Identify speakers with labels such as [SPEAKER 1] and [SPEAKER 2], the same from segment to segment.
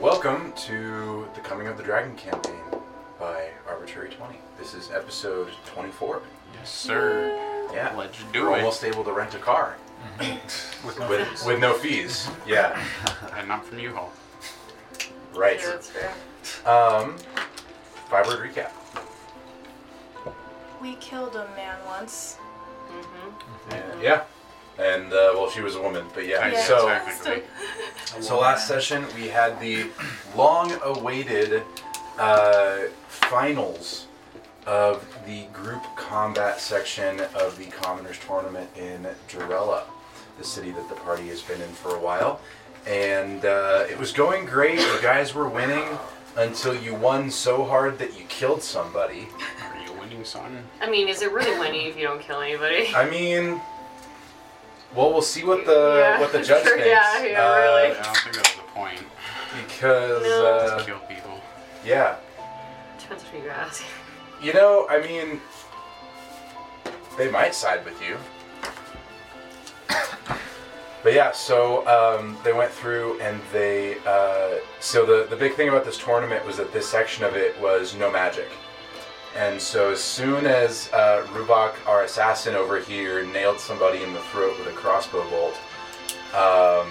[SPEAKER 1] Welcome to the Coming of the Dragon campaign by Arbitrary 20. This is episode 24.
[SPEAKER 2] Yes, sir.
[SPEAKER 1] Yeah.
[SPEAKER 2] Let's
[SPEAKER 1] We're
[SPEAKER 2] do it. Mm-hmm.
[SPEAKER 1] almost able to rent a car Mm-hmm.
[SPEAKER 2] With no
[SPEAKER 1] with,
[SPEAKER 2] fees.
[SPEAKER 1] with no fees. Yeah,
[SPEAKER 2] And not from U-Haul.
[SPEAKER 1] right.
[SPEAKER 3] Yeah, that's fair.
[SPEAKER 1] Um, five word recap.
[SPEAKER 4] We killed a man once.
[SPEAKER 3] Mm-hmm.
[SPEAKER 1] Yeah. And, uh, well, she was a woman, but yeah.
[SPEAKER 2] Yeah.
[SPEAKER 1] so,
[SPEAKER 2] Exactly. technically.
[SPEAKER 1] So last session we had the long-awaited uh, finals of the group combat section of the Commoners Tournament in Jarella, the city that the party has been in for a while, and uh, it was going great. The guys were winning until you won so hard that you killed somebody.
[SPEAKER 2] Are you winning, son?
[SPEAKER 3] I mean, is it really winning if you don't kill anybody?
[SPEAKER 1] I mean, well, we'll see what the
[SPEAKER 3] Yeah,
[SPEAKER 1] what the judge
[SPEAKER 3] sure,
[SPEAKER 1] thinks.
[SPEAKER 3] yeah, yeah,
[SPEAKER 1] uh,
[SPEAKER 2] I
[SPEAKER 3] really.
[SPEAKER 2] don't think that's the point.
[SPEAKER 1] Because
[SPEAKER 3] No.
[SPEAKER 1] uh,
[SPEAKER 2] Kill people.
[SPEAKER 1] yeah.
[SPEAKER 3] Depends who you ask.
[SPEAKER 1] You know, I mean, they might side with you. But yeah, so um, they went through and they. Uh, so the, the big thing about this tournament was that this section of it was no magic. And so as soon as uh, Rubak, our assassin over here, nailed somebody in the throat with a crossbow bolt, um,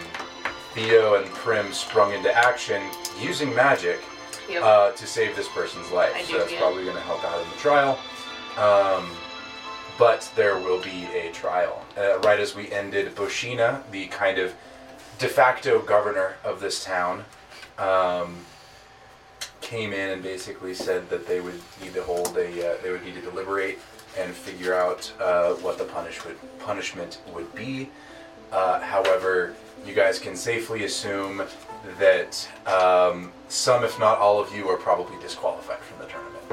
[SPEAKER 1] Theo and Prim sprung into action using magic
[SPEAKER 3] Yep.
[SPEAKER 1] uh, to save this person's life.
[SPEAKER 3] I
[SPEAKER 1] so
[SPEAKER 3] do,
[SPEAKER 1] that's
[SPEAKER 3] yeah.
[SPEAKER 1] probably going to help out in the trial. Um, but there will be a trial. Uh, right as we ended, Boshina, the kind of de facto governor of this town, um, came in and basically said that they would need to hold a, uh, they would need to deliberate and figure out uh, what the punishment punishment would be. Uh, however, you guys can safely assume that um, some, if not all of you, are probably disqualified from the tournament,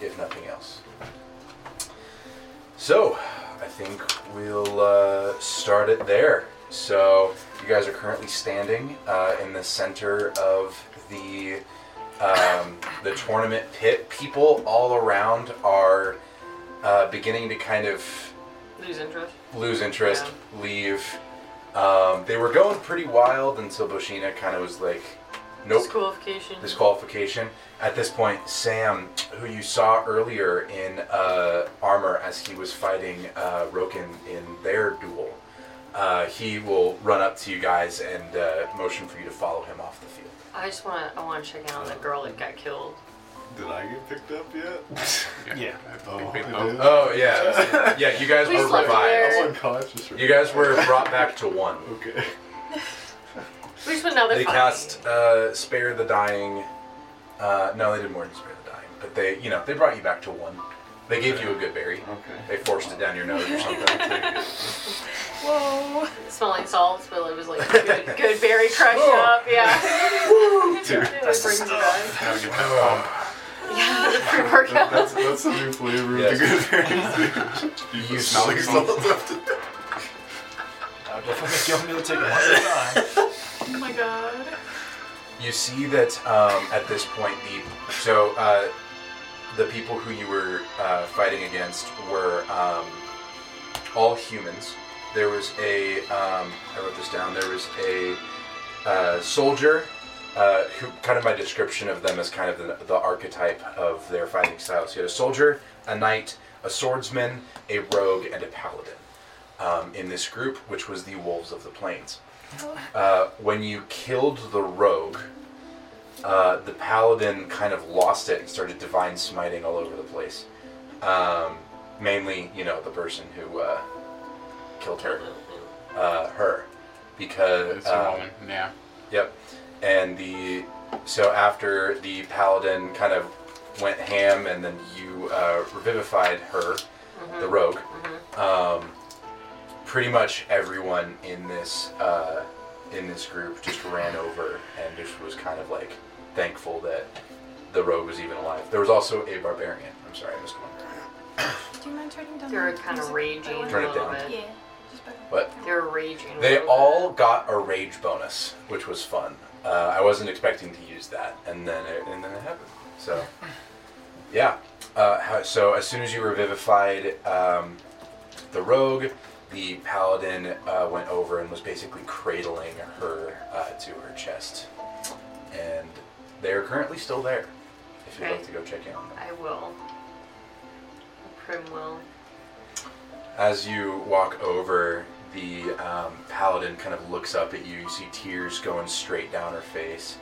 [SPEAKER 1] if nothing else. So, I think we'll uh, start it there. So, you guys are currently standing uh, in the center of the um, the tournament pit. People all around are uh, beginning to kind of
[SPEAKER 3] Lose interest.
[SPEAKER 1] lose interest, leave. Um, they were going pretty wild until Boshina kind of was like, nope,
[SPEAKER 3] Disqualification.
[SPEAKER 1] disqualification. At this point, Sam, who you saw earlier in uh, armor as he was fighting uh, Roken in their duel, uh, he will run up to you guys and uh, motion for you to follow him off the field.
[SPEAKER 3] I just want to. I want to check in on the girl that got killed.
[SPEAKER 5] Did I get picked up yet?
[SPEAKER 2] Yeah.
[SPEAKER 6] Yeah.
[SPEAKER 2] I think
[SPEAKER 5] Oh,
[SPEAKER 2] we
[SPEAKER 5] I
[SPEAKER 2] both.
[SPEAKER 5] did.
[SPEAKER 1] Oh, yeah. Yeah, you guys
[SPEAKER 3] We
[SPEAKER 1] were
[SPEAKER 7] Oh
[SPEAKER 3] slept
[SPEAKER 1] revived.
[SPEAKER 5] I'm unconscious. Right
[SPEAKER 1] You guys were brought back to one.
[SPEAKER 5] now. okay.
[SPEAKER 3] We just want to know they're
[SPEAKER 1] they
[SPEAKER 3] fine.
[SPEAKER 1] cast uh, spare the dying uh, no they did more than spare the dying but they you know they brought you back to one they gave you a good berry
[SPEAKER 5] Okay.
[SPEAKER 1] they forced it down your nose or something
[SPEAKER 4] Whoa.
[SPEAKER 3] smelling salts, but it was like good, good berry crushed up. Yeah.
[SPEAKER 5] Dude,
[SPEAKER 3] It was brings it on.
[SPEAKER 2] Gotta get that pump.
[SPEAKER 3] Yeah, the pre
[SPEAKER 5] that-
[SPEAKER 3] workout.
[SPEAKER 5] that's that's a new flavor
[SPEAKER 1] Yes.
[SPEAKER 5] of the good berries. dude.
[SPEAKER 1] You smell like
[SPEAKER 6] I'll definitely make your meal take one at a time.
[SPEAKER 4] Oh my god.
[SPEAKER 1] you see that um, at this point the so uh, the people who you were uh, fighting against were um, all humans there was a um, i wrote this down there was a uh, soldier uh, who kind of my description of them as kind of the, the archetype of their fighting style so you had a soldier a knight a swordsman a rogue and a paladin um, in this group which was the wolves of the plains uh, when you killed the rogue, uh, the paladin kind of lost it and started divine smiting all over the place. Um, mainly, you know, the person who uh, killed her, uh, her, because
[SPEAKER 2] Mm-hmm. It's a
[SPEAKER 1] um,
[SPEAKER 2] woman. Yeah.
[SPEAKER 1] Yep. And the so after the paladin kind of went ham, and then you uh, revivified her, the rogue. Um, pretty much everyone in this uh, in this group just ran over and just was kind of like thankful that the rogue was even alive. There was also a barbarian. I'm sorry, I missed one.
[SPEAKER 4] Do you mind turning down
[SPEAKER 3] They were
[SPEAKER 4] the
[SPEAKER 3] kind of
[SPEAKER 4] music?
[SPEAKER 3] raging a
[SPEAKER 1] Turn it
[SPEAKER 3] little bit.
[SPEAKER 1] down.
[SPEAKER 4] Yeah. Just better.
[SPEAKER 1] What?
[SPEAKER 3] They were raging. a
[SPEAKER 1] They
[SPEAKER 3] little
[SPEAKER 1] all got a rage bonus, which was fun. Uh, I wasn't expecting to use that, and then it, and then it happened. So, yeah. Uh, how- so as soon as you revivified um, the rogue, the paladin uh, went over and was basically cradling her uh, to her chest, and they are currently still there. If you'd like
[SPEAKER 3] Okay.
[SPEAKER 1] to go check in on them.
[SPEAKER 3] I will. Prim will.
[SPEAKER 1] As you walk over, the um, paladin kind of looks up at you. You see tears going straight down her face,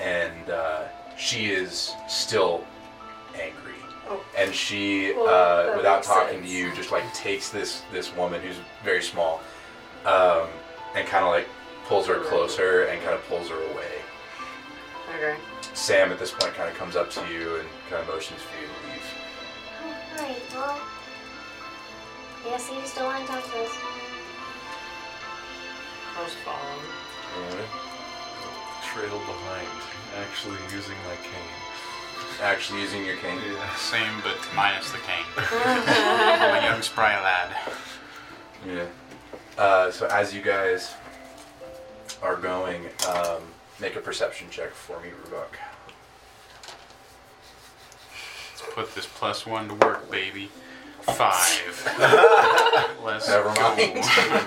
[SPEAKER 1] and uh, she is still angry.
[SPEAKER 3] Oh.
[SPEAKER 1] And she,
[SPEAKER 3] Well,
[SPEAKER 1] uh,
[SPEAKER 3] that
[SPEAKER 1] without
[SPEAKER 3] makes
[SPEAKER 1] talking
[SPEAKER 3] sense.
[SPEAKER 1] to you, just like takes this this woman who's very small, um, and kind of like pulls her closer and kind of pulls her away.
[SPEAKER 3] Okay.
[SPEAKER 1] Sam at this point kind of comes up to you and kind of motions for you to leave.
[SPEAKER 8] Alright, well. I guess you still want to talk to us.
[SPEAKER 3] I'll just follow him.
[SPEAKER 5] Trail behind, actually using my cane.
[SPEAKER 1] Actually, using your cane.
[SPEAKER 2] Same, but minus the cane. I'm a young spry lad.
[SPEAKER 1] Yeah. Uh, so as you guys are going, um, make a perception check for me, Rubok.
[SPEAKER 2] Let's put this plus one to work, baby. Five. Let's
[SPEAKER 1] Never
[SPEAKER 2] go.
[SPEAKER 1] mind.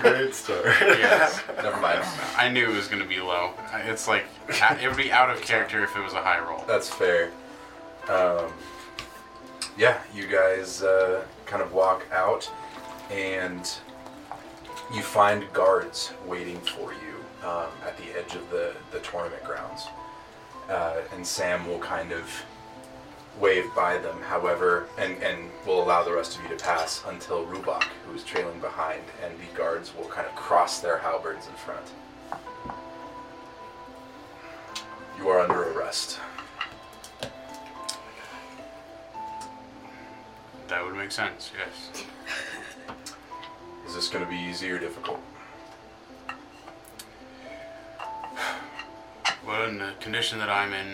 [SPEAKER 5] Great start.
[SPEAKER 2] yes.
[SPEAKER 1] Never mind.
[SPEAKER 2] I knew it was going to be low. I- It's like, it would be out of character if it was a high roll.
[SPEAKER 1] That's fair. Um, yeah, you guys uh, kind of walk out, and you find guards waiting for you um, at the edge of the, the tournament grounds. Uh, and Sam will kind of wave by them, however, and, and will allow the rest of you to pass until Rubach, who is trailing behind, and the guards will kind of cross their halberds in front. You are under arrest.
[SPEAKER 2] That would make sense, yes.
[SPEAKER 1] Is this going to be easy or difficult?
[SPEAKER 2] Well, in the condition that I'm in,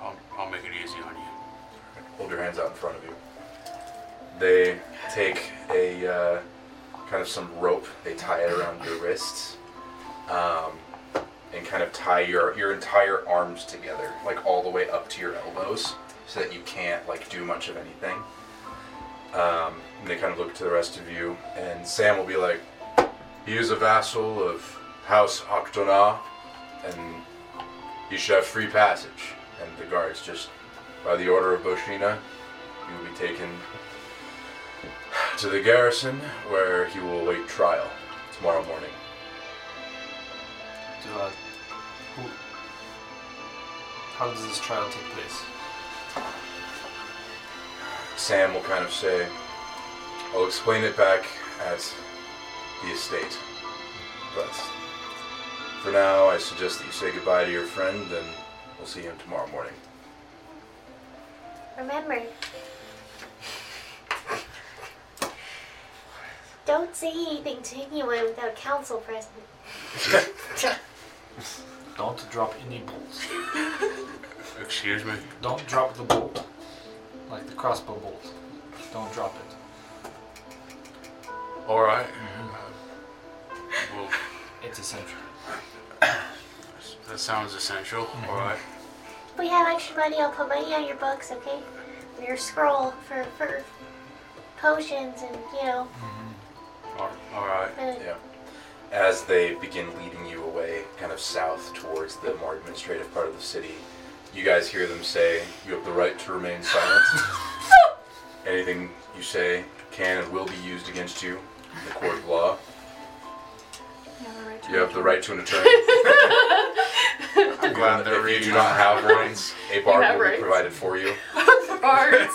[SPEAKER 2] I'll, I'll make it easy on you.
[SPEAKER 1] Hold your hands out in front of you. They take a uh, kind of some rope. They tie it around your wrists, um, and kind of tie your your entire arms together, like all the way up to your elbows, so that you can't like do much of anything. Um, and they kind of look to the rest of you, and Sam will be like, "He is a vassal of House Octona, and you should have free passage." And the guards just by the order of Boshina, he will be taken to the garrison where he will await trial tomorrow morning.
[SPEAKER 6] Do I, uh, who, how does this trial take place?
[SPEAKER 1] Sam will kind of say, I'll explain it back at the estate. But for now, I suggest that you say goodbye to your friend and we'll see him tomorrow morning.
[SPEAKER 8] Remember. Don't say anything to anyone without counsel present.
[SPEAKER 6] Don't drop any bolts.
[SPEAKER 2] Excuse me?
[SPEAKER 6] Don't drop the bolt. Like the crossbow bolt. Don't drop it.
[SPEAKER 2] All right. Uh, well,
[SPEAKER 6] It's essential.
[SPEAKER 2] that sounds essential.
[SPEAKER 6] Mm-hmm.
[SPEAKER 2] All right.
[SPEAKER 8] If we have extra money, I'll put money on your books, okay? And Your scroll for, for potions and, you know,
[SPEAKER 2] All- all right.
[SPEAKER 8] uh,
[SPEAKER 1] Yeah. As they begin leading you away, kind of south towards the more administrative part of the city, you guys hear them say, You have the right to remain silent. Anything you say can and will be used against you in the court of law. You have the right to an attorney.
[SPEAKER 2] I'm glad they're
[SPEAKER 1] if you
[SPEAKER 2] reading.
[SPEAKER 1] do not have one, a
[SPEAKER 3] You
[SPEAKER 1] bar
[SPEAKER 3] have
[SPEAKER 1] will be
[SPEAKER 3] rights.
[SPEAKER 1] provided for you.
[SPEAKER 3] Bards.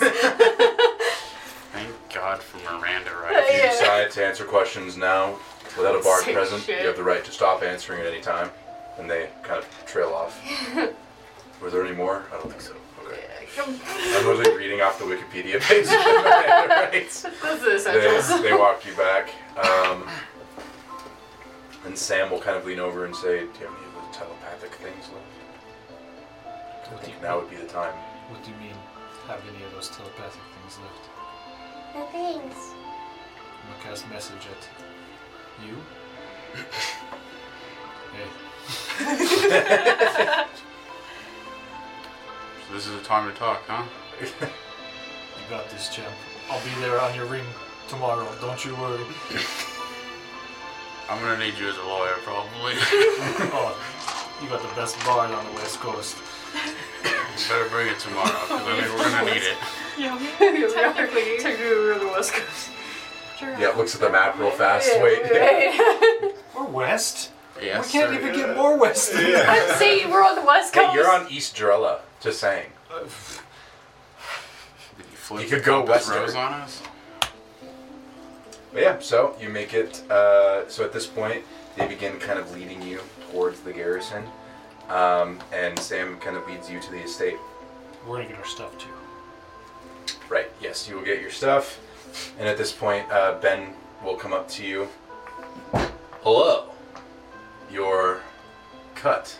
[SPEAKER 2] Thank God for Miranda rights.
[SPEAKER 1] If you
[SPEAKER 3] Yeah.
[SPEAKER 1] decide to answer questions now without a bar
[SPEAKER 3] Sick
[SPEAKER 1] present,
[SPEAKER 3] shit.
[SPEAKER 1] you have the right to stop answering at any time. And they kind of trail off. Were there any more? I don't think so. Okay. I'm literally reading off the Wikipedia page. right.
[SPEAKER 3] Those are essentials.
[SPEAKER 1] They, they walk you back. Um, and Sam will kind of lean over and say, Do you have any of the telepathic things left? I
[SPEAKER 6] What do, you,
[SPEAKER 1] think now would be the time.
[SPEAKER 6] what do you mean? Have any of those telepathic things left?
[SPEAKER 8] no thanks.
[SPEAKER 6] I'm gonna cast message at you. hey,
[SPEAKER 2] So this is a time to talk, huh?
[SPEAKER 6] you got this, champ. I'll be there on your ring tomorrow. Don't you worry.
[SPEAKER 2] I'm gonna need you as a lawyer, probably.
[SPEAKER 6] oh, You got the best bard on the west coast.
[SPEAKER 2] You better bring it tomorrow, 'cause I think we're gonna need it.
[SPEAKER 4] Yeah,
[SPEAKER 3] We
[SPEAKER 4] we
[SPEAKER 3] are
[SPEAKER 4] technically.
[SPEAKER 3] technically we're the West Coast.
[SPEAKER 1] Yeah, looks at the map real fast.
[SPEAKER 3] Yeah,
[SPEAKER 1] Wait.
[SPEAKER 3] right.
[SPEAKER 6] We're west.
[SPEAKER 2] Yes,
[SPEAKER 6] we can't
[SPEAKER 2] sir.
[SPEAKER 6] even get more west. Than that.
[SPEAKER 3] I'm saying we're on the West Coast.
[SPEAKER 1] Hey, you're on East Drella. Just saying.
[SPEAKER 2] Did you flip
[SPEAKER 1] You could go
[SPEAKER 2] this
[SPEAKER 1] westward.
[SPEAKER 2] rose on us?
[SPEAKER 1] But yeah, so you make it. Uh, so at this point, they begin kind of leading you towards the garrison, um, and Sam kind of leads you to the estate.
[SPEAKER 6] We're gonna get our stuff too.
[SPEAKER 1] Right. Yes, you will get your stuff, and at this point, uh, Ben will come up to you. Hello. Your cut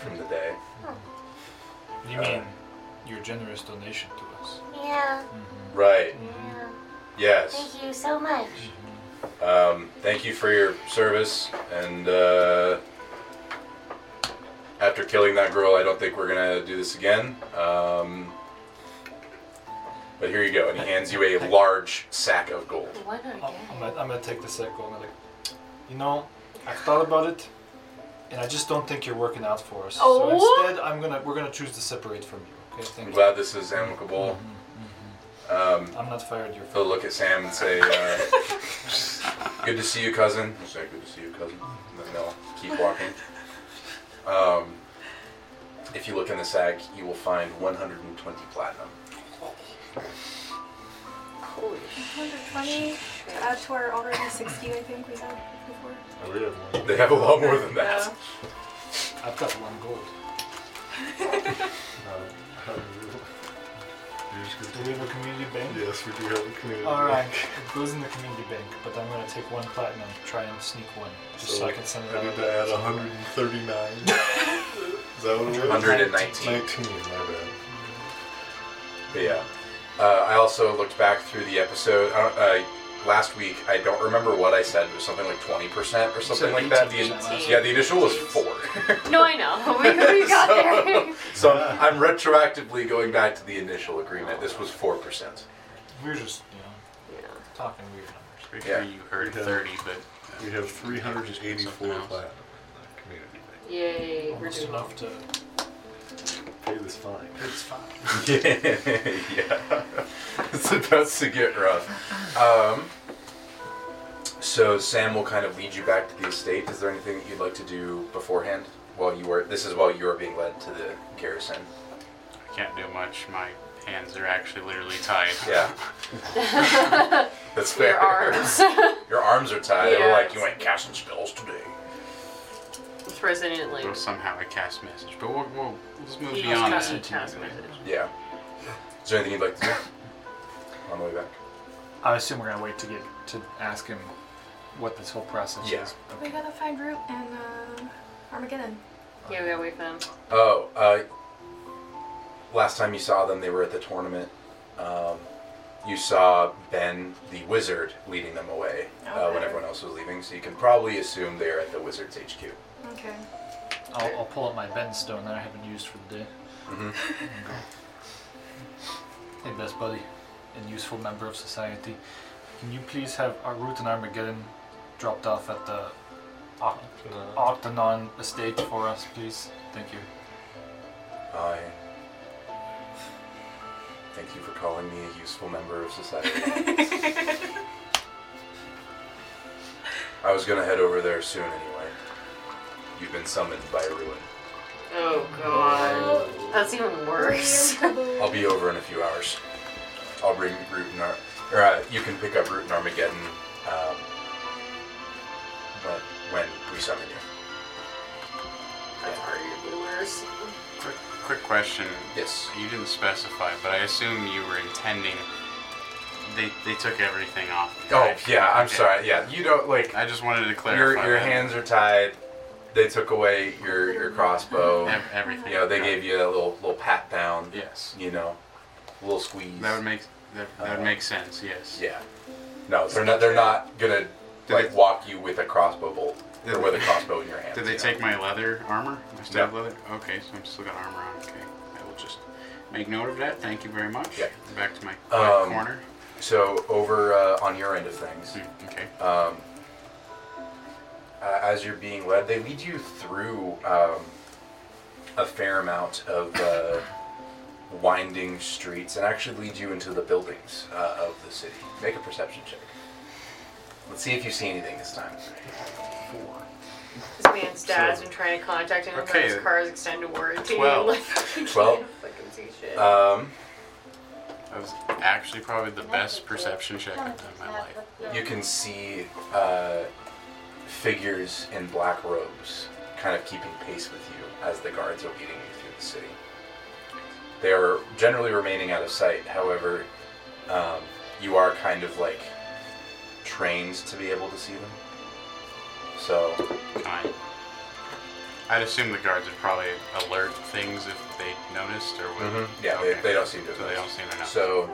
[SPEAKER 1] from the day.
[SPEAKER 6] You
[SPEAKER 1] Uh,
[SPEAKER 6] mean your generous donation to us?
[SPEAKER 8] Yeah,
[SPEAKER 1] Right. Mm-hmm.
[SPEAKER 8] yeah.
[SPEAKER 1] Yes.
[SPEAKER 8] Thank you so much.
[SPEAKER 1] Um, thank you for your service, and uh, after killing that girl, I don't think we're gonna do this again. Um, but here you go, and he hands you a large sack of gold.
[SPEAKER 3] Why not
[SPEAKER 6] I'm,
[SPEAKER 3] again?
[SPEAKER 6] I'm, gonna, I'm gonna take the second one. I'm like, you know, I've thought about it, and I just don't think you're working out for us.
[SPEAKER 3] Oh.
[SPEAKER 6] So instead, I'm gonna we're gonna choose to separate from you. Okay,
[SPEAKER 1] I'm
[SPEAKER 6] thank you. Mm-hmm,
[SPEAKER 1] glad this is amicable. Um,
[SPEAKER 6] I'm not fired. You're fired.
[SPEAKER 1] he'll look at Sam and say, uh, "Good to see you, cousin." He'll say, "Good to see you, cousin," and then they'll keep walking. Um, if you look in the sack, you will find 120 platinum.
[SPEAKER 3] Holy
[SPEAKER 4] 120 to add uh, to our already 60, I think we had before.
[SPEAKER 5] Oh, we have one.
[SPEAKER 1] They have a lot more than that.
[SPEAKER 4] Yeah.
[SPEAKER 6] I've got one gold.
[SPEAKER 5] Uh, how do we- You're just
[SPEAKER 6] Do
[SPEAKER 5] gonna
[SPEAKER 6] we have a community bank?
[SPEAKER 5] Yes, we do have a community.
[SPEAKER 6] All right, it goes in the community bank, but I'm gonna take one platinum, try and sneak one, just so, I can send it
[SPEAKER 5] I
[SPEAKER 6] out.
[SPEAKER 5] need to add 139. Is that what it was?
[SPEAKER 1] 119.
[SPEAKER 5] 19, my bad.
[SPEAKER 1] But yeah, uh, I also looked back through the episode I don't, uh, last week. I don't remember what I said. It was something like twenty percent or something like that. The,
[SPEAKER 6] 18%.
[SPEAKER 1] in- yeah, the initial was four.
[SPEAKER 3] No, I know. We, we got there.
[SPEAKER 1] so I'm retroactively going back to the initial agreement. This was four percent.
[SPEAKER 6] We're just, you know,
[SPEAKER 3] Yeah.
[SPEAKER 6] talking weird numbers.
[SPEAKER 2] Pretty
[SPEAKER 1] Yeah.
[SPEAKER 2] sure you heard
[SPEAKER 5] We have-
[SPEAKER 2] 30, but
[SPEAKER 5] We have 384 platinum in that community.
[SPEAKER 3] Yay, we're
[SPEAKER 6] Almost
[SPEAKER 3] doing
[SPEAKER 6] enough to
[SPEAKER 5] Pay this fine.
[SPEAKER 6] it's fine.
[SPEAKER 1] yeah, it's about to get rough. Um, so Sam will kind of lead you back to the estate. Is there anything that you'd like to do beforehand? While you were, this is while you were being led to the garrison.
[SPEAKER 2] I can't do much. My hands are actually literally tied.
[SPEAKER 1] Yeah. That's fair.
[SPEAKER 3] Your arms.
[SPEAKER 1] Your arms are tied. They were
[SPEAKER 3] Yeah,
[SPEAKER 1] like, you
[SPEAKER 3] it's-
[SPEAKER 1] ain't casting spells today.
[SPEAKER 3] President Link.
[SPEAKER 2] So somehow I cast message, but we'll, we'll let's move
[SPEAKER 3] He
[SPEAKER 2] beyond
[SPEAKER 3] just
[SPEAKER 2] that.
[SPEAKER 3] got a text message.
[SPEAKER 1] Yeah. Is there anything you'd like to do? On the way back.
[SPEAKER 9] I assume we're gonna wait to get to ask him what this whole process
[SPEAKER 1] Yeah.
[SPEAKER 9] is.
[SPEAKER 4] We gotta find Root and uh, Armageddon.
[SPEAKER 3] Yeah, we gotta wait for them.
[SPEAKER 1] Oh, uh, last time you saw them, they were at the tournament. Um, you saw Ben, the wizard, leading them away uh, when
[SPEAKER 4] Okay.
[SPEAKER 1] everyone else was leaving, so you can probably assume they're at the wizard's HQ.
[SPEAKER 4] Okay.
[SPEAKER 9] I'll, I'll pull up my bend stone that I haven't used for the day.
[SPEAKER 1] Mhm.
[SPEAKER 9] Hey, best buddy and useful member of society, can you please have our root and Armageddon dropped off at the Oct- Octanon estate for us, please? Thank you.
[SPEAKER 1] I thank you for calling me a useful member of society. I was gonna head over there soon anyway. You've been summoned by Ruin.
[SPEAKER 3] Oh god. That's even worse.
[SPEAKER 1] I'll be over in a few hours. I'll bring Root and Ar- or uh, you can pick up Root and Armageddon, um, but when we summon you.
[SPEAKER 3] That's arguably worse.
[SPEAKER 2] Quick, quick question.
[SPEAKER 1] Yes.
[SPEAKER 2] You didn't specify, but I assume you were intending. They they took everything off. me,
[SPEAKER 1] Oh
[SPEAKER 2] right?
[SPEAKER 1] yeah, I'm
[SPEAKER 2] Okay.
[SPEAKER 1] sorry. Yeah, you don't like
[SPEAKER 2] I just wanted to
[SPEAKER 1] your
[SPEAKER 2] clarify.
[SPEAKER 1] your
[SPEAKER 2] that.
[SPEAKER 1] hands are tied. They took away your your crossbow.
[SPEAKER 2] Ev- everything.
[SPEAKER 1] You know, they gave you a little little pat down.
[SPEAKER 2] Yes.
[SPEAKER 1] You know, a little squeeze.
[SPEAKER 2] That would make that, that
[SPEAKER 1] Uh,
[SPEAKER 2] would make sense. Yes.
[SPEAKER 1] Yeah. No, they're not. They're not gonna
[SPEAKER 2] Did
[SPEAKER 1] like
[SPEAKER 2] they-
[SPEAKER 1] walk you with a crossbow bolt
[SPEAKER 2] Did
[SPEAKER 1] or
[SPEAKER 2] they-
[SPEAKER 1] with a crossbow in your hand.
[SPEAKER 2] Did they take my leather armor? My stab
[SPEAKER 1] No.
[SPEAKER 2] leather? Okay, so I'm still got armor on. Okay. I will just make note of that. Thank you very much.
[SPEAKER 1] Yeah.
[SPEAKER 2] Back to my quiet
[SPEAKER 1] Um,
[SPEAKER 2] corner.
[SPEAKER 1] So over uh, on your end of things.
[SPEAKER 2] Hmm, okay.
[SPEAKER 1] um, uh, as you're being led, they lead you through um, a fair amount of uh, winding streets and actually lead you into the buildings uh, of the city. Make a perception check. Let's see if you see anything this time.
[SPEAKER 3] This man's dad's been trying to contact him about his
[SPEAKER 2] Okay.
[SPEAKER 3] car's extended warranty.
[SPEAKER 2] Twelve.
[SPEAKER 3] Like, he
[SPEAKER 1] Twelve.
[SPEAKER 3] can't fucking see shit.
[SPEAKER 1] Um,
[SPEAKER 2] That was actually probably the best perception check I've done in my life.
[SPEAKER 1] you can see uh, figures in black robes kind of keeping pace with you as the guards are leading you through the city. They are generally remaining out of sight, however, um, you are kind of like trained to be able to see them. So,
[SPEAKER 2] Kind. I'd assume the guards would probably alert things if they noticed or would.
[SPEAKER 1] yeah,
[SPEAKER 2] Mm-hmm. okay.
[SPEAKER 1] they, they don't seem to have
[SPEAKER 2] So they
[SPEAKER 1] noticed.
[SPEAKER 2] don't seem to know.
[SPEAKER 1] So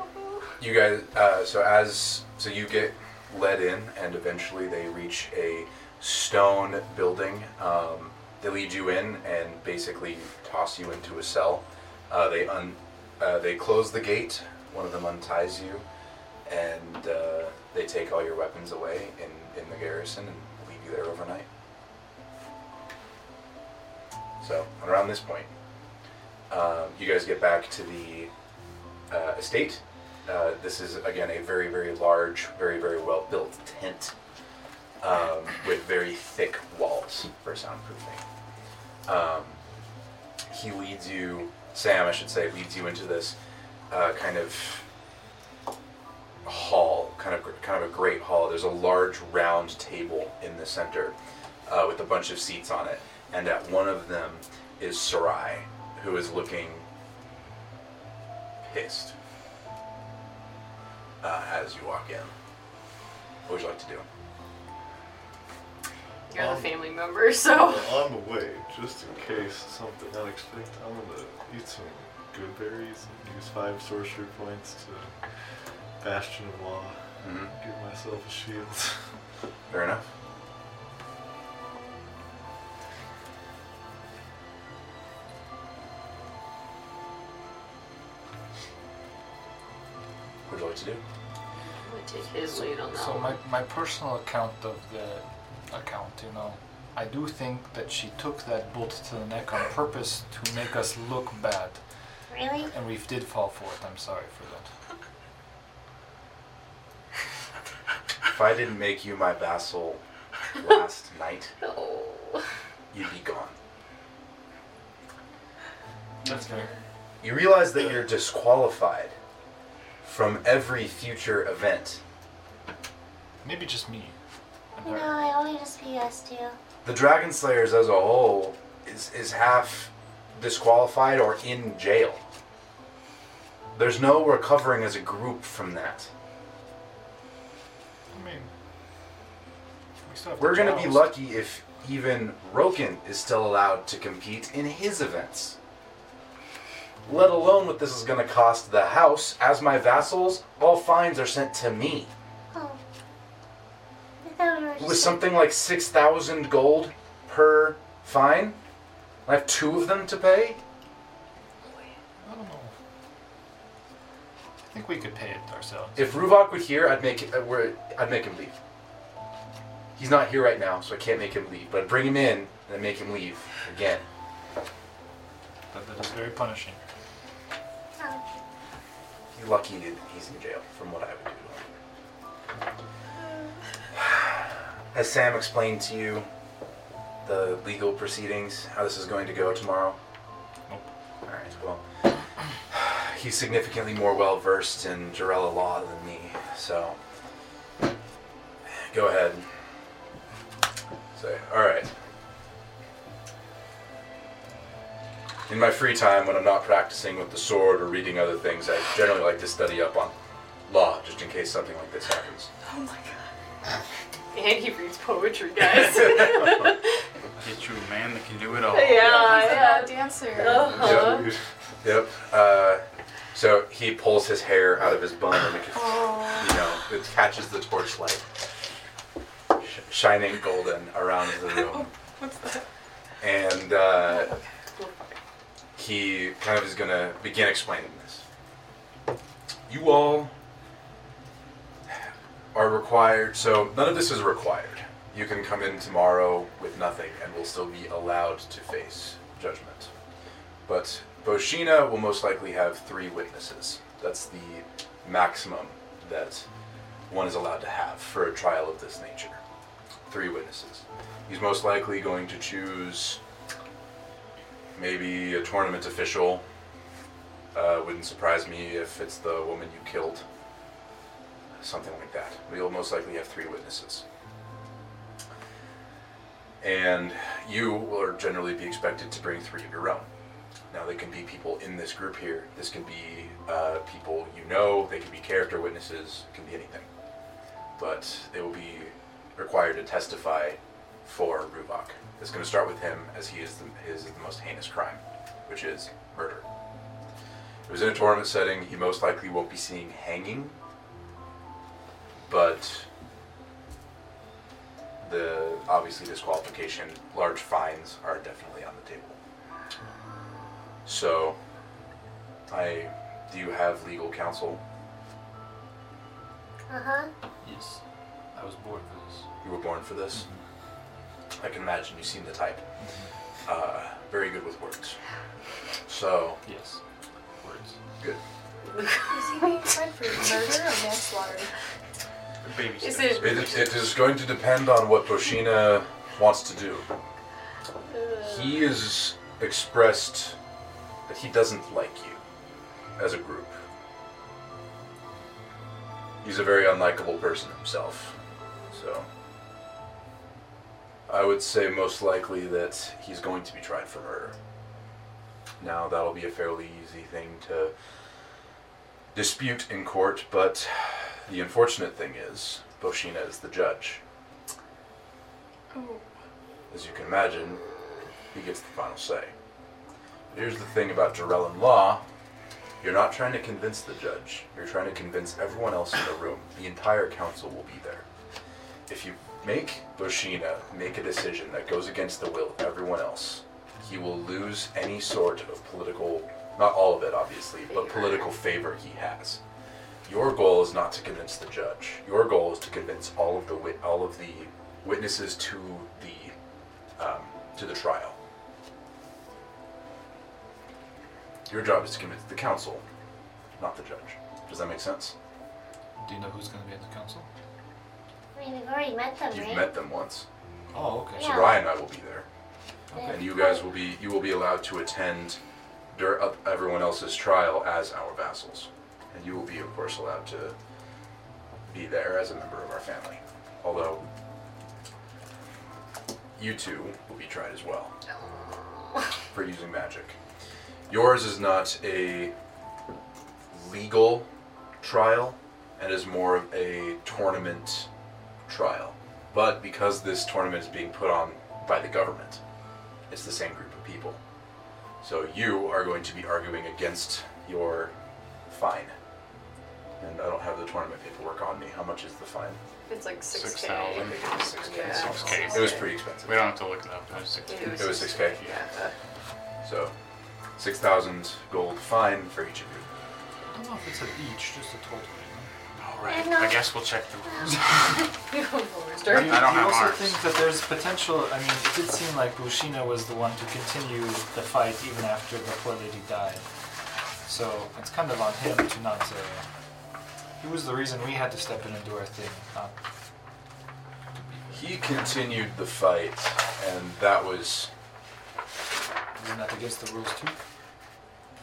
[SPEAKER 1] you guys, uh, so as so you get led in, and eventually they reach a stone building. Um, they lead you in and basically toss you into a cell. Uh, they un, uh, they close the gate. One of them unties you, and uh, they take all your weapons away in, in the garrison and leave you there overnight. So around this point, um, you guys get back to the uh, estate. Uh, this is again a very, very large, very, very well built tent um, with very thick walls for soundproofing. Um, he leads you, Sam, I should say, leads you into this uh, kind of hall, kind of kind of a great hall. There's a large round table in the center uh, with a bunch of seats on it, and at one of them is Sarai, who is looking pissed uh, as you walk in. What would you like to do?
[SPEAKER 3] You're
[SPEAKER 9] um,
[SPEAKER 7] Um,
[SPEAKER 3] the family member, so.
[SPEAKER 5] Well, on the way, just in case something unexpected, I'm gonna eat some good berries and use five sorcery points to Bastion of Law.
[SPEAKER 1] Mm-hmm.
[SPEAKER 5] Give myself a shield.
[SPEAKER 1] Fair enough. What would you like to do?
[SPEAKER 3] I'm gonna take his lead on that
[SPEAKER 9] So
[SPEAKER 3] one.
[SPEAKER 9] my, my personal account of the account, you know, I do think that she took that bolt to the neck on purpose to make us look bad,
[SPEAKER 8] Really?
[SPEAKER 9] and we did fall for it. I'm sorry for that.
[SPEAKER 1] If I didn't make you my vassal last night,
[SPEAKER 3] No.
[SPEAKER 1] you'd be gone.
[SPEAKER 9] That's fair.
[SPEAKER 1] You realize that you're disqualified from every future event.
[SPEAKER 9] Maybe just me. And
[SPEAKER 8] No,
[SPEAKER 9] her.
[SPEAKER 8] I only just be us two.
[SPEAKER 1] The Dragon Slayers as a whole is, is half disqualified or in jail. There's no recovering as a group from that.
[SPEAKER 9] I mean, we still have
[SPEAKER 1] We're going to be
[SPEAKER 9] joust.
[SPEAKER 1] lucky if even Roken is still allowed to compete in his events. Let alone what this is going to cost the house. As my vassals, all fines are sent to me.
[SPEAKER 8] Oh. I thought we were
[SPEAKER 1] It
[SPEAKER 8] just
[SPEAKER 1] was something like 6,000 gold per fine. I have two of them to pay.
[SPEAKER 9] I don't know. I think we could pay it ourselves.
[SPEAKER 1] If Ruvok were here, I'd make uh, we're, I'd make him leave. He's not here right now, so I can't make him leave. But I'd bring him in and then make him leave again.
[SPEAKER 9] But that is very punishing.
[SPEAKER 8] Oh.
[SPEAKER 1] You're lucky that he's in jail, from what I would do. Has Sam explained to you the legal proceedings, how this is going to go tomorrow?
[SPEAKER 9] Nope.
[SPEAKER 1] All right. Well, he's significantly more well versed in Jarella law than me, so go ahead. Say, all right. In my free time, when I'm not practicing with the sword or reading other things, I generally like to study up on law, just in case something like this happens.
[SPEAKER 3] Oh And he reads poetry, guys.
[SPEAKER 2] Get you a man that can do it all.
[SPEAKER 3] yeah,
[SPEAKER 4] a
[SPEAKER 3] yeah.
[SPEAKER 4] dancer.
[SPEAKER 3] Uh-huh.
[SPEAKER 1] Yep. Uh, so he pulls his hair out of his bun and it, you know, it catches the torchlight, sh- shining golden around the room. And uh, he kind of is gonna begin explaining this. You all are required. So none of this is required. You can come in tomorrow with nothing, and will still be allowed to face judgment. But Boshina will most likely have three witnesses. That's the maximum that one is allowed to have for a trial of this nature. Three witnesses. He's most likely going to choose maybe a tournament official. Uh, wouldn't surprise me if it's the woman you killed. Something like that. But you'll most likely have three witnesses. And you will generally be expected to bring three of your own. Now, they can be people in this group here. This can be uh, people you know. They can be character witnesses. It can be anything. But they will be required to testify for Ruvok. It's going to start with him, as he is the, his is the most heinous crime, which is murder. It was in a tournament setting. He most likely won't be seeing hanging, but the obviously disqualification, large fines are definitely on the table. So, I do you have legal counsel?
[SPEAKER 8] Uh huh.
[SPEAKER 9] Yes. I was born for this. Mm-hmm.
[SPEAKER 1] You were born for this. I can imagine you seem the type. Uh, very good with words. So,
[SPEAKER 9] Yes. Words.
[SPEAKER 1] good.
[SPEAKER 4] Is he being tried for murder or manslaughter?
[SPEAKER 2] Baby
[SPEAKER 3] Is
[SPEAKER 2] steps.
[SPEAKER 3] it-
[SPEAKER 1] It, it is going to depend on what Boshina wants to do.
[SPEAKER 3] Uh,
[SPEAKER 1] He is expressed that he doesn't like you as a group. He's a very unlikable person himself. So I would say most likely that he's going to be tried for murder. Now that'll be a fairly easy thing to dispute in court, but the unfortunate thing is Boshina is the judge.
[SPEAKER 4] Oh,
[SPEAKER 1] As you can imagine, he gets the final say. But here's the thing about Jarellin Law you're not trying to convince the judge, you're trying to convince everyone else in the room. The entire council will be there. If you make Bushina make a decision that goes against the will of everyone else, he will lose any sort of political, not all of it obviously, but
[SPEAKER 3] Favor.
[SPEAKER 1] political favor he has. Your goal is not to convince the judge. Your goal is to convince all of the wit- all of the witnesses to the um, to the trial. Your job is to convince the council, not the judge. Does that make sense?
[SPEAKER 9] Do you know who's going to be at the council?
[SPEAKER 8] I mean, we've already met them,
[SPEAKER 1] You've
[SPEAKER 8] right?
[SPEAKER 1] met them once,
[SPEAKER 9] Oh, okay.
[SPEAKER 1] so
[SPEAKER 8] Yeah.
[SPEAKER 1] Ryan and I will be there,
[SPEAKER 8] Yeah.
[SPEAKER 1] and you guys will be you will be allowed to attend dur- uh, everyone else's trial as our vassals, and you will be of course allowed to be there as a member of our family, although. You two will be tried as well.
[SPEAKER 8] Oh.
[SPEAKER 1] for using magic. Yours is not a legal trial and is more of a tournament trial. But because this tournament is being put on by the government, it's the same group of people. So you are going to be arguing against your fine. And I don't have the tournament paperwork on me. How much is the fine?
[SPEAKER 3] it's like 6K.
[SPEAKER 2] Six
[SPEAKER 1] I
[SPEAKER 2] thousand.
[SPEAKER 1] think it was 6K.
[SPEAKER 3] Yeah.
[SPEAKER 2] 6K.
[SPEAKER 1] It was pretty expensive.
[SPEAKER 2] We don't have to look it up. It was six.
[SPEAKER 3] It was,
[SPEAKER 1] It was 6K.
[SPEAKER 3] Yeah.
[SPEAKER 1] So 6,000 gold fine for each of you.
[SPEAKER 9] I don't know if it's at each, just a total.
[SPEAKER 2] All right.
[SPEAKER 8] Yeah, no.
[SPEAKER 2] I guess we'll check the rules.
[SPEAKER 3] Lord,
[SPEAKER 2] I don't
[SPEAKER 9] you
[SPEAKER 2] have
[SPEAKER 9] also
[SPEAKER 2] arms.
[SPEAKER 9] think that there's potential? I mean, it did seem like Bushina was the one to continue the fight even after the poor lady died. So it's kind of on him to not. Uh, he was the reason we had to step in and do our thing. Not,
[SPEAKER 1] He continued the fight, and that was.
[SPEAKER 9] isn't that against the rules too?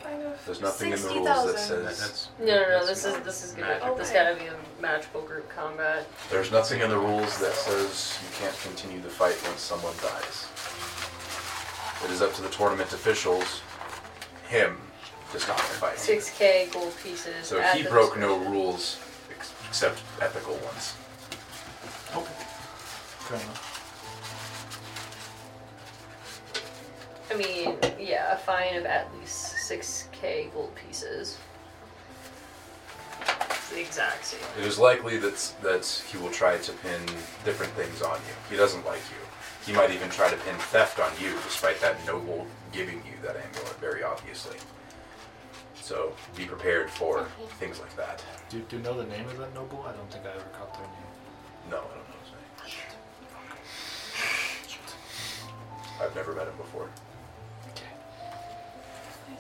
[SPEAKER 4] kind of.
[SPEAKER 1] There's nothing in the rules
[SPEAKER 4] 60,000.
[SPEAKER 1] that says.
[SPEAKER 3] No, no, no. This is this is
[SPEAKER 2] Magic.
[SPEAKER 3] gonna this gotta be a magical group combat.
[SPEAKER 1] There's nothing in the rules that says you can't continue the fight once someone dies. It is up to the tournament officials, him, to stop the fight.
[SPEAKER 3] Six K gold pieces.
[SPEAKER 1] So
[SPEAKER 3] at
[SPEAKER 1] he
[SPEAKER 3] the-
[SPEAKER 1] broke no rules ex- except ethical ones.
[SPEAKER 9] Okay. Fair enough.
[SPEAKER 3] I mean, yeah, a fine of at least six K gold pieces. It's the exact same.
[SPEAKER 1] It is likely that that he will try to pin different things on you. He doesn't like you. He might even try to pin theft on you, despite that noble giving you that amulet, very obviously. So be prepared for things like that.
[SPEAKER 9] Do, do you know the name of that noble? I don't think I ever caught their name.
[SPEAKER 1] No, I don't know his name. I've never met him before.
[SPEAKER 9] Okay.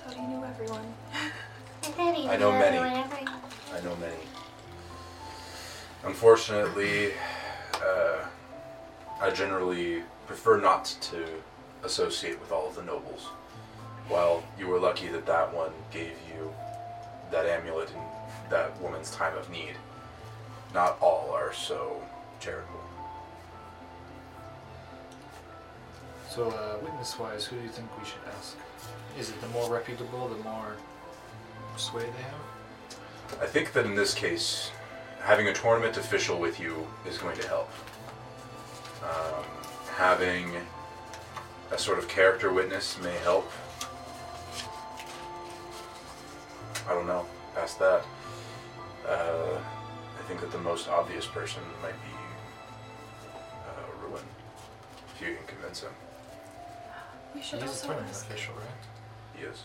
[SPEAKER 4] I knew everyone.
[SPEAKER 8] I thought he
[SPEAKER 1] I know
[SPEAKER 8] knew
[SPEAKER 1] many.
[SPEAKER 8] everyone, everyone.
[SPEAKER 1] I know many. Unfortunately, uh, I generally prefer not to associate with all of the nobles. While you were lucky that that one gave you that amulet in that woman's time of need, not all are so charitable.
[SPEAKER 9] So, uh, witness wise, who do you think we should ask? Is it the more reputable, the more sway they have?
[SPEAKER 1] I think that in this case, having a tournament official with you is going to help. Um, having a sort of character witness may help. I don't know. Past that, uh, I think that the most obvious person might be uh, Ruin. If you can convince him,
[SPEAKER 4] We should
[SPEAKER 9] He's a
[SPEAKER 4] also
[SPEAKER 9] tournament
[SPEAKER 4] ask
[SPEAKER 9] official, right?
[SPEAKER 1] he is.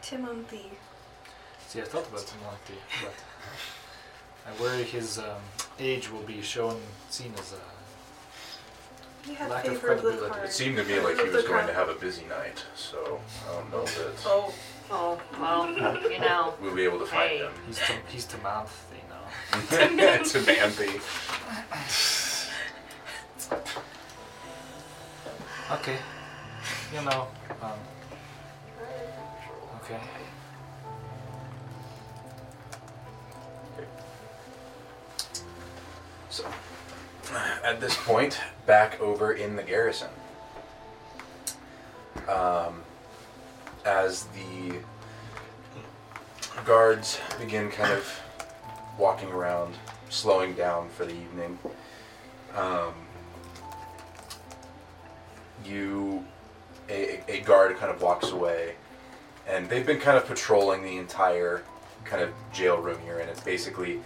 [SPEAKER 4] Timothy.
[SPEAKER 9] See, I thought about him like the- but I worry his um, age will be shown, seen as a.
[SPEAKER 4] You have
[SPEAKER 9] Lack of
[SPEAKER 4] favor of, the
[SPEAKER 9] credibility.
[SPEAKER 4] card.
[SPEAKER 1] It seemed to me like he was going to have a busy night, so I don't know that
[SPEAKER 3] Oh, oh, well, you know.
[SPEAKER 1] we'll be able to find
[SPEAKER 3] Hey.
[SPEAKER 1] him.
[SPEAKER 9] He's to, he's to mouth, you know.
[SPEAKER 1] it's a Bambi.
[SPEAKER 9] Okay. You know. Um, okay.
[SPEAKER 1] So, at this point, back over in the garrison. Um, as the guards begin kind of walking around, slowing down for the evening, um, you, a, a guard kind of walks away, and they've been kind of patrolling the entire kind of jail room you're in. It's basically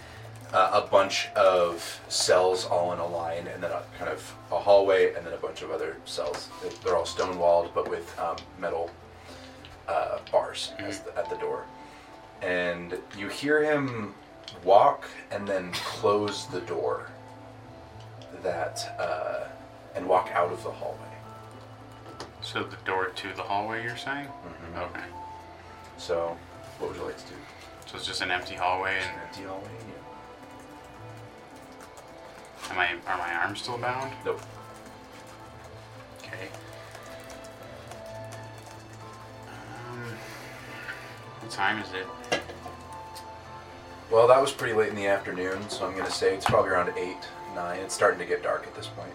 [SPEAKER 1] uh, a bunch of cells all in a line, and then a kind of a hallway, and then a bunch of other cells. They- They're all stone walled, but with um, metal uh, bars
[SPEAKER 2] Mm-hmm.
[SPEAKER 1] as the, at the door. And you hear him walk and then close the door. That uh, and walk out of the hallway.
[SPEAKER 2] So the door to the hallway, you're saying?
[SPEAKER 1] Mhm.
[SPEAKER 2] Okay.
[SPEAKER 1] So, what would you like to do?
[SPEAKER 2] So it's just an empty hallway,
[SPEAKER 1] An
[SPEAKER 2] and
[SPEAKER 1] empty hallway? Yeah.
[SPEAKER 2] am I, are my arms still bound?
[SPEAKER 1] Nope.
[SPEAKER 2] Okay. Um, what time is it?
[SPEAKER 1] Well, that was pretty late in the afternoon, so I'm gonna say it's probably around eight, nine. It's starting to get dark at this point.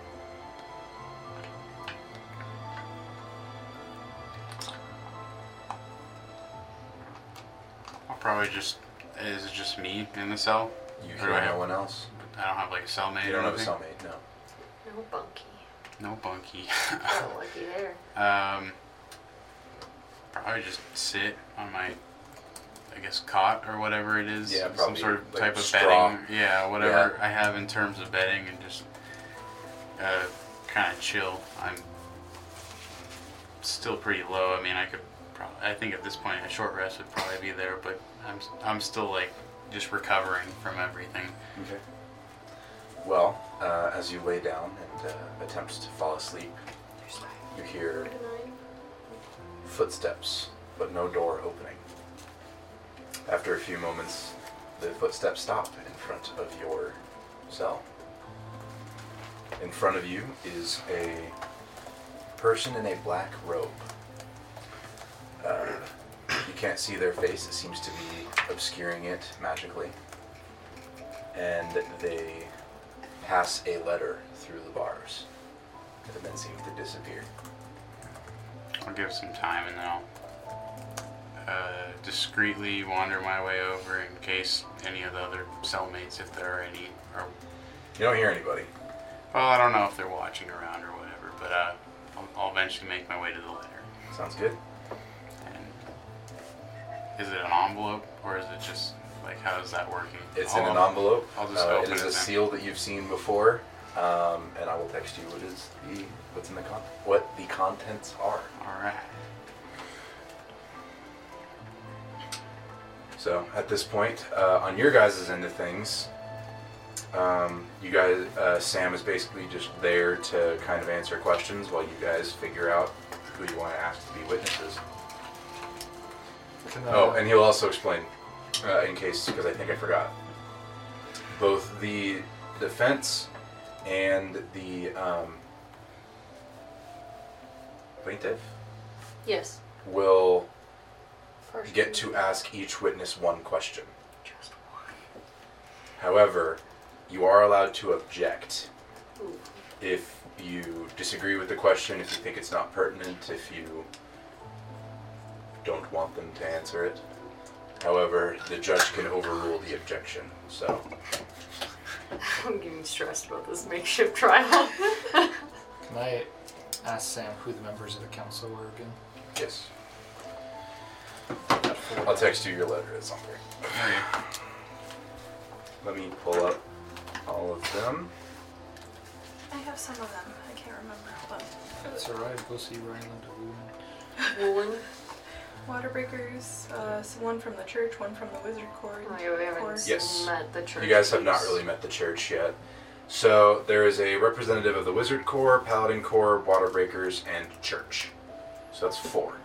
[SPEAKER 2] I'll probably just. Is it just me in the cell?
[SPEAKER 1] You
[SPEAKER 2] Or do
[SPEAKER 1] hear
[SPEAKER 2] I have-
[SPEAKER 1] no one else.
[SPEAKER 2] I don't have like a cellmate.
[SPEAKER 1] You don't
[SPEAKER 2] or
[SPEAKER 1] have a
[SPEAKER 2] anything?
[SPEAKER 1] cellmate, no.
[SPEAKER 3] No bunky.
[SPEAKER 2] No bunkie.
[SPEAKER 3] Not lucky there.
[SPEAKER 2] um, probably just sit on my, I guess, cot or whatever it is.
[SPEAKER 1] Yeah,
[SPEAKER 2] some
[SPEAKER 1] probably,
[SPEAKER 2] sort of
[SPEAKER 1] like,
[SPEAKER 2] type of
[SPEAKER 1] straw.
[SPEAKER 2] bedding. Yeah, whatever I have in terms of bedding and just uh, kind of chill. I'm still pretty low. I mean, I could probably. I think at this point a short rest would probably be there, but I'm I'm still like just recovering from everything.
[SPEAKER 1] Okay. Well, uh, as you lay down and uh, attempt to fall asleep, you hear footsteps, but no door opening. After a few moments, the footsteps stop in front of your cell. In front of you is a person in a black robe. Uh, you can't see their face, it seems to be obscuring it magically. And they pass a letter through the bars and then seem to disappear.
[SPEAKER 2] I'll give it some time and then I'll uh, discreetly wander my way over in case any of the other cellmates, if there are any, are.
[SPEAKER 1] You don't hear anybody.
[SPEAKER 2] Well, I don't know if they're watching around or whatever, but uh, I'll, I'll eventually make my way to the letter.
[SPEAKER 1] Sounds good.
[SPEAKER 2] And is it an envelope or is it just like how is that working?
[SPEAKER 1] It's
[SPEAKER 2] I'll-
[SPEAKER 1] in an envelope.
[SPEAKER 2] I'll just
[SPEAKER 1] uh,
[SPEAKER 2] open
[SPEAKER 1] it is
[SPEAKER 2] it
[SPEAKER 1] a
[SPEAKER 2] then.
[SPEAKER 1] seal that you've seen before, um, and I will text you what is the what's in the con- what the contents are.
[SPEAKER 2] All right.
[SPEAKER 1] So at this point, uh, on your guys' end of things, um, you guys, uh, Sam is basically just there to kind of answer questions while you guys figure out who you want to ask to be witnesses.
[SPEAKER 6] Can I,
[SPEAKER 1] Oh, and he'll also explain, uh, in case, because I think I forgot. Both the defense and the um, plaintiff
[SPEAKER 3] Yes.
[SPEAKER 1] will
[SPEAKER 3] First
[SPEAKER 1] get to ask each witness one question. However, you are allowed to object
[SPEAKER 3] Ooh.
[SPEAKER 1] if you disagree with the question, if you think it's not pertinent, if you don't want them to answer it. However, the judge can overrule the objection. So,
[SPEAKER 3] I'm getting stressed about this makeshift trial.
[SPEAKER 9] Can I ask Sam who the members of the council were again?
[SPEAKER 1] yes. I'll text you your letter at some point.
[SPEAKER 2] Okay.
[SPEAKER 1] Let me pull up all of them.
[SPEAKER 4] I have some of them. I can't remember. Hold on.
[SPEAKER 9] That's alright, go see Ryland Woolen.
[SPEAKER 3] Woolen.
[SPEAKER 4] Water breakers. Uh, so one from the church, one from the wizard court.
[SPEAKER 3] Oh, yeah, we
[SPEAKER 4] court.
[SPEAKER 3] haven't
[SPEAKER 1] Yes.
[SPEAKER 3] met the church.
[SPEAKER 1] You guys have not
[SPEAKER 3] folks.
[SPEAKER 1] really met the church yet. So, there is a representative of the Wizard Corps, Paladin Corps, Waterbreakers, and Church. So that's four.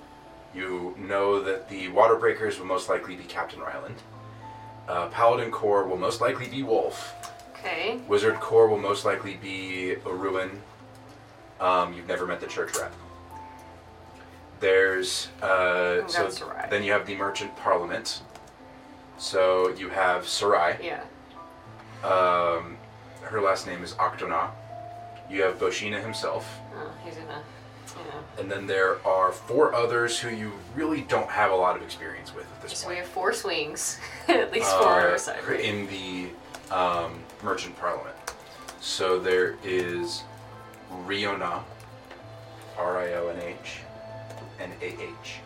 [SPEAKER 1] You know that the Waterbreakers will most likely be Captain Ryland. Uh, Paladin Corps will most likely be Wolf.
[SPEAKER 3] Okay.
[SPEAKER 1] Wizard Corps will most likely be Oruin. Um, you've never met the church rep. There's uh,
[SPEAKER 3] Oh,
[SPEAKER 1] so
[SPEAKER 3] that's Sarai.
[SPEAKER 1] then you have the Merchant Parliament. So you have Sarai.
[SPEAKER 3] Yeah.
[SPEAKER 1] Um, her last name is Octona. You have Boshina himself.
[SPEAKER 3] Oh, he's gonna. Yeah.
[SPEAKER 1] And then there are four others who you really don't have a lot of experience with at this
[SPEAKER 3] So we
[SPEAKER 1] point.
[SPEAKER 3] have four swings, at least four on
[SPEAKER 1] uh,
[SPEAKER 3] our side, right?
[SPEAKER 1] in the um, merchant parliament. So there is Riona, R I O N H, and A H.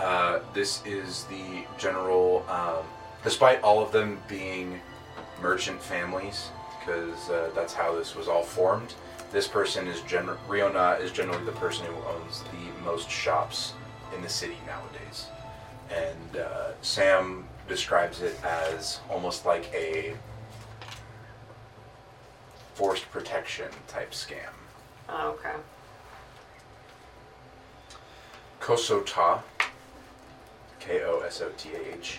[SPEAKER 1] Uh, this is the general, um, despite all of them being merchant families, because uh, that's how this was all formed. This person is general. Riona is generally the person who owns the most shops in the city nowadays and uh, Sam describes it as almost like a forced protection type scam.
[SPEAKER 3] oh, okay.
[SPEAKER 1] Kosota, K O S O T A H,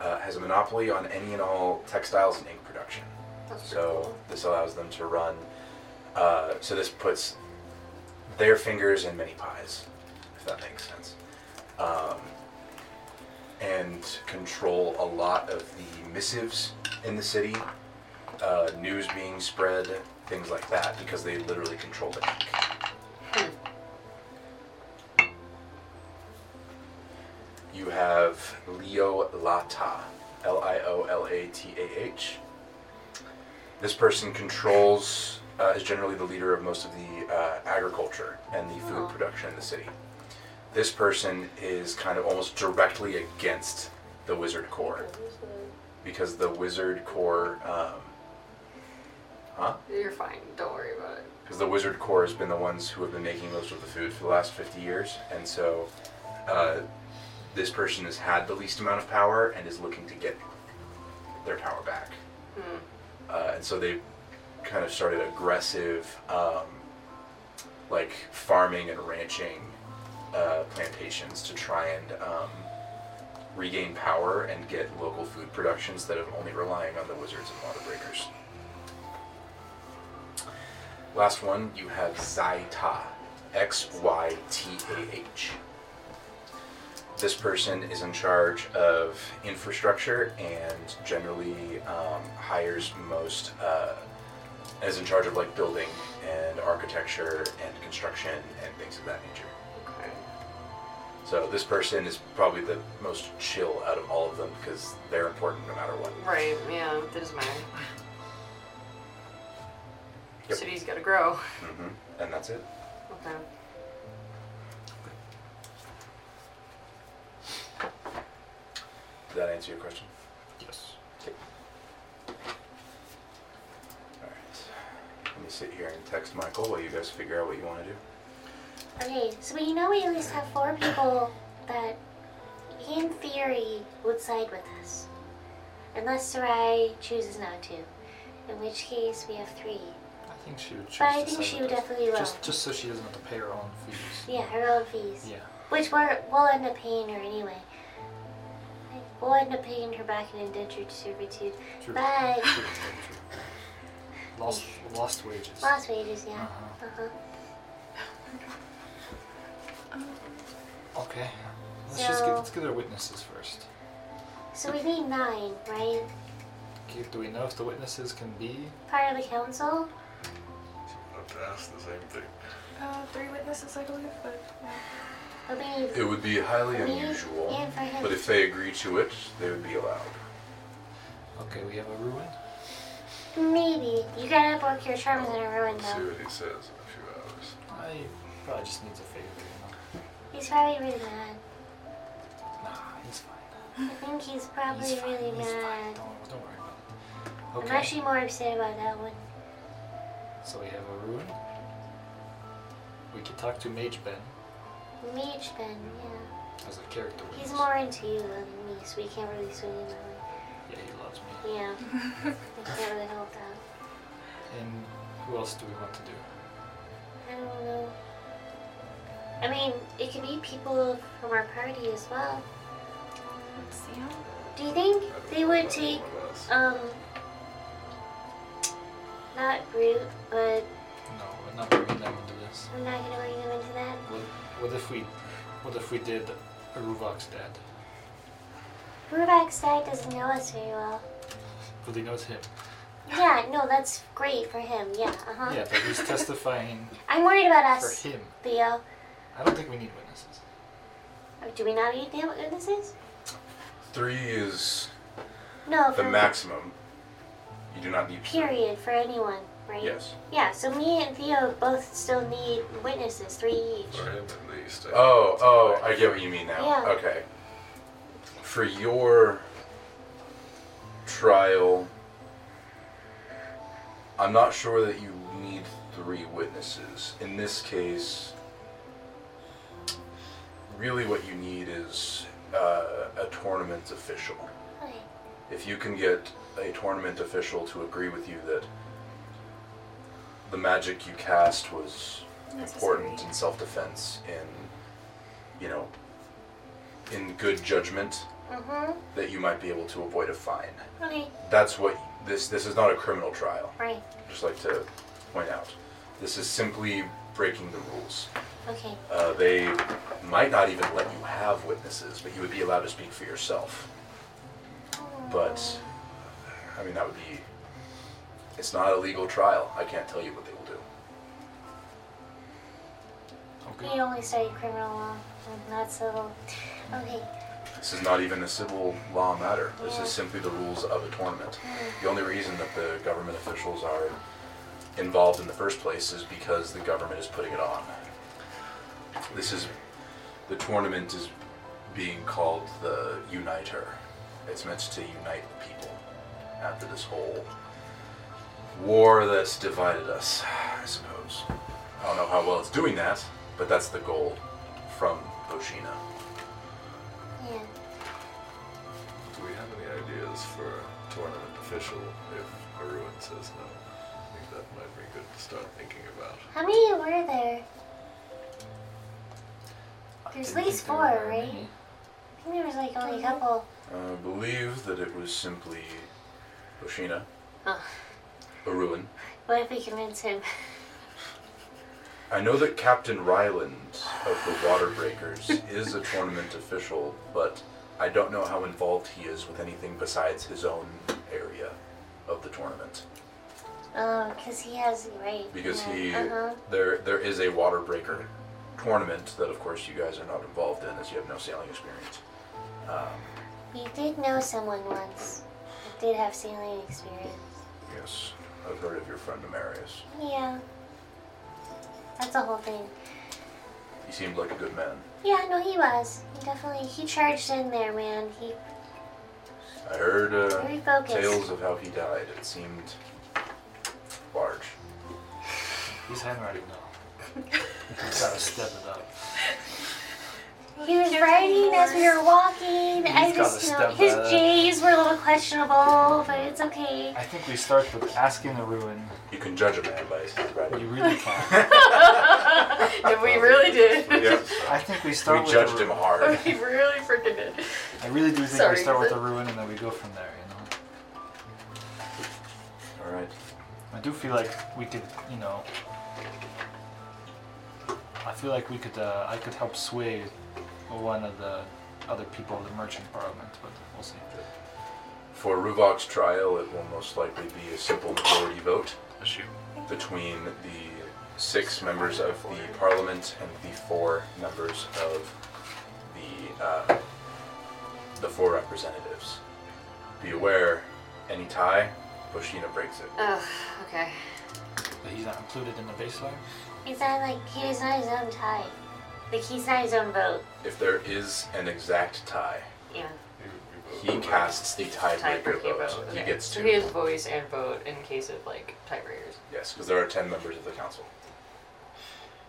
[SPEAKER 1] uh, has a monopoly on any and all textiles and ink production.
[SPEAKER 3] That's pretty
[SPEAKER 1] So
[SPEAKER 3] cool.
[SPEAKER 1] this allows them to run. Uh, so this puts their fingers in many pies, if that makes sense, um, and control a lot of the missives in the city, uh, news being spread, things like that, because they literally control the ink. You have Leo Lata, L I O L A T A H. This person controls, uh, is generally the leader of most of the uh, agriculture and the food
[SPEAKER 3] Hmm.
[SPEAKER 1] production in the city. This person is kind of almost directly against the Wizard Corps because the Wizard Corps, um, huh?
[SPEAKER 3] You're fine. Don't worry about it.
[SPEAKER 1] because the Wizard Corps has been the ones who have been making most of the food for the last 50 years, and so uh, this person has had the least amount of power and is looking to get their power back.
[SPEAKER 3] Hmm.
[SPEAKER 1] Uh, and so they kind of started aggressive, um, like farming and ranching uh, plantations to try and um, regain power and get local food production instead of only relying on the wizards and water breakers. Last one, you have Zaita. X Y T A H. This person is in charge of infrastructure and generally um, hires most, uh, is in charge of like building and architecture and construction and things of that nature.
[SPEAKER 3] Okay.
[SPEAKER 1] So this person is probably the most chill out of all of them because they're important no matter what.
[SPEAKER 3] Right. Yeah. That doesn't matter.
[SPEAKER 1] Yep.
[SPEAKER 3] City's gotta grow.
[SPEAKER 9] Mm-hmm.
[SPEAKER 1] hmm And that's it.
[SPEAKER 3] Okay.
[SPEAKER 1] Did that answer your question?
[SPEAKER 9] Yes.
[SPEAKER 1] All right. Let me sit here and text Michael while you guys figure out what you want to do.
[SPEAKER 8] Okay, so we know we at least have four people that, in theory, would side with us. Unless Sarai chooses not to, in which case we have three.
[SPEAKER 9] I think she would choose
[SPEAKER 8] But I
[SPEAKER 9] to
[SPEAKER 8] think
[SPEAKER 9] side
[SPEAKER 8] she
[SPEAKER 9] with
[SPEAKER 8] would
[SPEAKER 9] us.
[SPEAKER 8] definitely will.
[SPEAKER 9] Just, just so she doesn't have to pay her own fees.
[SPEAKER 8] Yeah, her own fees.
[SPEAKER 9] Yeah.
[SPEAKER 8] Which we're, we'll end up paying her anyway. We'll end up paying her back in indentured servitude. But
[SPEAKER 6] Lost, lost wages.
[SPEAKER 8] lost wages, yeah.
[SPEAKER 9] Uh-huh.
[SPEAKER 8] Uh-huh.
[SPEAKER 9] Okay. Let's just get,
[SPEAKER 8] So-
[SPEAKER 9] let's get our witnesses first.
[SPEAKER 8] So we need nine, right?
[SPEAKER 9] Okay, Do we know if the witnesses can be?
[SPEAKER 8] Part of the council?
[SPEAKER 5] I have to ask the same thing.
[SPEAKER 4] Uh, three witnesses, I believe, but yeah.
[SPEAKER 8] I mean,
[SPEAKER 1] It would be highly
[SPEAKER 8] Me
[SPEAKER 1] unusual,
[SPEAKER 8] and for him.
[SPEAKER 1] but if they agree to it, they would be allowed.
[SPEAKER 9] Okay, we have a ruin.
[SPEAKER 8] maybe. You gotta work your charms in a ruin,
[SPEAKER 5] See
[SPEAKER 8] though.
[SPEAKER 5] what he says in a few hours.
[SPEAKER 9] I probably just needs a favor, you
[SPEAKER 8] He's probably really mad.
[SPEAKER 9] know. Nah, he's fine.
[SPEAKER 8] I think he's probably
[SPEAKER 9] he's fine.
[SPEAKER 8] really
[SPEAKER 9] he's fine.
[SPEAKER 8] mad.
[SPEAKER 9] Don't, don't worry about it.
[SPEAKER 8] I'm
[SPEAKER 9] Okay.
[SPEAKER 8] actually more upset about that one.
[SPEAKER 9] So we have a ruin. We can talk to Mage Ben
[SPEAKER 8] Mage Ben, yeah.
[SPEAKER 9] as a character.
[SPEAKER 8] He's
[SPEAKER 9] witness.
[SPEAKER 8] more into you than me, so we can't really swing him that
[SPEAKER 9] Yeah, he loves me.
[SPEAKER 8] way. Yeah. we can't really help that.
[SPEAKER 9] And who else do we want to do?
[SPEAKER 8] I don't know. I mean, it could be people from our party as well.
[SPEAKER 4] Sam?
[SPEAKER 8] Do you think
[SPEAKER 5] I don't
[SPEAKER 8] they
[SPEAKER 5] know
[SPEAKER 8] would
[SPEAKER 5] about
[SPEAKER 8] take
[SPEAKER 5] anyone else.
[SPEAKER 8] Um, not brute, but
[SPEAKER 9] No, we're not bringing them into this.
[SPEAKER 8] I'm not gonna bring them into that.
[SPEAKER 9] What, what if we, what if we did Aruvok's dad?
[SPEAKER 8] Rubak Stag doesn't know us very well.
[SPEAKER 9] But he knows him.
[SPEAKER 8] Yeah, no, that's great for him. Yeah, uh huh.
[SPEAKER 9] Yeah, but he's testifying
[SPEAKER 8] I'm worried about
[SPEAKER 9] for
[SPEAKER 8] us,
[SPEAKER 9] him.
[SPEAKER 8] Theo.
[SPEAKER 9] I don't think we need witnesses.
[SPEAKER 8] Or Oh, do we not need them witnesses?
[SPEAKER 1] Three is
[SPEAKER 8] No,
[SPEAKER 1] the
[SPEAKER 8] for
[SPEAKER 1] maximum. You do not need three.
[SPEAKER 8] period for anyone, right?
[SPEAKER 1] Yes.
[SPEAKER 8] Yeah. So me and Theo both still need witnesses, three each.
[SPEAKER 5] For him at least. I-
[SPEAKER 1] Oh, oh, I get what you mean now.
[SPEAKER 8] Yeah.
[SPEAKER 1] Okay. For your trial, I'm not sure that you need three witnesses. In this case, really what you need is uh, a tournament official.
[SPEAKER 8] Okay.
[SPEAKER 1] If you can get a tournament official to agree with you that the magic you cast was important in self-defense in you know in good judgment
[SPEAKER 8] Mhm.
[SPEAKER 1] that you might be able to avoid a fine
[SPEAKER 8] Okay.
[SPEAKER 1] that's what this this is not a criminal trial
[SPEAKER 8] Right.
[SPEAKER 1] just like to point out this is simply breaking the rules
[SPEAKER 8] Okay.
[SPEAKER 1] uh, they might not even let you have witnesses but you would be allowed to speak for yourself but i mean that would be it's not a legal trial i can't tell you what they will do
[SPEAKER 8] We only studied criminal law, not civil. Okay.
[SPEAKER 1] This is not even a civil law matter. This is simply the rules of a tournament. The only reason that the government officials are involved in the first place is because the government is putting it on. This is the tournament is being called the Uniter. It's meant to unite the people after this whole war that's divided us, I suppose. I don't know how well it's doing that, but that's the goal from Oshina.
[SPEAKER 8] Yeah.
[SPEAKER 5] Do we have any ideas for a tournament official if Aruan says no? I think that might be good to start thinking about.
[SPEAKER 8] How many were there?
[SPEAKER 9] I
[SPEAKER 8] There's at
[SPEAKER 9] didn't
[SPEAKER 8] least
[SPEAKER 9] think there were
[SPEAKER 8] four,
[SPEAKER 9] very
[SPEAKER 8] right?
[SPEAKER 9] many.
[SPEAKER 8] I think there was like only a couple.
[SPEAKER 1] I uh, believe that it was simply Oshina,
[SPEAKER 8] Oh,
[SPEAKER 1] a ruin.
[SPEAKER 8] what if we convince him?
[SPEAKER 1] I know that Captain Ryland of the Waterbreakers is a tournament official, but I don't know how involved he is with anything besides his own area of the tournament.
[SPEAKER 8] Oh, because he has right.
[SPEAKER 1] Because
[SPEAKER 8] yeah.
[SPEAKER 1] he,
[SPEAKER 8] Uh-huh.
[SPEAKER 1] there, there is a Waterbreaker tournament that, of course, you guys are not involved in, as you have no sailing experience. Um,
[SPEAKER 8] You did know someone once. that did have sailing experience.
[SPEAKER 1] yes, I've heard of your friend Amarius.
[SPEAKER 8] Yeah. That's the whole thing.
[SPEAKER 1] He seemed like a good man.
[SPEAKER 8] Yeah, no, he was. He definitely he charged in there, man. He
[SPEAKER 1] I heard uh,
[SPEAKER 8] very focused.
[SPEAKER 1] tales of how he died. It seemed large.
[SPEAKER 9] He's handwriting now. Gotta step it up.
[SPEAKER 8] He was writing as we were walking. I
[SPEAKER 9] He's gotta
[SPEAKER 8] just know
[SPEAKER 9] step
[SPEAKER 8] his
[SPEAKER 9] that up.
[SPEAKER 8] J's were a little questionable, but it's okay.
[SPEAKER 9] I think we start with asking the ruin.
[SPEAKER 1] You can judge a man by his handwriting.
[SPEAKER 9] You really can.
[SPEAKER 3] and we really did.
[SPEAKER 1] Yep.
[SPEAKER 9] I think we start
[SPEAKER 1] We
[SPEAKER 9] with
[SPEAKER 1] judged
[SPEAKER 9] the
[SPEAKER 1] him
[SPEAKER 9] ruin.
[SPEAKER 1] hard.
[SPEAKER 3] we really freaking did.
[SPEAKER 9] I really do think
[SPEAKER 3] Sorry,
[SPEAKER 9] we start
[SPEAKER 3] is
[SPEAKER 9] with
[SPEAKER 3] it-
[SPEAKER 9] the ruin and then we go from there, you know?
[SPEAKER 1] All right.
[SPEAKER 9] I do feel like we could, you know. I feel like we could, uh, I could help sway one of the other people of the merchant parliament, but we'll see.
[SPEAKER 1] For Ruvok's trial, it will most likely be a simple majority vote
[SPEAKER 2] Oh, shoot.
[SPEAKER 1] between the six members of the parliament and the four members of the uh, the four representatives. Be aware, any tie, Bushina breaks it.
[SPEAKER 3] Ugh, okay.
[SPEAKER 9] But he's not included in the baseline.
[SPEAKER 8] He's not like he was not his own tie. Like he's not his own vote.
[SPEAKER 1] If there is an exact tie,
[SPEAKER 8] Yeah.
[SPEAKER 1] he casts the tiebreaker
[SPEAKER 3] Tiebreaker
[SPEAKER 1] vote.
[SPEAKER 3] vote.
[SPEAKER 1] He
[SPEAKER 3] okay.
[SPEAKER 1] gets
[SPEAKER 3] So he
[SPEAKER 1] two.
[SPEAKER 3] has voice and vote in case of like tiebreakers.
[SPEAKER 1] Yes, because there are ten members of the council.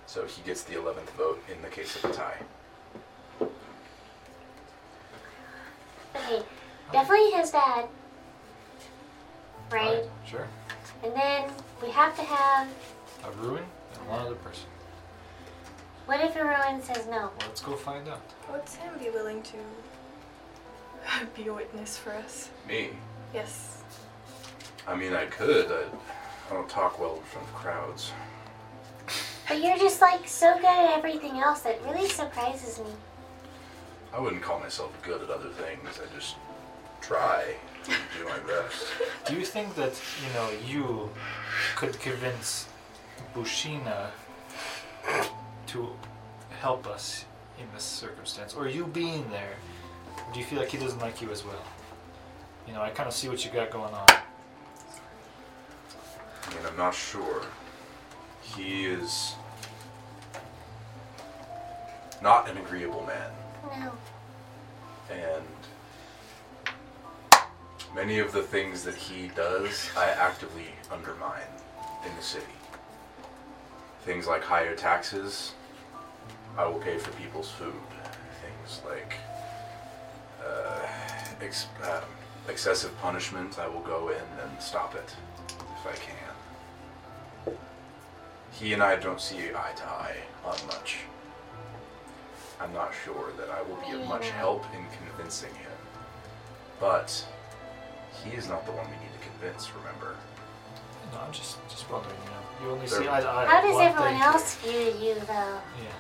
[SPEAKER 1] So he gets the eleventh vote in the case of a tie.
[SPEAKER 8] Okay. Definitely his dad. Right?
[SPEAKER 9] Alright, Sure.
[SPEAKER 8] And then we have to have
[SPEAKER 9] A ruin and one other person.
[SPEAKER 8] what if everyone says no?
[SPEAKER 9] Well, let's go find out.
[SPEAKER 4] Would Sam be willing to be a witness for us?
[SPEAKER 1] Me?
[SPEAKER 4] Yes.
[SPEAKER 1] I mean, I could. I, I don't talk well in front of crowds.
[SPEAKER 8] But you're just like so good at everything else that really surprises me.
[SPEAKER 1] I wouldn't call myself good at other things. I just try and do my best.
[SPEAKER 9] Do you think that, you know, you could convince Bushina to help us in this circumstance? Or you being there, do you feel like he doesn't like you as well? You know, I kind of see what you got going on.
[SPEAKER 1] I mean, I'm not sure. He is not an agreeable man,
[SPEAKER 8] No.
[SPEAKER 1] and many of the things that he does, I actively undermine in the city. Things like higher taxes, I will pay for people's food. Things like uh, ex- um, excessive punishment, I will go in and stop it if I can. He and I don't see eye to eye on much. I'm not sure that I will be of much help in convincing him. But he is not the one we need to convince, remember?
[SPEAKER 9] No, I'm just, just wondering, you know. You only
[SPEAKER 1] There-
[SPEAKER 9] see eye to eye.
[SPEAKER 8] How
[SPEAKER 9] on
[SPEAKER 8] does
[SPEAKER 9] one
[SPEAKER 8] everyone
[SPEAKER 9] thing.
[SPEAKER 8] else view you though?
[SPEAKER 9] Yeah.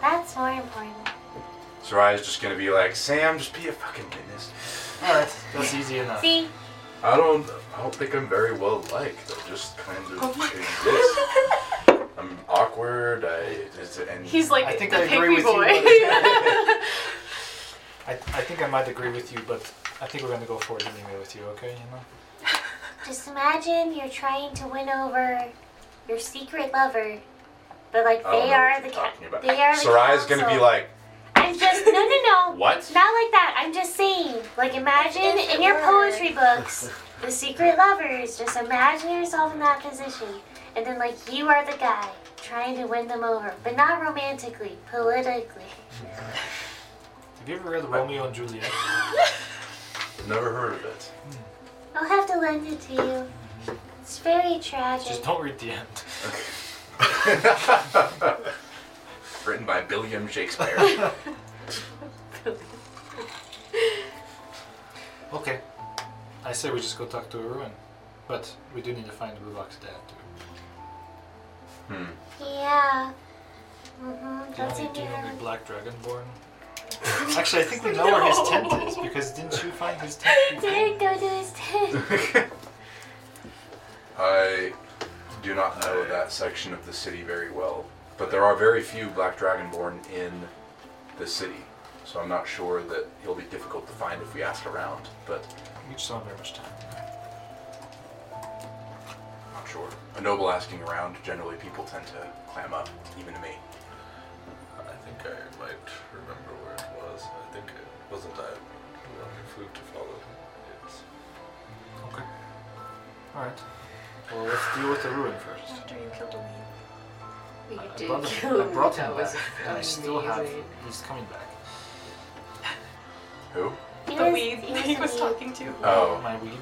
[SPEAKER 8] That's more important.
[SPEAKER 1] Soraya's just gonna be like, Sam, just be a fucking witness.
[SPEAKER 9] Alright, that's easy enough.
[SPEAKER 8] See?
[SPEAKER 1] I don't I don't think I'm very well liked. I just kind of
[SPEAKER 3] Oh
[SPEAKER 1] exist. I'm awkward, I it's, and
[SPEAKER 3] He's like
[SPEAKER 9] I think
[SPEAKER 3] the
[SPEAKER 9] I agree
[SPEAKER 3] picky
[SPEAKER 9] with you,
[SPEAKER 3] boy.
[SPEAKER 9] I, I think I might agree with you, but I think we're going to go forward anyway with you, okay? You know?
[SPEAKER 8] Just imagine you're trying to win over your secret lover, but like
[SPEAKER 1] I don't
[SPEAKER 8] they
[SPEAKER 1] know
[SPEAKER 8] are
[SPEAKER 1] what
[SPEAKER 8] the
[SPEAKER 1] you're
[SPEAKER 8] ca-
[SPEAKER 1] talking about.
[SPEAKER 8] they are
[SPEAKER 1] Soraya's
[SPEAKER 8] the
[SPEAKER 1] gonna be
[SPEAKER 8] council.
[SPEAKER 1] like,
[SPEAKER 8] I'm just no no no.
[SPEAKER 1] What?
[SPEAKER 8] Not like that. I'm just saying. Like imagine
[SPEAKER 4] If it
[SPEAKER 8] in your
[SPEAKER 4] were.
[SPEAKER 8] poetry books, the secret lovers. Just imagine yourself in that position, and then like you are the guy trying to win them over, but not romantically, politically.
[SPEAKER 9] Have you ever read Romeo and Juliet?
[SPEAKER 1] Never heard of it.
[SPEAKER 8] I'll have to lend it to you. It's very tragic.
[SPEAKER 9] Just don't read the end.
[SPEAKER 1] Written by William Shakespeare.
[SPEAKER 9] Okay. I say we just go talk to a ruin. But we do need to find Rubok's dad too.
[SPEAKER 1] hmm.
[SPEAKER 8] yeah. Mhm.
[SPEAKER 9] Do you know,
[SPEAKER 8] That's in
[SPEAKER 9] do you know
[SPEAKER 8] your.
[SPEAKER 9] the Black Dragonborn? Actually, I think we know where his tent is because didn't you find his tent? before?
[SPEAKER 8] Didn't go to his tent.
[SPEAKER 1] I do not know that section of the city very well, but there are very few Black Dragonborn in the city, so I'm not sure that he'll be difficult to find if we ask around, but
[SPEAKER 9] We just don't have very much time.
[SPEAKER 1] I'm not sure. A noble asking around, generally people tend to clam up, even to me.
[SPEAKER 5] I think I might remember where it was. I think it wasn't I who only flew to follow him. It's
[SPEAKER 9] Okay. Alright. Well, let's deal with the ruin first.
[SPEAKER 4] After you killed a weed.
[SPEAKER 3] you
[SPEAKER 9] I
[SPEAKER 3] did
[SPEAKER 9] brought him,
[SPEAKER 3] kill
[SPEAKER 9] I brought him
[SPEAKER 3] that was
[SPEAKER 9] back, and I still have.
[SPEAKER 3] amazing.
[SPEAKER 9] He's coming back.
[SPEAKER 1] Who?
[SPEAKER 8] It
[SPEAKER 10] The
[SPEAKER 8] is-
[SPEAKER 10] weed
[SPEAKER 8] it is
[SPEAKER 10] he
[SPEAKER 8] a
[SPEAKER 10] was
[SPEAKER 8] weed.
[SPEAKER 10] talking to.
[SPEAKER 1] Oh.
[SPEAKER 9] My weed.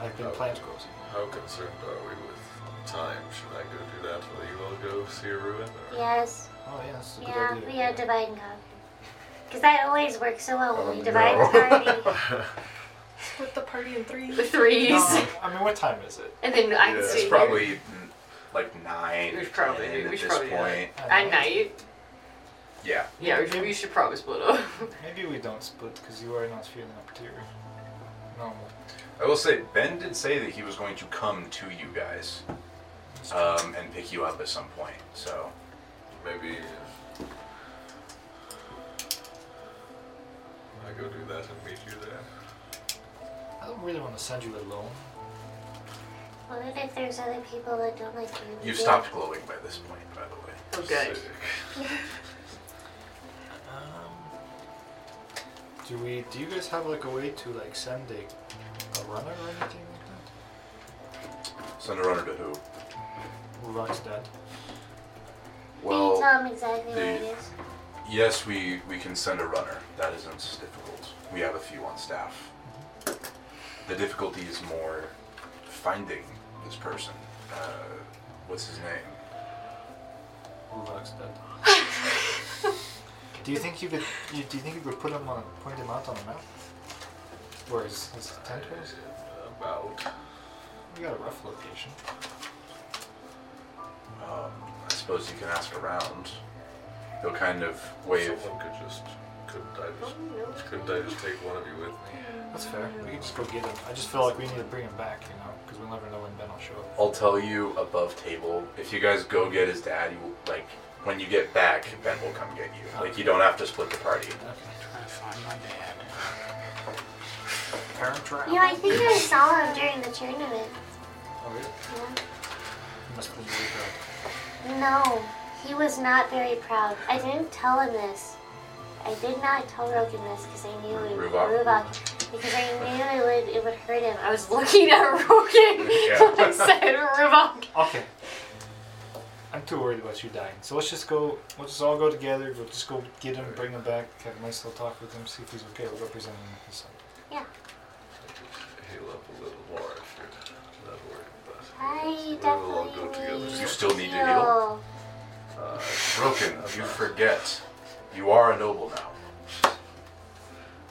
[SPEAKER 9] I've been
[SPEAKER 5] Oh.
[SPEAKER 9] plant grows.
[SPEAKER 5] How concerned are we with time? Should I go do that while you all go see a ruin? Or
[SPEAKER 8] Yes.
[SPEAKER 9] Oh yeah, that's a good
[SPEAKER 8] Yeah,
[SPEAKER 9] idea.
[SPEAKER 8] we had divide and conquer. Because that always works so well when
[SPEAKER 1] Oh,
[SPEAKER 8] we divide and party.
[SPEAKER 10] Split the party in three.
[SPEAKER 11] The threes.
[SPEAKER 9] No, I mean, what time is it?
[SPEAKER 11] and then I
[SPEAKER 5] Yeah,
[SPEAKER 11] can
[SPEAKER 5] it's
[SPEAKER 1] It's
[SPEAKER 11] stay
[SPEAKER 1] probably
[SPEAKER 11] here
[SPEAKER 1] mm, like nine.
[SPEAKER 11] We should probably
[SPEAKER 1] ten
[SPEAKER 11] do- we
[SPEAKER 1] at
[SPEAKER 11] should
[SPEAKER 1] this
[SPEAKER 11] probably do that.
[SPEAKER 1] point.
[SPEAKER 9] I
[SPEAKER 11] at
[SPEAKER 9] don't know.
[SPEAKER 11] night.
[SPEAKER 1] Yeah.
[SPEAKER 11] Yeah, we should, we should probably split up.
[SPEAKER 9] Maybe we don't split because you are not feeling up to your normal.
[SPEAKER 1] I will say Ben did say that he was going to come to you guys um, and pick you up at some point. So
[SPEAKER 5] Maybe I go do that and meet you there.
[SPEAKER 9] I don't really want to send you alone.
[SPEAKER 8] What if there's other people that don't like you?
[SPEAKER 1] you've stopped glowing by this point, by the way.
[SPEAKER 11] Okay.
[SPEAKER 5] Sick.
[SPEAKER 9] Do we? Do you guys have like a way to like send a, a runner or anything like
[SPEAKER 1] Send a runner to who?
[SPEAKER 9] that? Who runs that?
[SPEAKER 8] Can you
[SPEAKER 1] Well,
[SPEAKER 8] tell them exactly where it
[SPEAKER 1] the-
[SPEAKER 8] is?
[SPEAKER 1] yes, we we can send a runner. That isn't difficult. We have a few on staff. The difficulty is more finding this person. Uh, what's his name?
[SPEAKER 9] Who runs that? do you think you could? You, do you think you could put him on? Point him out on a map? Where his, his tent was?
[SPEAKER 5] About.
[SPEAKER 9] We got a rough location.
[SPEAKER 1] Um, I suppose you can ask around. They'll kind of wave.
[SPEAKER 5] Someone could just. Couldn't I just. Couldn't I just take one of you with me?
[SPEAKER 9] That's fair. We can just go get him. I just feel like we need to bring him back, you know, because we'll never know when Ben will show up.
[SPEAKER 1] I'll tell you above table. If you guys go get his dad, you like when you get back, Ben will come get you. Like you don't have to split the party.
[SPEAKER 2] I'm trying to find my dad.
[SPEAKER 9] Parent trap.
[SPEAKER 8] You know, I think I saw him during the tournament.
[SPEAKER 9] Oh, really?
[SPEAKER 8] Yeah.
[SPEAKER 9] He must be really proud.
[SPEAKER 8] No, he was not very proud. I didn't tell him this. I did not tell Rogan this because I knew it would
[SPEAKER 1] Ruvok.
[SPEAKER 8] Ruvok, because I knew it would it would hurt him. I was
[SPEAKER 11] Looking at Rogan,
[SPEAKER 1] Yeah.
[SPEAKER 11] I said Rivok.
[SPEAKER 9] Okay. I'm too worried about you dying. So let's just go. We'll just all go together. We'll just go get him, bring him back, have a nice little talk with him, see if he's okay. We'll represent him his son.
[SPEAKER 5] Heal up a little more if you're not worried about it.
[SPEAKER 8] I
[SPEAKER 5] We'll all go
[SPEAKER 8] definitely
[SPEAKER 5] together.
[SPEAKER 1] You still need to heal?
[SPEAKER 8] heal.
[SPEAKER 5] Uh,
[SPEAKER 1] Broken, you forget. You are a noble now.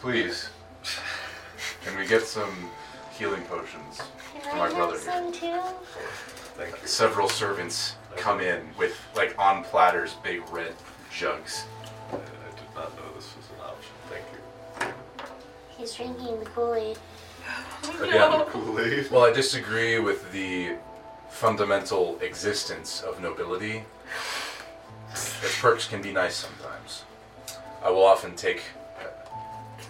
[SPEAKER 1] Please, can we get some healing potions?
[SPEAKER 8] Can
[SPEAKER 1] My
[SPEAKER 8] I
[SPEAKER 1] brother
[SPEAKER 8] have some too?
[SPEAKER 5] thank you.
[SPEAKER 1] Several servants come in with like on platters, big red jugs.
[SPEAKER 5] I, I did not know this was an option. Thank you.
[SPEAKER 8] He's drinking the Kool-Aid.
[SPEAKER 1] Again,
[SPEAKER 5] Kool Aid.
[SPEAKER 1] Well, I disagree with the fundamental existence of nobility. The perks can be nice sometimes. I will often take uh,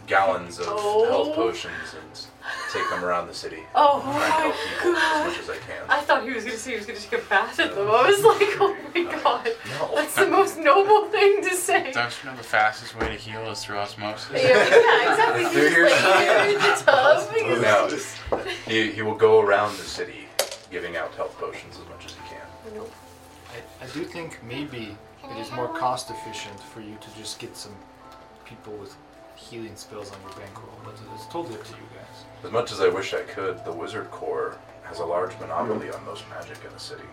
[SPEAKER 1] gallons of health
[SPEAKER 11] Oh.
[SPEAKER 1] potions and take them around the city.
[SPEAKER 11] Oh
[SPEAKER 1] Try and help
[SPEAKER 11] my
[SPEAKER 1] people as
[SPEAKER 11] god.
[SPEAKER 1] much as I can.
[SPEAKER 11] I thought he was gonna say he was gonna take a bath at them. I was like, oh my god. That's the most noble thing to say. Yeah,
[SPEAKER 2] Don't you know the fastest way to heal is through osmosis?
[SPEAKER 11] yeah, exactly. He's
[SPEAKER 1] They're
[SPEAKER 11] just like here in the tub. He's-
[SPEAKER 1] No. He, he will go around the city giving out health potions as much as he can.
[SPEAKER 9] I, I do think maybe
[SPEAKER 8] Can
[SPEAKER 9] it
[SPEAKER 8] I
[SPEAKER 9] is
[SPEAKER 8] have
[SPEAKER 9] more
[SPEAKER 8] one?
[SPEAKER 9] cost efficient for you to just get some people with healing spells on your bankroll, but it's totally up to you guys.
[SPEAKER 1] As much as I wish I could, the Wizard Corps has a large monopoly on most magic in the city.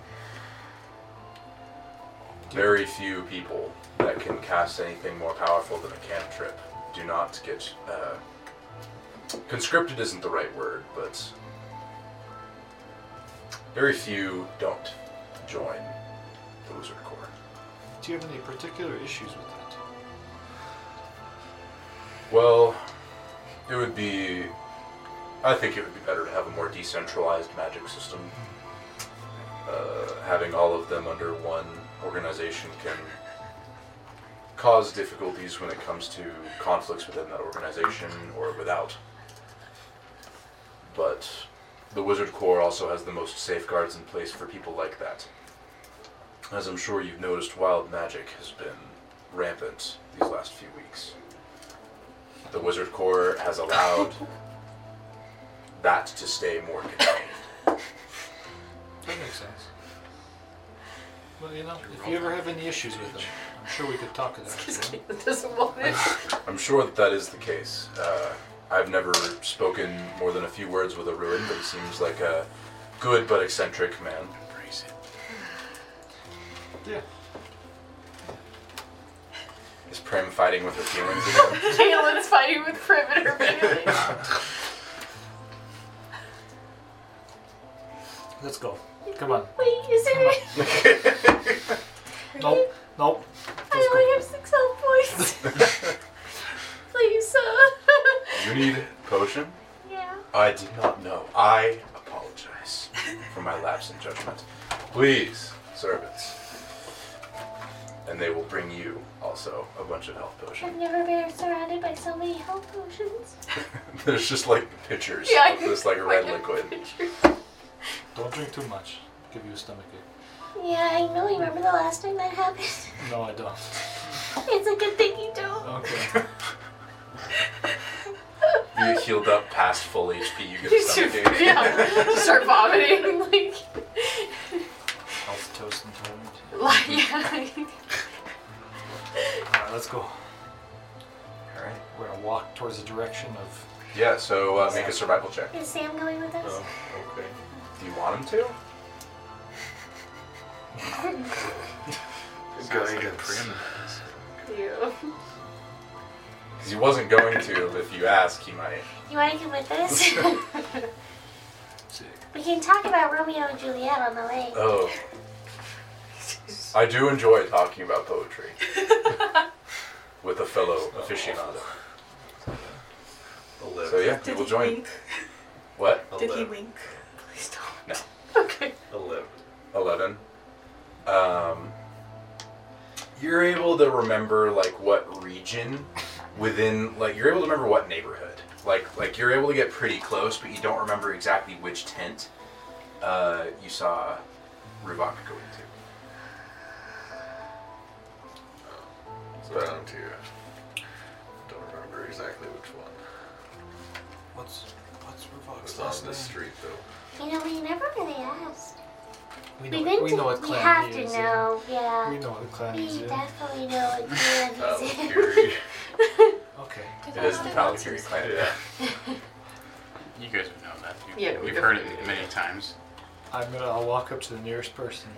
[SPEAKER 1] Very few people that can cast anything more powerful than a cantrip do not get. Uh, conscripted isn't the right word, but. Very few don't join the Wizard Corps.
[SPEAKER 9] Do you have any particular issues with that?
[SPEAKER 1] Well, it would be. I think it would be better to have a more decentralized magic system. Uh, having all of them under one organization can cause difficulties when it comes to conflicts within that organization or without. But the Wizard Corps also has the most safeguards in place for people like that. As I'm sure you've noticed, wild magic has been rampant these last few weeks the Wizard Corps has allowed that to stay more contained.
[SPEAKER 9] That makes sense. Well, you know, if you ever have any issues with them, I'm sure we could talk to them.
[SPEAKER 11] It's
[SPEAKER 9] you know?
[SPEAKER 11] Caitlin doesn't want it.
[SPEAKER 1] I'm sure that that is the case. Uh, I've never spoken more than a few words with a ruin, but he seems like a good but eccentric man.
[SPEAKER 2] Embrace it.
[SPEAKER 9] Yeah.
[SPEAKER 1] Is Prim fighting with her feelings again?
[SPEAKER 11] Caitlin's fighting with Prim and her feelings.
[SPEAKER 9] Let's go. Come on.
[SPEAKER 8] Wait, is there? I
[SPEAKER 9] Nope. Nope. Let's
[SPEAKER 8] only
[SPEAKER 9] go.
[SPEAKER 8] have six health points. Please, uh.
[SPEAKER 1] you need potion?
[SPEAKER 8] yeah.
[SPEAKER 1] I did not know. I apologize for my lapse in judgment. Please, servants. And they will bring you also a bunch of health
[SPEAKER 8] I've
[SPEAKER 1] potions.
[SPEAKER 8] never been surrounded by so many health potions.
[SPEAKER 1] There's just like pictures
[SPEAKER 11] Yeah, I
[SPEAKER 1] of this like red
[SPEAKER 11] can
[SPEAKER 1] liquid.
[SPEAKER 11] picture-
[SPEAKER 9] Don't drink too much. Give you a stomach ache.
[SPEAKER 8] Yeah, I know. You remember the last time that happened?
[SPEAKER 9] No, I don't.
[SPEAKER 8] It's a good thing you don't.
[SPEAKER 9] Okay.
[SPEAKER 1] You healed up past full HP. You get a
[SPEAKER 11] You should,
[SPEAKER 1] stomach ache.
[SPEAKER 11] yeah, just start vomiting, like,
[SPEAKER 6] Health toast intolerant.
[SPEAKER 11] like yeah.
[SPEAKER 9] Alright, let's go.
[SPEAKER 1] Alright.
[SPEAKER 9] We're gonna walk towards the direction of.
[SPEAKER 1] Yeah, so uh, make a survival check.
[SPEAKER 8] Is Sam going with us?
[SPEAKER 5] Oh, okay.
[SPEAKER 1] Do you want him to?
[SPEAKER 2] Sounds like a
[SPEAKER 5] Guidance.
[SPEAKER 2] prim.
[SPEAKER 11] You.
[SPEAKER 1] Because he wasn't going to, but if you ask, he might.
[SPEAKER 8] You want to come with us?
[SPEAKER 6] Sick.
[SPEAKER 8] we can talk about Romeo and Juliet on the lake.
[SPEAKER 1] Oh. I do enjoy talking about poetry with a fellow aficionado.
[SPEAKER 5] Eleven.
[SPEAKER 1] So yeah,
[SPEAKER 12] Did
[SPEAKER 1] people
[SPEAKER 12] he
[SPEAKER 1] join.
[SPEAKER 12] wink?
[SPEAKER 1] What?
[SPEAKER 12] Did he
[SPEAKER 5] Eleven.
[SPEAKER 12] wink?
[SPEAKER 11] Please
[SPEAKER 1] No.
[SPEAKER 11] don't. Okay.
[SPEAKER 5] Eleven.
[SPEAKER 1] Eleven. Um, you're able to remember like what region within like you're able to remember what neighborhood. Like like you're able to get pretty close, but you don't remember exactly which tent uh, you saw Rubak go into.
[SPEAKER 5] So down to. Don't remember exactly which one.
[SPEAKER 6] What's what's Revox
[SPEAKER 5] It's on this street though.
[SPEAKER 8] You know, we never really asked.
[SPEAKER 9] We
[SPEAKER 8] We've been
[SPEAKER 9] we
[SPEAKER 8] to,
[SPEAKER 9] know what
[SPEAKER 8] we
[SPEAKER 9] clan
[SPEAKER 8] have
[SPEAKER 9] he
[SPEAKER 8] to
[SPEAKER 9] is. yeah.
[SPEAKER 8] know, yeah.
[SPEAKER 9] We know what clan
[SPEAKER 8] We
[SPEAKER 9] he is. yeah.
[SPEAKER 8] definitely know what Juliet is in.
[SPEAKER 1] Valkyrie.
[SPEAKER 9] Okay.
[SPEAKER 1] it is the Valkyrie clan.
[SPEAKER 5] Yeah.
[SPEAKER 2] You guys would know that. You,
[SPEAKER 11] Yeah, we
[SPEAKER 2] we've heard it
[SPEAKER 11] definitely do.
[SPEAKER 2] many times.
[SPEAKER 9] I'm gonna. I'll walk up to the nearest person.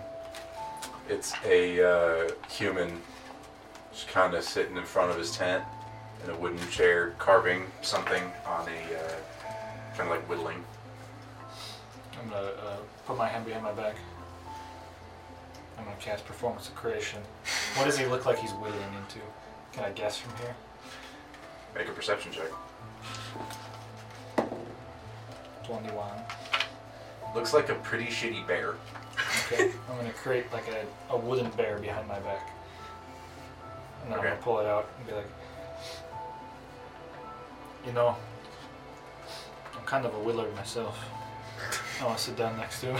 [SPEAKER 1] It's a uh, human just kind of sitting in front of his tent in a wooden chair, carving something on a uh, kind of like whittling.
[SPEAKER 9] I'm gonna uh, put my hand behind my back. I'm gonna cast Performance of Creation. What does he look like he's whittling into? Can I guess from here?
[SPEAKER 1] Make a perception check.
[SPEAKER 9] 21.
[SPEAKER 1] Looks like a pretty shitty bear.
[SPEAKER 9] Okay. I'm gonna create like a, a wooden bear behind my back. And then I'm
[SPEAKER 1] Okay.
[SPEAKER 9] gonna pull it out and be like, you know, I'm kind of a whittler myself. I wanna sit down next to him.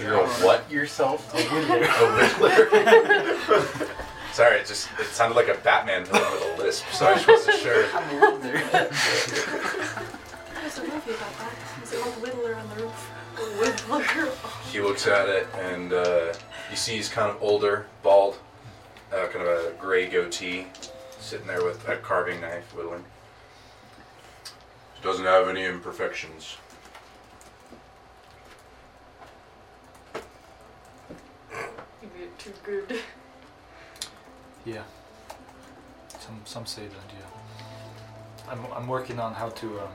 [SPEAKER 1] You're a what yourself? A whittler. Sorry, it just it sounded like a Batman villain with a lisp, so I just wasn't sure.
[SPEAKER 12] There's a movie about that. There's an old whittler on the roof.
[SPEAKER 1] He looks at it, and uh, you see he's kind of older, bald, uh, kind of a gray goatee, sitting there with a carving knife, whittling. Doesn't have any imperfections.
[SPEAKER 11] You made it too good.
[SPEAKER 6] Yeah. Some some say that. Yeah. I'm I'm working on how to um,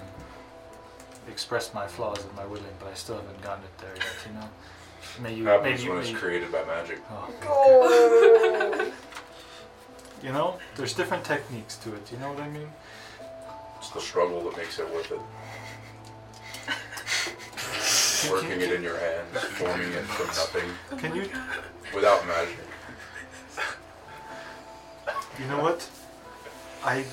[SPEAKER 6] express my flaws in my willing, but I still haven't gotten it there yet. You know. May you may
[SPEAKER 1] Happens
[SPEAKER 6] you
[SPEAKER 1] when
[SPEAKER 6] may
[SPEAKER 1] it's
[SPEAKER 6] you-
[SPEAKER 1] created by magic.
[SPEAKER 6] Oh,
[SPEAKER 11] Oh.
[SPEAKER 6] you know, there's different techniques to it. You know what I mean?
[SPEAKER 1] It's the struggle that makes it worth it. Working it in your hands, forming it from nothing,
[SPEAKER 6] Can you?
[SPEAKER 1] without magic.
[SPEAKER 6] You know what? I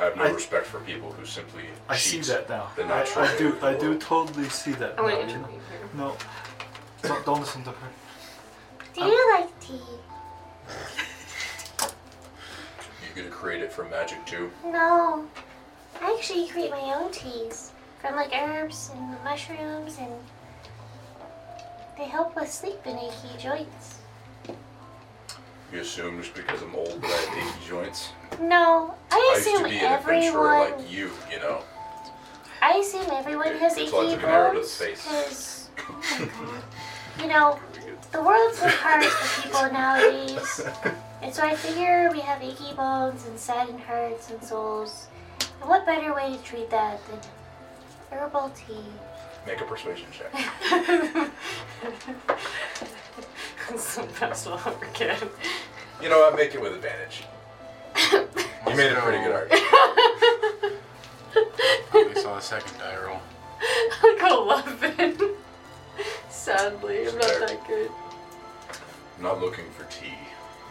[SPEAKER 1] I have no
[SPEAKER 6] I-
[SPEAKER 1] respect for people who simply
[SPEAKER 6] I see
[SPEAKER 1] cheat.
[SPEAKER 6] that now.
[SPEAKER 1] the
[SPEAKER 6] I,
[SPEAKER 1] natural
[SPEAKER 6] I do
[SPEAKER 1] way
[SPEAKER 6] I
[SPEAKER 1] of the
[SPEAKER 6] do
[SPEAKER 1] world.
[SPEAKER 6] totally see that.
[SPEAKER 12] Oh,
[SPEAKER 11] I want
[SPEAKER 6] now,
[SPEAKER 11] to
[SPEAKER 6] you know?
[SPEAKER 11] intervene
[SPEAKER 1] Oh.
[SPEAKER 11] here.
[SPEAKER 6] No. Don't, don't listen to her.
[SPEAKER 8] Do you like tea?
[SPEAKER 1] You're gonna create it from magic too.
[SPEAKER 8] No. I actually create my own teas from like herbs and mushrooms, and they help with sleep and achy joints.
[SPEAKER 6] You assume just because I'm old that I have achy joints?
[SPEAKER 8] No, I
[SPEAKER 6] I used
[SPEAKER 8] assume
[SPEAKER 6] to be an adventurer
[SPEAKER 8] everyone.
[SPEAKER 6] like you, you know?
[SPEAKER 8] I assume everyone has
[SPEAKER 6] It's
[SPEAKER 8] achy
[SPEAKER 6] like an arrow to the
[SPEAKER 8] bones
[SPEAKER 6] face.
[SPEAKER 8] because, oh you know, the world's so hard for people nowadays. And so I figure we have achy bones and saddened hearts and souls. And what better way to treat that than herbal tea?
[SPEAKER 6] Make a persuasion check.
[SPEAKER 11] That's the best I'll ever get.
[SPEAKER 6] You know what? Make it with advantage. You made a pretty good argument.
[SPEAKER 1] I saw the second die roll.
[SPEAKER 11] I'll go 11. Sadly, I'm not that good.
[SPEAKER 6] I'm not looking for tea.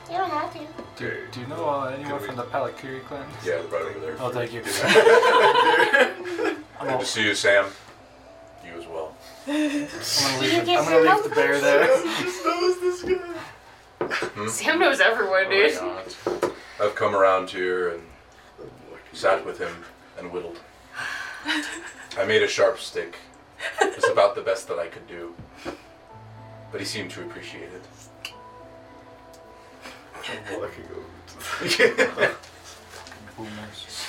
[SPEAKER 8] You don't have to.
[SPEAKER 9] Do, do you know uh, anyone
[SPEAKER 6] Can
[SPEAKER 9] from the Palakiri clan?
[SPEAKER 6] Yeah, right over there.
[SPEAKER 9] Oh, thank you. I'm
[SPEAKER 6] Good
[SPEAKER 9] gonna,
[SPEAKER 6] to see you, Sam. You as well.
[SPEAKER 9] I'm gonna
[SPEAKER 8] You
[SPEAKER 9] leave, the,
[SPEAKER 8] get
[SPEAKER 9] I'm gonna
[SPEAKER 8] your
[SPEAKER 9] leave the bear there. Hmm?
[SPEAKER 11] Sam knows everyone, dude.
[SPEAKER 1] Oh my god.
[SPEAKER 6] I've come around here and sat with him and whittled. I made a sharp stick. It's about the best that I could do. But he seemed to appreciate
[SPEAKER 7] Well, I could go to the
[SPEAKER 6] it.
[SPEAKER 9] Boomers.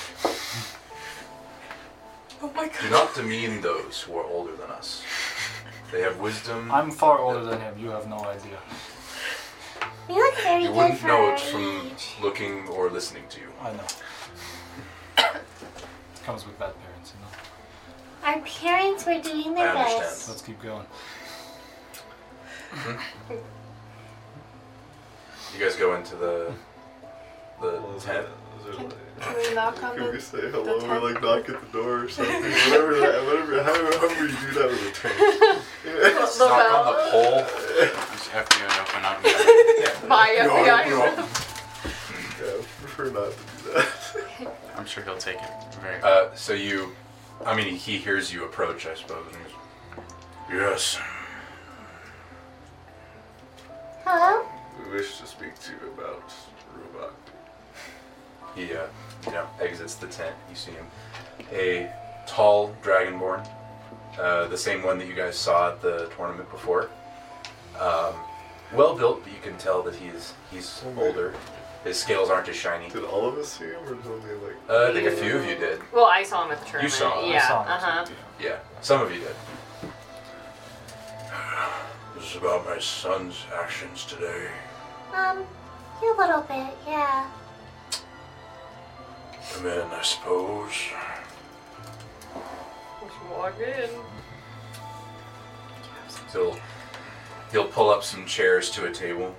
[SPEAKER 13] Oh my
[SPEAKER 6] do
[SPEAKER 13] god.
[SPEAKER 6] not demean those who are older than us. They have wisdom.
[SPEAKER 9] I'm far older than him. You have no idea.
[SPEAKER 8] We look very
[SPEAKER 6] you
[SPEAKER 8] good
[SPEAKER 6] wouldn't
[SPEAKER 8] for
[SPEAKER 6] know
[SPEAKER 8] our
[SPEAKER 6] it from
[SPEAKER 8] age.
[SPEAKER 6] looking or listening to you.
[SPEAKER 9] I know. Comes with bad parents, you know.
[SPEAKER 8] Our parents were doing their
[SPEAKER 6] I understand.
[SPEAKER 8] best.
[SPEAKER 9] Let's keep going.
[SPEAKER 6] You guys go into the the
[SPEAKER 7] well, is
[SPEAKER 6] tent.
[SPEAKER 7] it- is it like-
[SPEAKER 13] Can we knock on
[SPEAKER 7] Can we
[SPEAKER 13] the
[SPEAKER 7] say hello
[SPEAKER 13] the
[SPEAKER 7] or
[SPEAKER 13] tent?
[SPEAKER 7] like knock at the door or something? whatever that, whatever, however, however you do that with a tent.
[SPEAKER 11] What the
[SPEAKER 6] Knock on
[SPEAKER 11] hell?
[SPEAKER 6] the pole.
[SPEAKER 1] Just FBI open up. and-
[SPEAKER 11] My
[SPEAKER 6] You are-
[SPEAKER 11] FBI.
[SPEAKER 6] you are-
[SPEAKER 7] Yeah, I prefer not to do that.
[SPEAKER 1] I'm sure he'll take it very well.
[SPEAKER 6] Uh, so you, I mean, he hears you approach, I suppose. And he's, yes.
[SPEAKER 8] Hello?
[SPEAKER 7] we wish to speak to you about robot.
[SPEAKER 6] He, uh, you know, exits the tent. You see him, a tall dragonborn, uh, the same one that you guys saw at the tournament before. Um, well built, but you can tell that he's he's older. His scales aren't as shiny.
[SPEAKER 7] Oh, Did all of us see him or did only like?
[SPEAKER 6] Uh, I think a few of you did.
[SPEAKER 11] Well, I saw him at the tournament.
[SPEAKER 6] saw him, I
[SPEAKER 11] Yeah.
[SPEAKER 9] I saw him.
[SPEAKER 11] Uh huh.
[SPEAKER 6] Yeah, some of you did. This is about my son's actions today.
[SPEAKER 8] Um, a little bit, yeah.
[SPEAKER 6] Come in, I suppose.
[SPEAKER 11] Just walk in.
[SPEAKER 6] He'll he'll pull up some chairs to a table.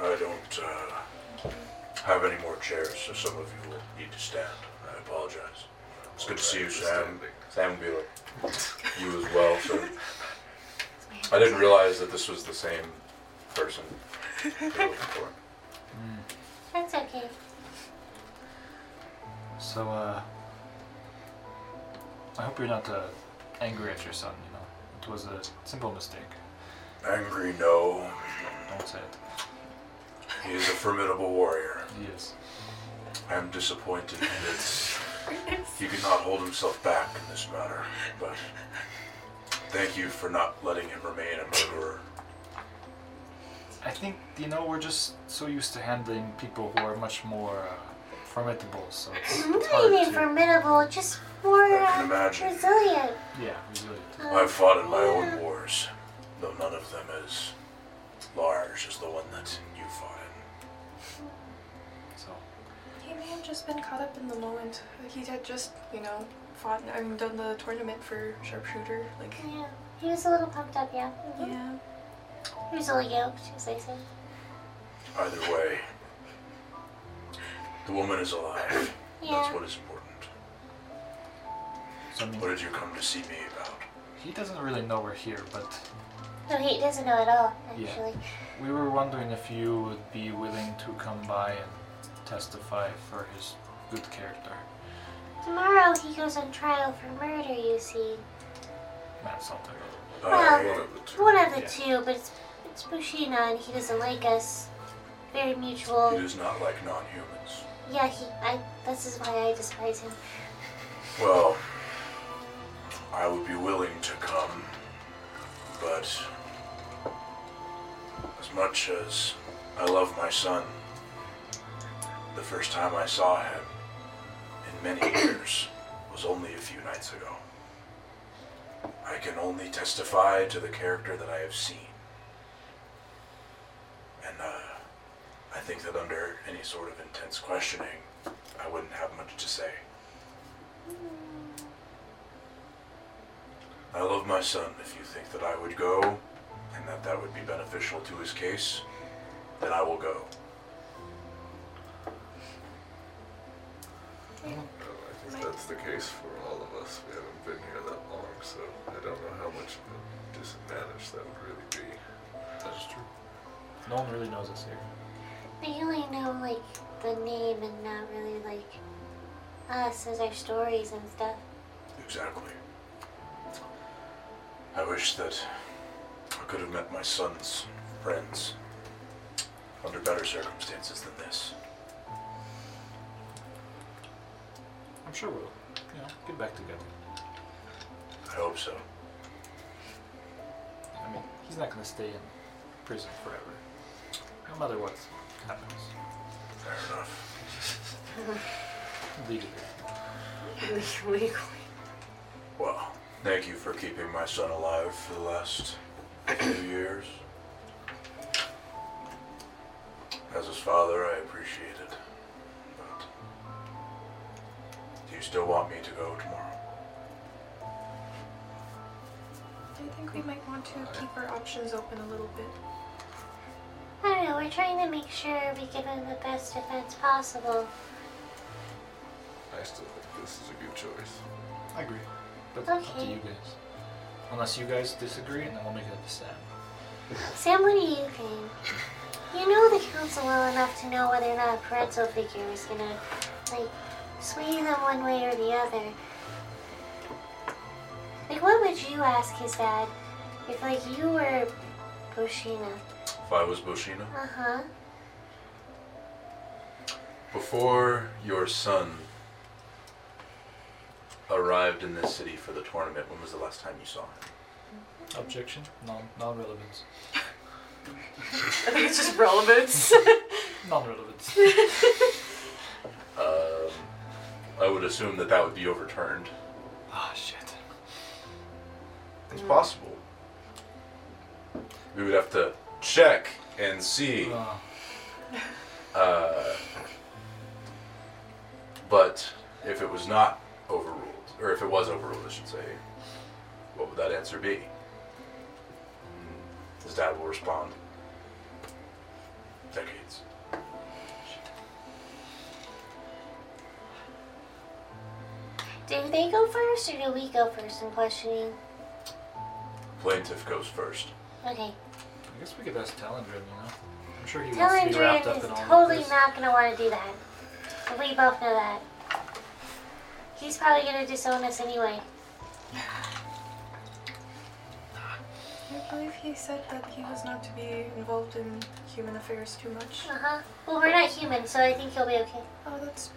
[SPEAKER 6] I don't uh, have any more chairs, so some of you will need to stand. I apologize. It's good to see you, Sam. Sam will be like, you as well. So I didn't realize that this was the same person. we were looking for.
[SPEAKER 8] That's okay.
[SPEAKER 9] So, uh, I hope you're not uh, angry at your son. You know, it was a simple mistake.
[SPEAKER 6] Angry, no.
[SPEAKER 9] Don't say it.
[SPEAKER 6] He is a formidable warrior.
[SPEAKER 9] Yes.
[SPEAKER 6] I'm disappointed that he could not hold himself back in this matter, but thank you for not letting him remain a murderer.
[SPEAKER 9] I think you know we're just so used to handling people who are much more uh, formidable. So it's, it's
[SPEAKER 8] Not
[SPEAKER 9] hard
[SPEAKER 8] even
[SPEAKER 9] to
[SPEAKER 8] formidable, just more
[SPEAKER 6] I can
[SPEAKER 8] um,
[SPEAKER 6] imagine.
[SPEAKER 8] resilient.
[SPEAKER 9] yeah, resilient.
[SPEAKER 8] Um,
[SPEAKER 6] I've fought in my own
[SPEAKER 8] yeah.
[SPEAKER 6] wars, though none of them as large as the one that you fought in.
[SPEAKER 9] So
[SPEAKER 13] He may have just been caught up in the moment. Like he had just, you know, fought and I mean, done the tournament for sharpshooter. Like,
[SPEAKER 8] Yeah, he was a little pumped up, yeah. Mhm.
[SPEAKER 13] yeah.
[SPEAKER 8] He was a little yoked, as I said.
[SPEAKER 6] Either way, the woman is alive. That's
[SPEAKER 8] Yeah.
[SPEAKER 6] what is important.
[SPEAKER 9] so I
[SPEAKER 6] What
[SPEAKER 9] mean,
[SPEAKER 6] did you come to see me about?
[SPEAKER 9] he doesn't really know we're here, but
[SPEAKER 8] No, he doesn't know at all,
[SPEAKER 9] Yeah.
[SPEAKER 8] actually.
[SPEAKER 9] we were wondering if you would be willing to come by and testify for his good character.
[SPEAKER 8] Tomorrow he goes on trial for murder, you see.
[SPEAKER 9] That's something. Uh,
[SPEAKER 6] I-
[SPEAKER 8] Well,
[SPEAKER 7] two.
[SPEAKER 8] Uh, One of the
[SPEAKER 9] Yeah.
[SPEAKER 8] two, but it's, it's Bushina and he doesn't like us. Very
[SPEAKER 6] he
[SPEAKER 8] mutual.
[SPEAKER 6] does not like non-humans.
[SPEAKER 8] Yeah, he. I. This is why I despise him.
[SPEAKER 6] Well, I would be willing to come, but as much as I love my son. The first time I saw him in many years was only a few nights ago. I can only testify to the character that I have seen. And uh, I think that under any sort of intense questioning, I wouldn't have much to say. I love my son. If you think that I would go and that that would be beneficial to his case, then I will go.
[SPEAKER 5] Well, I think that's the case for all of us. We haven't been here that long, so I don't know how much of a disadvantage that would really be.
[SPEAKER 14] That is true. No one really knows us here.
[SPEAKER 8] They only know like the name and not really like us as our stories and stuff.
[SPEAKER 6] Exactly. I wish that I could have met my son's friends under better circumstances than this.
[SPEAKER 9] I'm sure we'll, you know, get back together.
[SPEAKER 6] I hope so.
[SPEAKER 9] I mean, he's not gonna stay in prison forever, no matter what happens
[SPEAKER 6] Fair enough.
[SPEAKER 9] legally.
[SPEAKER 15] Legally.
[SPEAKER 6] Well, thank you for keeping my son alive for the last few years. As his father, I appreciate it. But do you still want me to go tomorrow?
[SPEAKER 11] Do you think we might want to keep our options open a little bit?
[SPEAKER 8] I don't know, we're trying to make sure we give him the best defense possible.
[SPEAKER 5] I still think this is a good choice.
[SPEAKER 9] I agree.
[SPEAKER 14] But up to
[SPEAKER 8] Okay.
[SPEAKER 14] you guys. Unless you guys disagree, and then we'll make it up to Sam.
[SPEAKER 8] Sam, what do you think? You know the council well enough to know whether or not a parental figure is gonna, like, sway them one way or the other. Like, what would you ask his dad if, like, you were Bushina?
[SPEAKER 6] If I was Bushina?
[SPEAKER 8] Uh huh.
[SPEAKER 6] Before your son arrived in this city for the tournament, when was the last time you saw him?
[SPEAKER 9] Objection? Non non-relevance.
[SPEAKER 15] I think it's just relevance.
[SPEAKER 9] Non-relevance.
[SPEAKER 6] Um, I would assume that that would be overturned.
[SPEAKER 9] Ah shit.
[SPEAKER 6] It's possible. We would have to check and see.
[SPEAKER 9] Uh,
[SPEAKER 6] Uh, but if it was not overruled, or if it was overruled, I should say, what would that answer be? Hmm, His dad will respond. Decades.
[SPEAKER 8] Do they go first or do we go first in questioning?
[SPEAKER 6] Plaintiff goes first.
[SPEAKER 8] Okay.
[SPEAKER 9] I guess we could ask Talendrin, you know. I'm sure he wants to be wrapped
[SPEAKER 8] Talendrin
[SPEAKER 9] up
[SPEAKER 8] is
[SPEAKER 9] in all
[SPEAKER 8] totally
[SPEAKER 9] of this.
[SPEAKER 8] not gonna want to do that. We both know that. He's probably gonna disown us anyway.
[SPEAKER 11] I believe he said that he was not to be involved in human affairs too much.
[SPEAKER 8] Uh huh. Well, we're not human, so I think he'll be okay.
[SPEAKER 11] Oh, that's.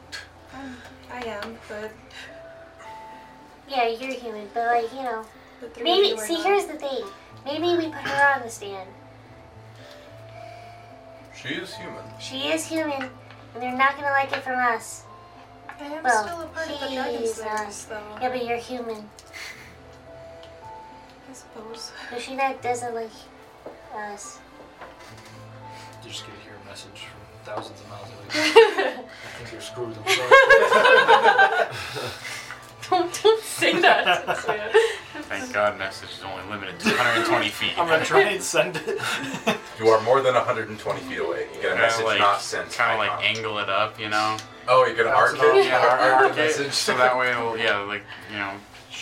[SPEAKER 11] Um, I am, but
[SPEAKER 8] Yeah, you're human, but like you know,
[SPEAKER 11] the three of
[SPEAKER 8] maybe.
[SPEAKER 11] you are
[SPEAKER 8] See,
[SPEAKER 11] not.
[SPEAKER 8] here's the thing. Maybe we put her on the stand.
[SPEAKER 6] She is human.
[SPEAKER 8] She is human, and they're not gonna like it from us.
[SPEAKER 11] I am
[SPEAKER 8] well,
[SPEAKER 11] still a part of the
[SPEAKER 8] he's
[SPEAKER 11] dragon
[SPEAKER 8] not-
[SPEAKER 11] slayers, though.
[SPEAKER 8] Yeah, but you're human.
[SPEAKER 11] I suppose.
[SPEAKER 8] Yoshina doesn't like us.
[SPEAKER 14] You're just gonna hear a message from thousands of miles away. I think you're screwed. I'm sorry.
[SPEAKER 15] don't, don't say that. Cecilia.
[SPEAKER 2] Thank God, message is only limited to 120 feet.
[SPEAKER 14] I'm gonna try and send it.
[SPEAKER 6] You are more than 120 feet away. You get a
[SPEAKER 2] Kinda
[SPEAKER 6] message
[SPEAKER 2] like-
[SPEAKER 6] not sent.
[SPEAKER 2] Kind of like
[SPEAKER 6] icon.
[SPEAKER 2] angle it up, you know.
[SPEAKER 6] Oh, you get an arc
[SPEAKER 2] Oh,
[SPEAKER 6] it?
[SPEAKER 2] yeah, arc
[SPEAKER 6] arc
[SPEAKER 2] it,
[SPEAKER 6] the message.
[SPEAKER 2] So that way, it'll, yeah, like you know,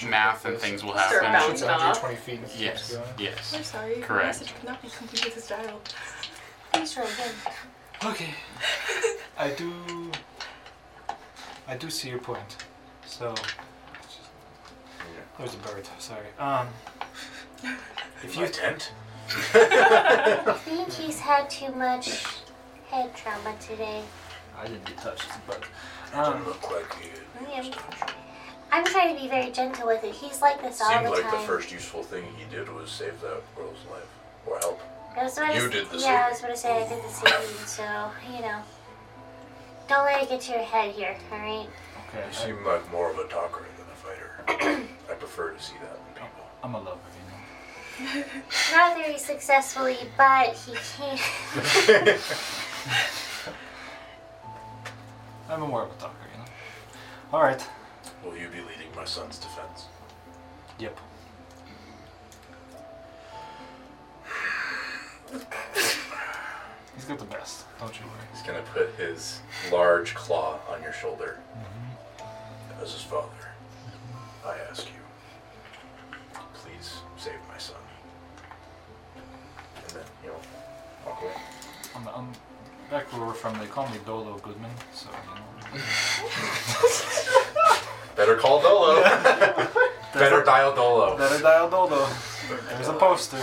[SPEAKER 2] math and things will
[SPEAKER 15] Start
[SPEAKER 2] happen.
[SPEAKER 15] bouncing.
[SPEAKER 9] It's 120 feet. and keeps
[SPEAKER 2] Yes,
[SPEAKER 9] going.
[SPEAKER 2] yes.
[SPEAKER 11] I'm sorry, your
[SPEAKER 2] Correct.
[SPEAKER 11] message could not be completed as dialed.
[SPEAKER 8] He's really good.
[SPEAKER 9] Okay. I do. I do see your point. So. There's a bird. Sorry. Um. If
[SPEAKER 6] My
[SPEAKER 9] you
[SPEAKER 6] tent?
[SPEAKER 8] I think he's had too much head trauma today.
[SPEAKER 14] I didn't get touched, but
[SPEAKER 6] Doesn't
[SPEAKER 14] um,
[SPEAKER 6] look like he
[SPEAKER 8] Yeah. I'm trying to be very gentle with it. He's like this all
[SPEAKER 6] Seemed
[SPEAKER 8] the
[SPEAKER 6] like
[SPEAKER 8] time.
[SPEAKER 6] the first useful thing he did was save that girl's life or help.
[SPEAKER 8] I was about
[SPEAKER 1] You
[SPEAKER 8] to,
[SPEAKER 1] did the
[SPEAKER 8] Yeah, I
[SPEAKER 1] saving.
[SPEAKER 8] was going to say I did the saving, so, you know. Don't let it get to your head here, alright?
[SPEAKER 9] Okay.
[SPEAKER 1] You
[SPEAKER 9] I,
[SPEAKER 1] seem like more of a talker than a fighter. I prefer to see that in people.
[SPEAKER 9] I'm a lover, you know.
[SPEAKER 8] Not very successfully, but he can.
[SPEAKER 9] I'm more of a talker, you know. All right.
[SPEAKER 1] Will you be leading my son's defense?
[SPEAKER 9] Yep. He's got the best. Don't you worry.
[SPEAKER 1] He's gonna put his large claw on your shoulder. As his father, I ask you, please save my son. And then, you know, walk away.
[SPEAKER 9] I'm, I'm back where we're from. They call me Dolo Goodman, so you know.
[SPEAKER 1] Better call Dolo. Better
[SPEAKER 9] a-
[SPEAKER 1] dial Dolo.
[SPEAKER 9] Better dial Dolo. There's a poster.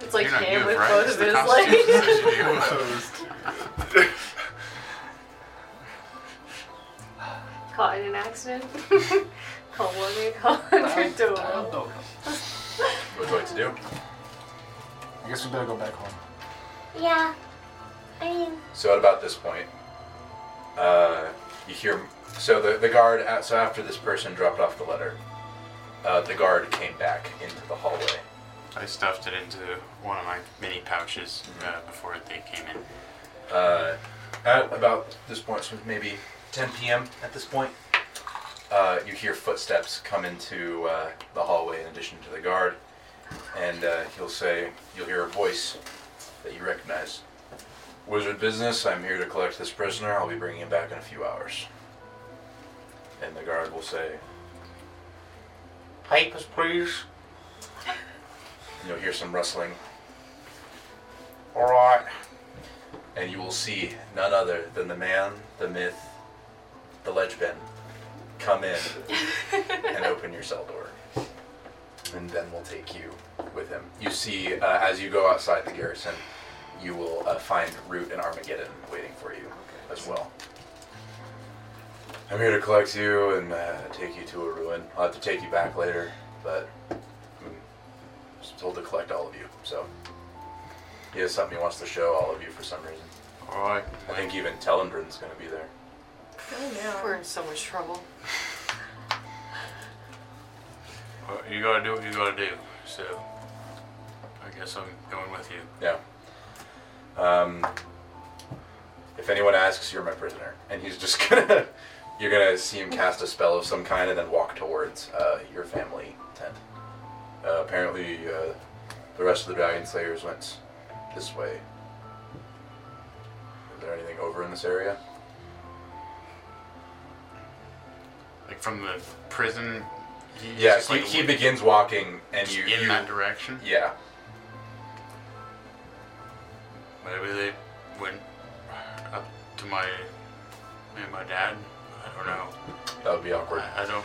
[SPEAKER 3] It's like
[SPEAKER 2] You're not
[SPEAKER 3] him
[SPEAKER 2] you,
[SPEAKER 3] with
[SPEAKER 2] right?
[SPEAKER 3] both
[SPEAKER 2] It's
[SPEAKER 3] of
[SPEAKER 2] the
[SPEAKER 3] his
[SPEAKER 2] Constitution
[SPEAKER 3] legs.
[SPEAKER 2] says you do.
[SPEAKER 3] Caught in an accident. call one eight hundred Dolo.
[SPEAKER 9] Dial Dolo.
[SPEAKER 1] What do I have to do?
[SPEAKER 9] I guess we better go back home.
[SPEAKER 8] yeah. I mean,
[SPEAKER 1] So at about this point, uh, you hear. So the, the guard. a- So after this person dropped off the letter, uh, the guard came back into the hallway.
[SPEAKER 2] I stuffed it into one of my mini pouches uh, before they came in.
[SPEAKER 1] Uh, at about this point, so maybe 10 p.m. at this point, uh, you hear footsteps come into uh, the hallway in addition to the guard, and uh, he'll say, you'll hear a voice that you recognize. Wizard business, I'm here to collect this prisoner. I'll be bringing him back in a few hours. And the guard will say,
[SPEAKER 2] Papers, please.
[SPEAKER 1] and you'll hear some rustling. All right. And you will see none other than the man, the myth, the ledge ben come in and open your cell door. And Ben will take you with him. You see, uh, as you go outside the garrison, you will uh, find Root and Armageddon waiting for you as well. I'm here to collect you and uh, take you to a ruin. I'll have to take you back later, but mm, told to collect all of you. So he has something he wants to show all of you for some reason.
[SPEAKER 2] Alright.
[SPEAKER 1] I think even Telendrin's going to be there.
[SPEAKER 3] We're in so much trouble.
[SPEAKER 2] Well, you gotta do what you gotta do. So, I guess I'm going with you.
[SPEAKER 1] Yeah. Um, if anyone asks, you're my prisoner, and he's just gonna. You're gonna see him cast a spell of some kind and then walk towards uh, your family tent. Uh, apparently, uh, the rest of the dragon slayers went this way. Is there anything over in this area?
[SPEAKER 2] Like from the prison. He's
[SPEAKER 1] Yeah,
[SPEAKER 2] just
[SPEAKER 1] he,
[SPEAKER 2] like
[SPEAKER 1] he
[SPEAKER 2] looking
[SPEAKER 1] begins walking, and you,
[SPEAKER 2] in
[SPEAKER 1] you
[SPEAKER 2] that direction.
[SPEAKER 1] yeah,
[SPEAKER 2] Maybe they went up to my maybe my dad. I don't know.
[SPEAKER 1] that would be awkward.
[SPEAKER 2] I, I don't.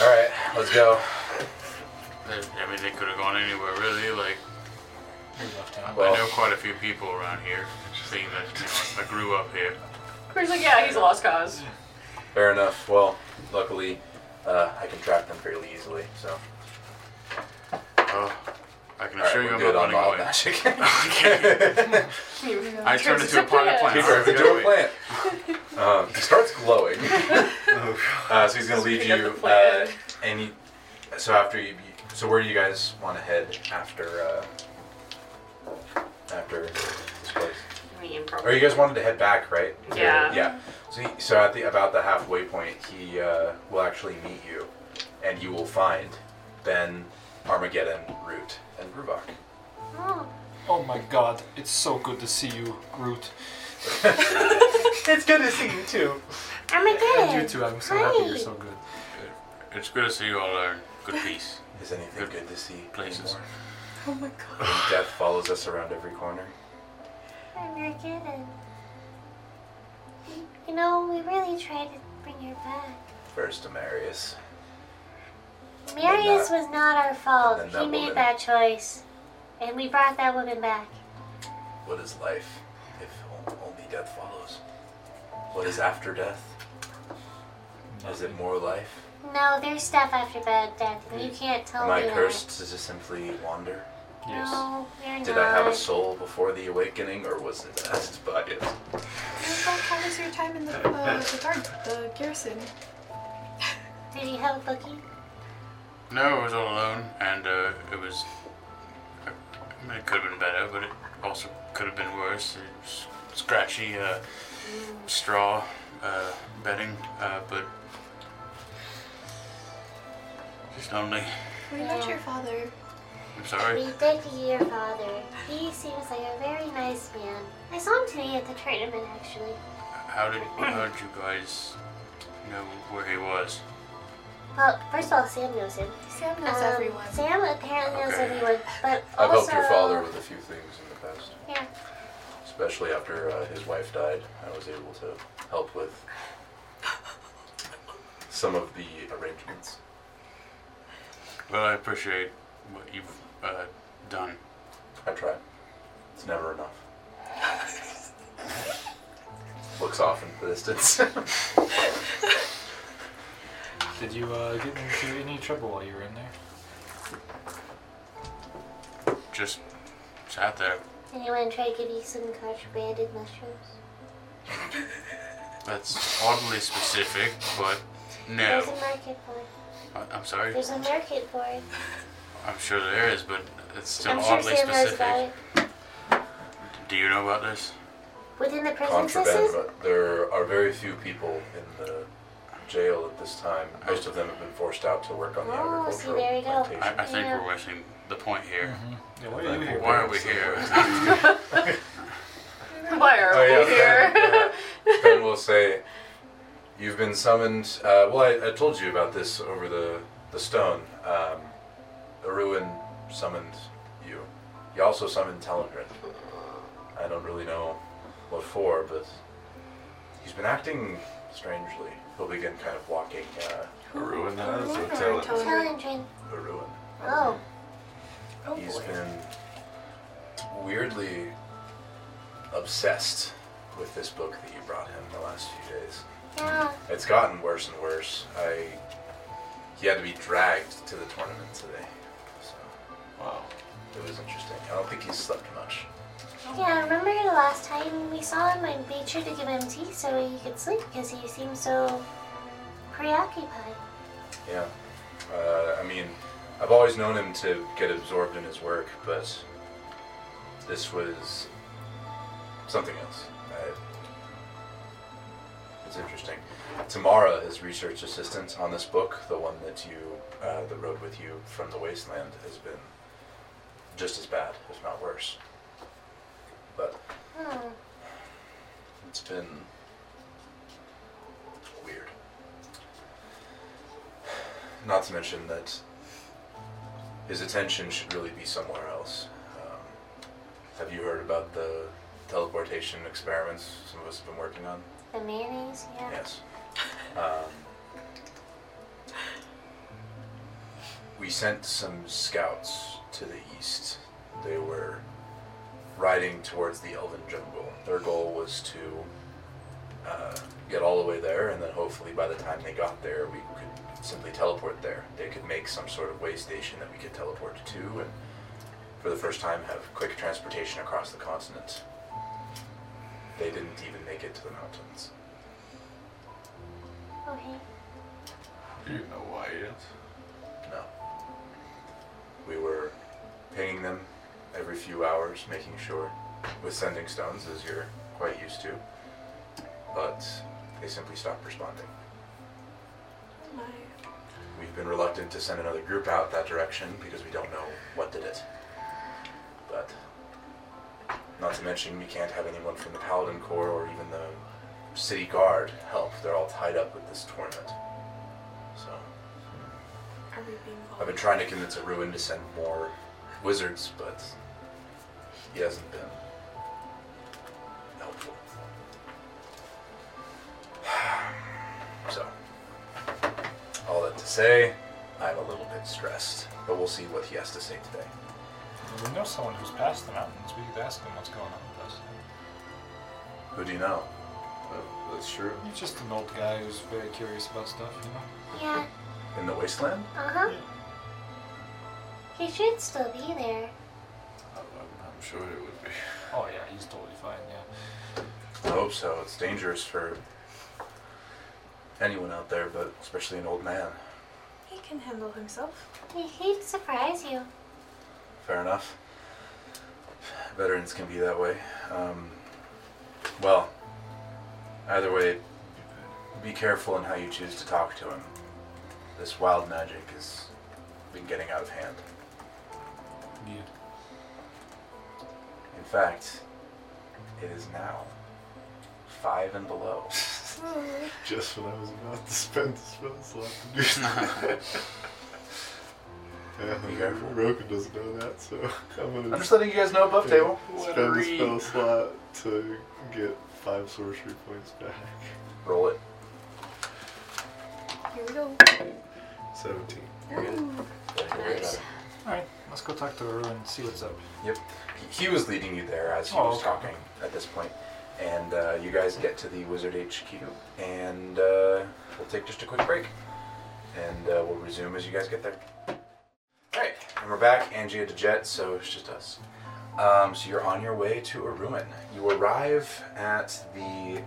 [SPEAKER 1] All right, let's go.
[SPEAKER 2] I I mean, they could have gone anywhere really. Like
[SPEAKER 6] We left
[SPEAKER 2] I-
[SPEAKER 6] him.
[SPEAKER 1] Well-
[SPEAKER 2] I know quite a few people around here, seeing that you know, I grew up here.
[SPEAKER 3] We're like, yeah, he's a lost cause.
[SPEAKER 1] Fair enough. Well, luckily, uh, I can track them fairly easily. So,
[SPEAKER 2] Oh, I can
[SPEAKER 1] All right,
[SPEAKER 2] assure
[SPEAKER 1] we're
[SPEAKER 2] you, I'm
[SPEAKER 1] good on
[SPEAKER 2] not running
[SPEAKER 1] wild
[SPEAKER 2] away.
[SPEAKER 1] magic.
[SPEAKER 2] I turned into a pilot
[SPEAKER 1] He
[SPEAKER 2] plant.
[SPEAKER 1] turns
[SPEAKER 2] Alright, we
[SPEAKER 1] into a
[SPEAKER 2] gotta wait.
[SPEAKER 1] plant. Um, he starts glowing. Uh, so he's gonna lead
[SPEAKER 3] Pick up
[SPEAKER 1] you.
[SPEAKER 3] the
[SPEAKER 1] Uh,
[SPEAKER 3] plant.
[SPEAKER 1] and he, so after you, so where do you guys want to head after uh, after this place?
[SPEAKER 3] I mean, probably.
[SPEAKER 1] Or you guys wanted to head back, right?
[SPEAKER 3] Yeah.
[SPEAKER 1] Yeah. So, he, so at the about the halfway point, he uh, will actually meet you, and you will find Ben, Armageddon, Root, and Rubach.
[SPEAKER 8] oh,
[SPEAKER 9] Oh my God! It's so good to see you, Groot.
[SPEAKER 6] It's good to see you too.
[SPEAKER 8] Armageddon.
[SPEAKER 9] And you too. I'm so happy you're so good.
[SPEAKER 2] It's good to see you all. Are good peace.
[SPEAKER 1] Is anything good to see?
[SPEAKER 2] Places.
[SPEAKER 1] anymore?
[SPEAKER 4] Oh my god.
[SPEAKER 1] Death follows us around every corner.
[SPEAKER 8] Armageddon. You know, we really tried to bring her back.
[SPEAKER 1] First Amarius.
[SPEAKER 8] Marius
[SPEAKER 1] that-
[SPEAKER 8] was not our fault.
[SPEAKER 1] and
[SPEAKER 8] He
[SPEAKER 1] then that
[SPEAKER 8] made
[SPEAKER 1] woman.
[SPEAKER 8] that choice. And we brought that woman back.
[SPEAKER 1] What is life if o- only death follows? What is after death? Is it more life?
[SPEAKER 8] No, there's stuff after bed that you can't tell
[SPEAKER 1] Hmm. Am I
[SPEAKER 8] me. on.
[SPEAKER 1] cursed to just simply wander?
[SPEAKER 8] No, you're not.
[SPEAKER 1] Did I have a soul before the awakening, or was it as biased?
[SPEAKER 4] How was your time in the, uh, the guard, the garrison?
[SPEAKER 8] Did you have a bookie?
[SPEAKER 2] No, it was all alone, and uh, it was. It could have been better, but it also could have been worse. It was scratchy uh, straw uh, bedding, uh, but just lonely.
[SPEAKER 4] What about your father?
[SPEAKER 2] I'm sorry.
[SPEAKER 8] We did see your father. He seems like a very nice man. I saw him today at the tournament, actually.
[SPEAKER 2] How did how did you guys know where he was?
[SPEAKER 8] Well, first of all, Sam knows him.
[SPEAKER 4] Sam knows
[SPEAKER 8] Um,
[SPEAKER 4] everyone.
[SPEAKER 8] Sam apparently knows
[SPEAKER 2] Okay.
[SPEAKER 8] everyone, but
[SPEAKER 1] I've
[SPEAKER 8] also
[SPEAKER 1] helped your father with a few things in the past,
[SPEAKER 8] Yeah,
[SPEAKER 1] especially after uh, his wife died. I was able to help with some of the arrangements.
[SPEAKER 2] Well, I appreciate what you've uh, done.
[SPEAKER 1] I try. It's never enough. Looks off into the distance.
[SPEAKER 9] Did you uh, get into any trouble while you were in there?
[SPEAKER 2] Just sat there.
[SPEAKER 8] anyone try to give you some contrabanded mushrooms?
[SPEAKER 2] That's oddly specific, but
[SPEAKER 8] There's a
[SPEAKER 2] no.
[SPEAKER 8] market for it.
[SPEAKER 2] I- I'm sorry.
[SPEAKER 8] There's a market for it.
[SPEAKER 2] I'm sure there is, but it's still
[SPEAKER 8] I'm sure
[SPEAKER 2] oddly
[SPEAKER 8] Sam knows about
[SPEAKER 2] specific.
[SPEAKER 8] it.
[SPEAKER 2] Do you know about this?
[SPEAKER 8] Within the prison
[SPEAKER 1] Contraband,
[SPEAKER 8] system?
[SPEAKER 1] but there are very few people in the jail at this time. Most of them have been forced out to work on the
[SPEAKER 8] Oh, see,
[SPEAKER 1] agricultural
[SPEAKER 8] there you go.
[SPEAKER 1] plantation.
[SPEAKER 2] I, I think
[SPEAKER 8] Yeah.
[SPEAKER 2] we're missing the point here.
[SPEAKER 9] Mm-hmm. Yeah, why are you here?
[SPEAKER 2] Why are we here?
[SPEAKER 3] Why are we here?
[SPEAKER 1] Oh, Ben, Ben will say, "You've been summoned." Uh, well, I, I told you about this over the the stone. Um, Aruin summoned you. He also summoned Telengrin. I don't really know what for, but he's been acting strangely. He'll begin kind of walking uh,
[SPEAKER 5] Ruin that is
[SPEAKER 4] Ruin
[SPEAKER 5] or
[SPEAKER 4] or
[SPEAKER 5] tell it.
[SPEAKER 4] tell it?
[SPEAKER 8] Challenging.
[SPEAKER 1] Aruin.
[SPEAKER 8] Oh,
[SPEAKER 4] Oh
[SPEAKER 1] He's
[SPEAKER 4] boy.
[SPEAKER 1] been weirdly obsessed with this book that you brought him the last few days.
[SPEAKER 8] yeah.
[SPEAKER 1] It's gotten worse and worse. I he had to be dragged to the tournament today, so
[SPEAKER 5] Wow.
[SPEAKER 1] it was interesting. I don't think he's slept much.
[SPEAKER 8] Yeah, remember the last time we saw him? I made sure to give him tea so he could sleep because he seemed so preoccupied.
[SPEAKER 1] Yeah. Uh, I mean, I've always known him to get absorbed in his work, but this was something else. I, it's interesting. Tamara is research assistant on this book, the one that you, uh, that rode with you from the wasteland, has been just as bad, if not worse. But
[SPEAKER 8] Hmm.
[SPEAKER 1] it's been weird. Not to mention that his attention should really be somewhere else. Um, have you heard about the teleportation experiments some of us have been working on?
[SPEAKER 8] The mayonnaise, yeah.
[SPEAKER 1] Yes. Um, we sent some scouts to the east. They were riding towards the Elven Jungle. Their goal was to uh, get all the way there, and then hopefully by the time they got there, we could simply teleport there. They could make some sort of way station that we could teleport to, and for the first time, have quick transportation across the continent. They didn't even make it to the mountains.
[SPEAKER 8] Okay.
[SPEAKER 5] Do you know why yet?
[SPEAKER 1] No. We were pinging them every few hours, making sure, with sending stones, as you're quite used to. But they simply stopped responding.
[SPEAKER 4] My.
[SPEAKER 1] We've been reluctant to send another group out that direction because we don't know what did it. But, not to mention, we can't have anyone from the Paladin Corps or even the City Guard help. They're all tied up with this tournament. So.
[SPEAKER 4] Are we being
[SPEAKER 1] I've been trying to convince a ruin to send more wizards, but he hasn't been helpful. So, all that to say, I'm a little bit stressed, but we'll see what he has to say today.
[SPEAKER 6] Well, we know someone who's past the mountains. We could ask them what's going on with us.
[SPEAKER 1] Who do you know?
[SPEAKER 5] Uh, that's true.
[SPEAKER 6] He's just an old guy who's very curious about stuff, you know?
[SPEAKER 8] Yeah,
[SPEAKER 1] In the wasteland?
[SPEAKER 8] uh huh. He should still be there.
[SPEAKER 5] I'm, I'm sure it would be.
[SPEAKER 6] Oh yeah, he's totally fine, yeah.
[SPEAKER 1] I hope so. It's dangerous for anyone out there, but especially an old man.
[SPEAKER 4] He can handle himself.
[SPEAKER 8] He- He'd surprise you.
[SPEAKER 1] Fair enough. Veterans can be that way. Um, well, either way, be careful in how you choose to talk to him. This wild magic has been getting out of hand.
[SPEAKER 6] Yeah.
[SPEAKER 1] In fact, it is now five and below.
[SPEAKER 5] Just when I was about to spend the spell slot to do that.
[SPEAKER 1] Be
[SPEAKER 5] yeah,
[SPEAKER 1] careful.
[SPEAKER 5] Roken doesn't know that, so I'm gonna
[SPEAKER 1] I'm just letting you guys know above table.
[SPEAKER 5] spend the spell slot to get five sorcery points back.
[SPEAKER 1] Roll it.
[SPEAKER 4] Here we go.
[SPEAKER 5] Seventeen.
[SPEAKER 1] You're good. Don't worry about
[SPEAKER 3] Nice.
[SPEAKER 1] it.
[SPEAKER 6] Alright, let's go talk to her and see what's up.
[SPEAKER 1] He he was leading you there as he
[SPEAKER 6] Oh,
[SPEAKER 1] was
[SPEAKER 6] okay.
[SPEAKER 1] talking at this point. And uh, you guys get to the Wizard HQ, and uh, we'll take just a quick break. And uh, we'll resume as you guys get there. Alright, and we're back. Angie had to jet, so it's just us. Um, so you're on your way to a ruin. You arrive at the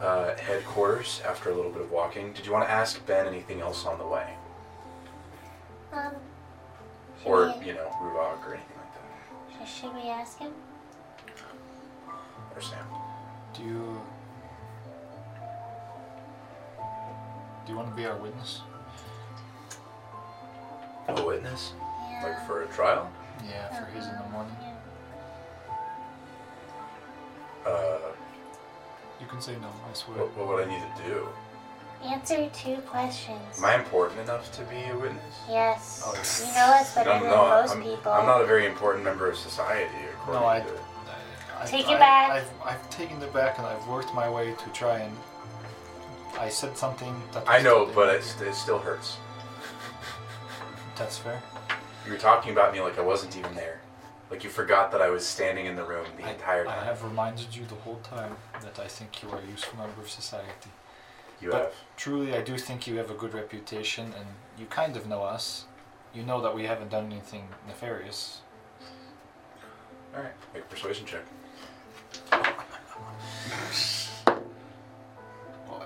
[SPEAKER 1] uh, headquarters after a little bit of walking. Did you want to ask Ben anything else on the way?
[SPEAKER 8] Um, should,
[SPEAKER 1] Or,
[SPEAKER 8] we,
[SPEAKER 1] you know, Ruvok or anything like that?
[SPEAKER 8] sh- should we ask him?
[SPEAKER 1] Or Sam?
[SPEAKER 6] Do you Do you want to be our witness?
[SPEAKER 1] A witness?
[SPEAKER 8] Yeah.
[SPEAKER 1] Like for a trial?
[SPEAKER 6] Yeah, for his in the morning.
[SPEAKER 8] Yeah.
[SPEAKER 1] Uh,
[SPEAKER 6] You can say no, I swear.
[SPEAKER 1] What, what would I need to do?
[SPEAKER 8] Answer two questions.
[SPEAKER 1] Am I important enough to be a witness?
[SPEAKER 8] yes.
[SPEAKER 1] Oh,
[SPEAKER 8] you know us better
[SPEAKER 1] I'm
[SPEAKER 8] than
[SPEAKER 1] not-
[SPEAKER 8] most
[SPEAKER 1] I'm-
[SPEAKER 8] people.
[SPEAKER 1] I'm not a very important member of society, according
[SPEAKER 6] No, I-
[SPEAKER 1] to.
[SPEAKER 6] I-
[SPEAKER 8] Take
[SPEAKER 6] I-
[SPEAKER 8] it back.
[SPEAKER 6] I've, I've taken it back and I've worked my way to try and. I said something that.
[SPEAKER 1] I
[SPEAKER 6] was
[SPEAKER 1] know,
[SPEAKER 6] totally-
[SPEAKER 1] but it, st- it still hurts.
[SPEAKER 6] That's fair.
[SPEAKER 1] You were talking about me like I wasn't even there. Like you forgot that I was standing in the room the
[SPEAKER 6] I-
[SPEAKER 1] entire
[SPEAKER 6] I
[SPEAKER 1] time.
[SPEAKER 6] have reminded you the whole time that I think you are a useful member of society.
[SPEAKER 1] you
[SPEAKER 6] but-
[SPEAKER 1] have.
[SPEAKER 6] Truly, I do think you have a good reputation and you kind of know us. You know that we haven't done anything nefarious.
[SPEAKER 1] Alright, make a persuasion check.
[SPEAKER 5] Oh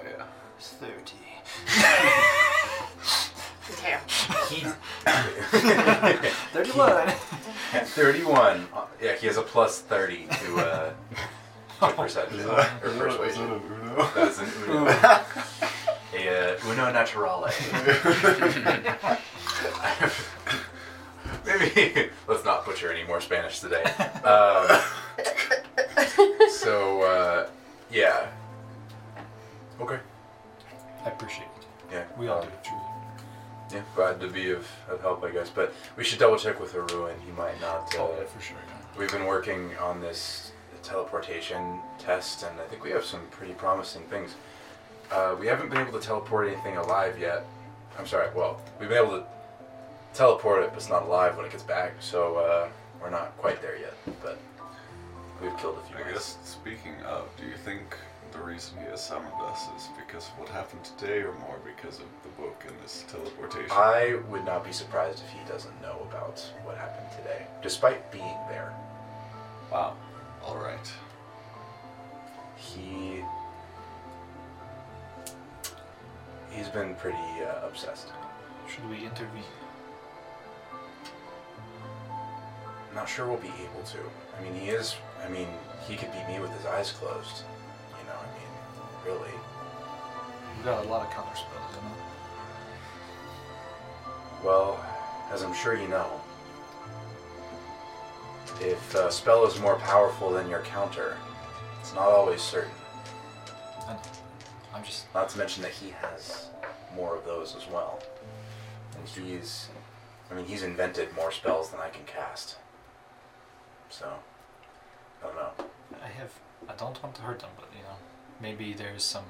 [SPEAKER 5] yeah.
[SPEAKER 6] 30.
[SPEAKER 3] Damn.
[SPEAKER 1] He.
[SPEAKER 6] 31!
[SPEAKER 1] 31. Uh, Yeah, he has a plus 30 to, uh, to perception.
[SPEAKER 5] Is
[SPEAKER 1] or
[SPEAKER 5] that, is that, is that
[SPEAKER 1] persuasion.
[SPEAKER 5] an Uno?
[SPEAKER 1] That is an Uno. a uh, Uno Naturale. Maybe let's not butcher any more Spanish today. Um, so uh, yeah. Okay.
[SPEAKER 6] I appreciate it.
[SPEAKER 1] Yeah.
[SPEAKER 6] We all
[SPEAKER 1] uh,
[SPEAKER 6] do, truly.
[SPEAKER 1] Yeah, glad to be of, of help, I guess. But we should double check with Haru, and he might not. Uh,
[SPEAKER 6] Oh, yeah, for sure.
[SPEAKER 1] We've been working on this teleportation test, and I think we have some pretty promising things. Uh, we haven't been able to teleport anything alive yet. I'm sorry, well, we've been able to teleport it, but it's not alive when it gets back, so uh, we're not quite there yet, but we've killed a few
[SPEAKER 5] I
[SPEAKER 1] mice.
[SPEAKER 5] guess speaking of, do you think the reason he has summoned us is because of what happened today, or more because of the book and this teleportation?
[SPEAKER 1] I would not be surprised if he doesn't know about what happened today, despite being there.
[SPEAKER 5] wow. All right.
[SPEAKER 1] He. He's been pretty uh, obsessed.
[SPEAKER 6] Should we intervene?
[SPEAKER 1] I'm not sure we'll be able to. I mean, he is. I mean, he could beat me with his eyes closed. You know, I mean, really.
[SPEAKER 6] We've got a lot of counter spells, you know?
[SPEAKER 1] Well, as I'm sure you know, if a spell is more powerful than your counter, it's not always certain.
[SPEAKER 6] And I'm just
[SPEAKER 1] Not to mention that he has more of those as well. And he's. I mean, he's invented more spells than I can cast. So, I don't know.
[SPEAKER 6] I have. I don't want to hurt them, but you know, maybe there's some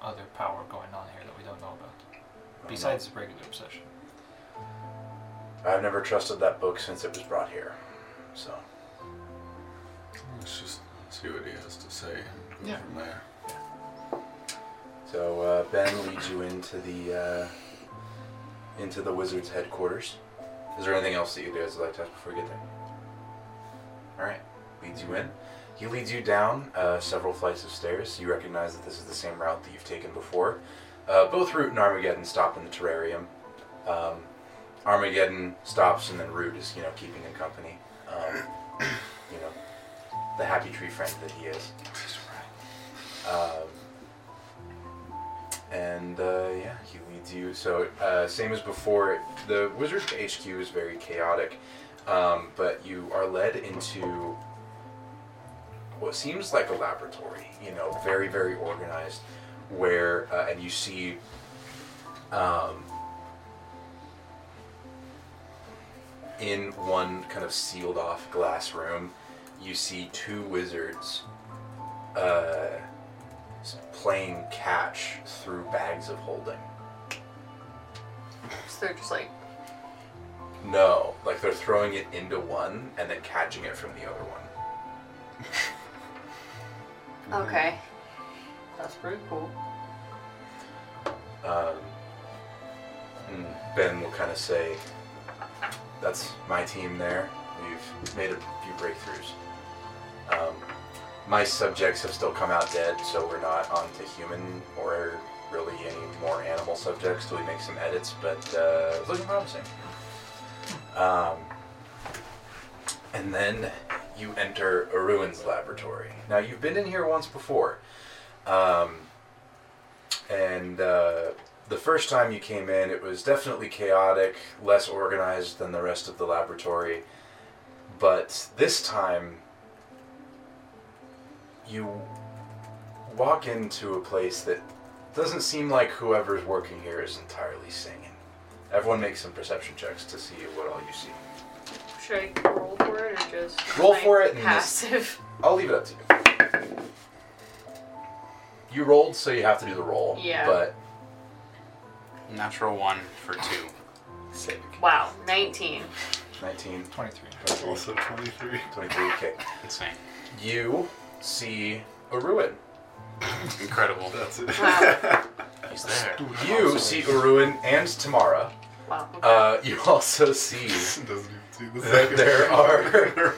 [SPEAKER 6] other power going on here that we don't know about.
[SPEAKER 1] I don't know.
[SPEAKER 6] Besides regular obsession.
[SPEAKER 1] I've never trusted that book since it was brought here. So,
[SPEAKER 5] Let's just see what he has to say and go
[SPEAKER 6] Yeah.
[SPEAKER 5] from there.
[SPEAKER 1] uh, ben leads you into the uh, into the wizard's headquarters. Is there anything else that you guys would like to ask before we get there? All right, leads you in. He leads you down uh, several flights of stairs. You recognize that this is the same route that you've taken before. Uh, both Root and Armageddon stop in the terrarium. Um, Armageddon stops, and then Root is, you know, keeping him company. Um, you know, the happy tree friend that he is. Um, and uh, yeah, he leads you. So uh, same as before, the wizard's HQ is very chaotic, um, but you are led into what seems like a laboratory. You know, very very organized, where uh, and you see. Um, in one kind of sealed off glass room, you see two wizards uh, s- playing catch through bags of holding.
[SPEAKER 3] So they're just like,
[SPEAKER 1] No, like they're throwing it into one and then catching it from the other one.
[SPEAKER 2] Mm-hmm.
[SPEAKER 3] okay. That's pretty cool.
[SPEAKER 1] Um, and ben will kind of say, "That's my team. There, we've made a few breakthroughs. Um, my subjects have still come out dead, so we're not onto human or really any more animal subjects till we make some edits. But uh, it's looking promising." Um, and then you enter a ruins laboratory. Now you've been in here once before. Um, and uh, the first time you came in, it was definitely chaotic, less organized than the rest of the laboratory. But this time, you walk into a place that doesn't seem like whoever's working here is entirely singing. Everyone makes some perception checks to see what all you see.
[SPEAKER 3] Should I roll for it or just
[SPEAKER 1] Roll
[SPEAKER 3] like,
[SPEAKER 1] for it and this-
[SPEAKER 3] Passive.
[SPEAKER 1] I'll leave it up to you. You rolled, so you have to do the roll.
[SPEAKER 3] Yeah.
[SPEAKER 1] But
[SPEAKER 2] Natural one for two. Sick.
[SPEAKER 3] Wow, 19.
[SPEAKER 1] 19,
[SPEAKER 6] 23.
[SPEAKER 5] Also 23.
[SPEAKER 1] 23, okay.
[SPEAKER 2] Insane.
[SPEAKER 1] You see a ruin.
[SPEAKER 2] Incredible.
[SPEAKER 5] That's it.
[SPEAKER 3] Wow.
[SPEAKER 2] He's there.
[SPEAKER 1] You see a ruin and Tamara.
[SPEAKER 3] Wow. Okay.
[SPEAKER 1] Uh, you also see
[SPEAKER 5] Doesn't even see the
[SPEAKER 1] that
[SPEAKER 5] second.
[SPEAKER 1] there are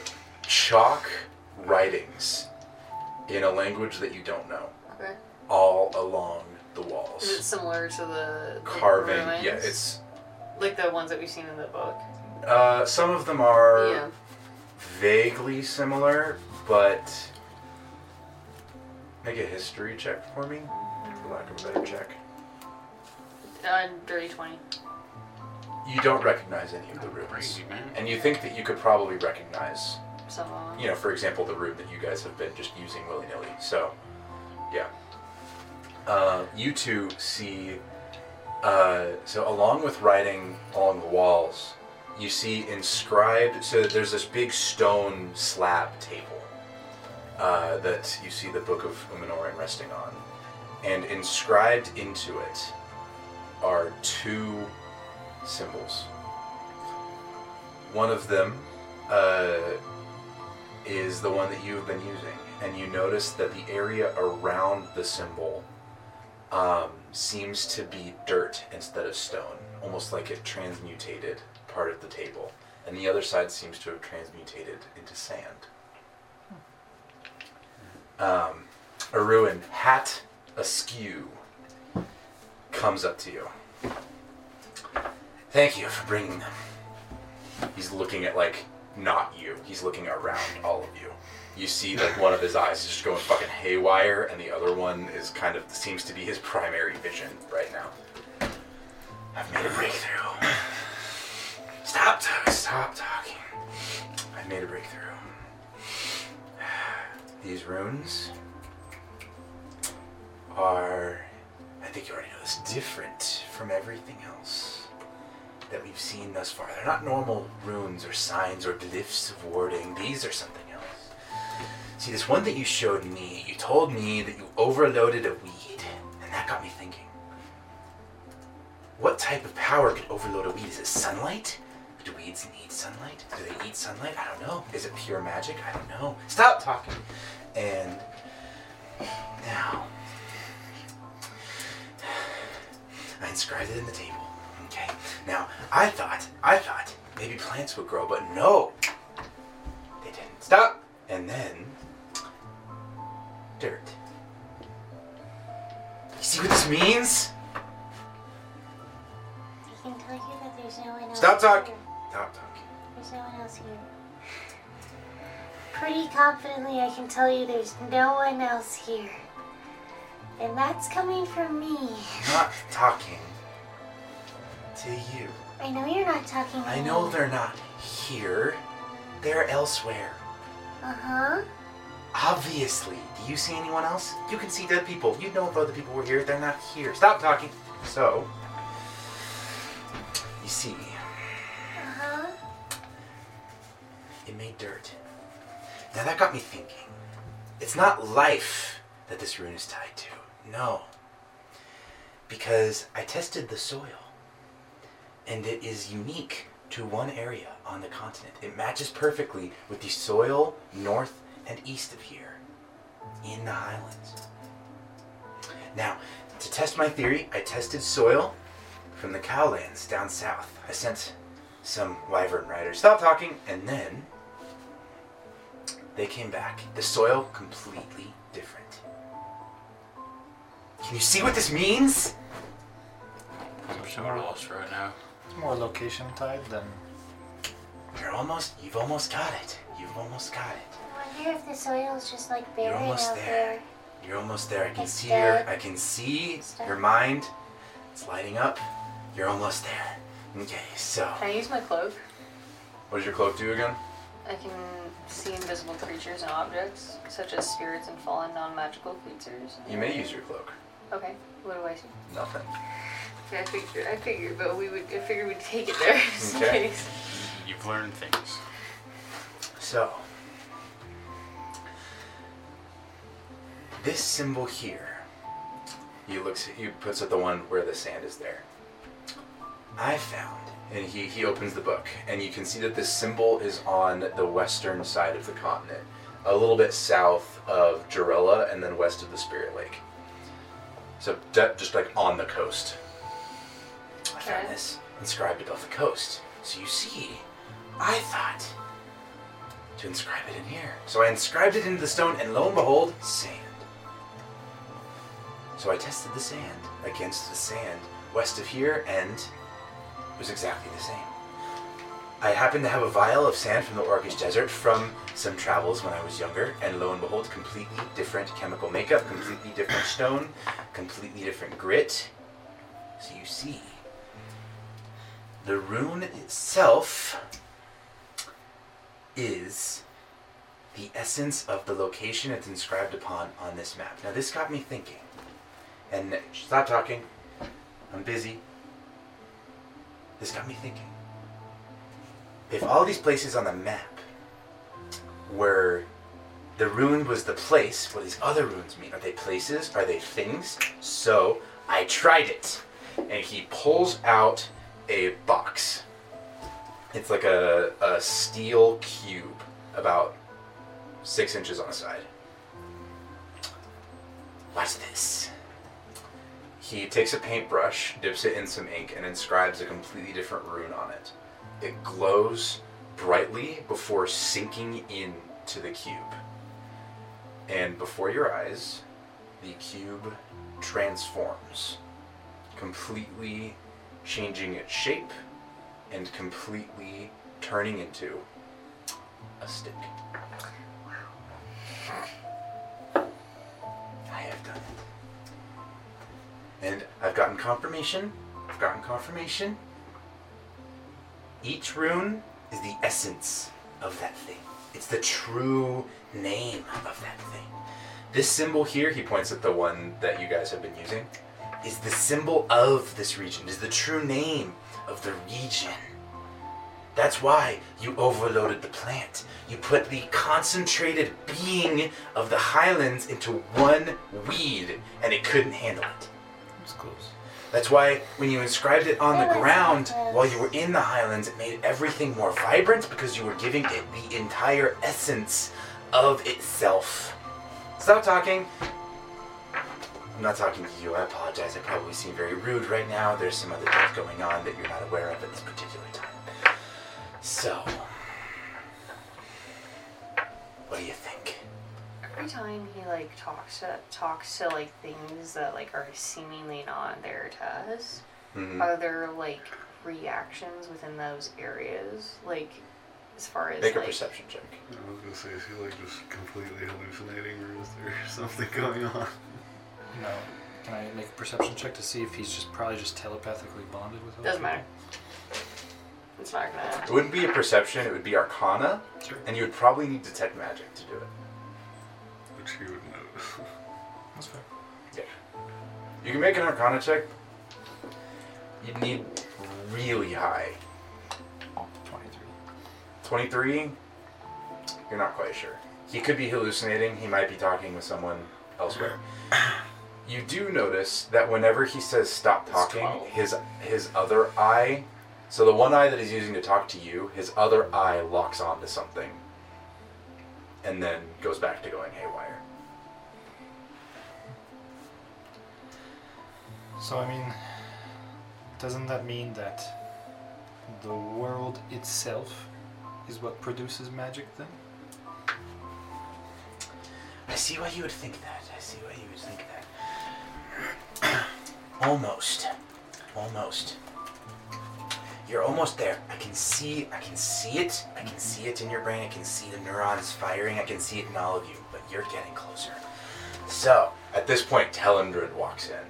[SPEAKER 1] chalk writings in a language that you don't know
[SPEAKER 3] okay.
[SPEAKER 1] all along the
[SPEAKER 3] Is it
[SPEAKER 1] walls.
[SPEAKER 3] similar to the, the
[SPEAKER 1] Carving.
[SPEAKER 3] ruins?
[SPEAKER 1] Yeah, it's.
[SPEAKER 3] like the ones that we've seen in the book.
[SPEAKER 1] Uh, some of them are
[SPEAKER 3] yeah.
[SPEAKER 1] vaguely similar, but. Make a history check for me, for lack of a better check.
[SPEAKER 3] Uh, dirty 20.
[SPEAKER 1] You don't recognize any of the ruins.
[SPEAKER 2] Crazy man.
[SPEAKER 1] And you think that you could probably recognize
[SPEAKER 3] Some of them.
[SPEAKER 1] you know, for example, the room that you guys have been just using willy nilly. So, yeah. Uh, you two see, uh, so along with writing along the walls, you see inscribed, so there's this big stone slab table uh, that you see the Book of Uminoran resting on. And inscribed into it are two symbols. One of them, uh, is the one that you have been using, and you notice that the area around the symbol um, seems to be dirt instead of stone, almost like it transmutated part of the table, and the other side seems to have transmutated into sand. Um, a ruined hat askew comes up to you. Thank you for bringing them. He's looking at like not you. He's looking around all of you. You see like one of his eyes is just going fucking haywire, and the other one is kind of seems to be his primary vision right now. I've made a breakthrough. Stop talking. Stop talking. I've made a breakthrough. These runes are, I think you already know this, different from everything else that we've seen thus far. They're not normal runes or signs or glyphs of wording. These are something else. See, this one that you showed me, you told me that you overloaded a weed, and that got me thinking. What type of power could overload a weed? Is it sunlight? Do weeds need sunlight? Do they eat sunlight? I don't know. Is it pure magic? I don't know. Stop talking. And now,
[SPEAKER 4] I inscribed it in the table. Okay. Now, I thought, I thought maybe plants would grow, but no, they didn't. Stop. And then, dirt. You see what this means?
[SPEAKER 8] I can tell you that there's no one else.
[SPEAKER 4] Stop talking.
[SPEAKER 8] here.
[SPEAKER 4] Stop talking.
[SPEAKER 8] There's no one else here. Pretty confidently, I can tell you there's no one else here. And that's coming from me.
[SPEAKER 4] I'm not talking to you.
[SPEAKER 8] I know you're not talking to
[SPEAKER 4] I know
[SPEAKER 8] me.
[SPEAKER 4] they're not here. They're elsewhere.
[SPEAKER 8] Uh huh.
[SPEAKER 4] Obviously. Do you see anyone else? You can see dead people. You know if other people were here. They're not here. Stop talking. So, you see,
[SPEAKER 8] Uh huh.
[SPEAKER 4] it made dirt. Now that got me thinking. It's not life that this rune is tied to. No. Because I tested the soil, and it is unique to one area on the continent. It matches perfectly with the soil north and east of here, in the highlands. Now, to test my theory, I tested soil from the cowlands down south. I sent some wyvern riders. Stop talking, and then they came back. The soil completely different. Can you see what this means?
[SPEAKER 2] I'm so lost right now.
[SPEAKER 16] It's more location tied than.
[SPEAKER 4] You're almost. You've almost got it. You've almost got it.
[SPEAKER 8] I wonder if the soil's just like
[SPEAKER 4] You're
[SPEAKER 8] buried
[SPEAKER 4] almost
[SPEAKER 8] out
[SPEAKER 4] there.
[SPEAKER 8] there.
[SPEAKER 4] You're almost there. I can
[SPEAKER 8] It's
[SPEAKER 4] see
[SPEAKER 8] dead.
[SPEAKER 4] your. I can see
[SPEAKER 8] It's dead.
[SPEAKER 4] your mind. It's lighting up. You're almost there. Okay, so.
[SPEAKER 11] Can I use my cloak?
[SPEAKER 4] What does your cloak do again?
[SPEAKER 11] I can see invisible creatures and objects, such as spirits and fallen non-magical creatures.
[SPEAKER 4] your cloak.
[SPEAKER 11] Okay. What do I see?
[SPEAKER 4] Nothing.
[SPEAKER 11] Yeah, I figured. I figured, but we would. I figured we'd take it there just in
[SPEAKER 4] Okay.
[SPEAKER 11] case.
[SPEAKER 2] You've learned things.
[SPEAKER 4] So, this symbol here, he looks, he puts at the one where the sand is there. I found, and he, he opens the book, and you can see that this symbol is on the western side of the continent, a little bit south of Jarella and then west of the Spirit Lake. So, de- just like on the coast. I found
[SPEAKER 11] Okay.
[SPEAKER 4] this inscribed above the coast. So, you see, I thought to inscribe it in here. So I inscribed it into the stone, and lo and behold, sand. So I tested the sand against the sand west of here, and it was exactly the same. I happened to have a vial of sand from the Orcish Desert from some travels when I was younger, and lo and behold, completely different chemical makeup, completely different stone, completely different grit. So you see, the rune itself is the essence of the location it's inscribed upon on this map. Now, this got me thinking. And stop talking. I'm busy. This got me thinking. If all these places on the map were the ruin was the place, what do these other ruins mean? Are they places? Are they things? So I tried it. And he pulls out a box. It's like a, a steel cube, about six inches on the side. Watch this. He takes a paintbrush, dips it in some ink, and inscribes a completely different rune on it. It glows brightly before sinking into the cube. And before your eyes, the cube transforms, completely changing its shape and completely turning into a stick. I have done it. And I've gotten confirmation. I've gotten confirmation. Each rune is the essence of that thing. It's the true name of that thing. This symbol here, he points at the one that you guys have been using, is the symbol of this region, is the true name of the region. That's why you overloaded the plant. You put the concentrated being of the highlands into one weed, and it couldn't handle it.
[SPEAKER 17] It's close.
[SPEAKER 4] That's why when you inscribed it on the
[SPEAKER 8] There was
[SPEAKER 4] ground
[SPEAKER 8] something.
[SPEAKER 4] while you were in the highlands, it made everything more vibrant because you were giving it the entire essence of itself. Stop talking.
[SPEAKER 1] I'm not talking to you. I apologize. I probably seem very rude right now. There's some other things going on that you're not aware of at this particular time. So, what do you think?
[SPEAKER 11] Every time he like talks to talks to like things that like are seemingly not there to us,
[SPEAKER 1] Mhm.
[SPEAKER 11] are there like reactions within those areas? Like as far as
[SPEAKER 1] Make a
[SPEAKER 11] like
[SPEAKER 1] perception check.
[SPEAKER 5] I was gonna say, is he like just completely hallucinating, or is there something going on?
[SPEAKER 6] No.
[SPEAKER 9] Can I make a perception check to see if he's just probably just telepathically bonded with? other
[SPEAKER 11] doesn't
[SPEAKER 9] people?
[SPEAKER 11] matter. It's not gonna.
[SPEAKER 1] It wouldn't be a perception. It would be Arcana,
[SPEAKER 9] Sure.
[SPEAKER 1] and you would probably need Detect Magic to do it.
[SPEAKER 5] Which he would know.
[SPEAKER 9] That's fair.
[SPEAKER 1] You can make an Arcana check. You'd need really high.
[SPEAKER 9] Twenty-three.
[SPEAKER 1] 23 you're not quite sure he could be hallucinating he might be talking with someone elsewhere you do notice that whenever he says stop talking
[SPEAKER 2] twelve.
[SPEAKER 1] his his other eye so the one eye that he's using to talk to you his other eye locks onto something and then goes back to going haywire
[SPEAKER 6] So, I mean, doesn't that mean that the world itself is what produces magic then?
[SPEAKER 1] i see why you would think that i see why you would think that almost almost You're almost there. I can see I can see it. I can see it in your brain. I can see the neurons firing. I can see it in all of you, but you're getting closer. So, at this point, Telendrin walks in.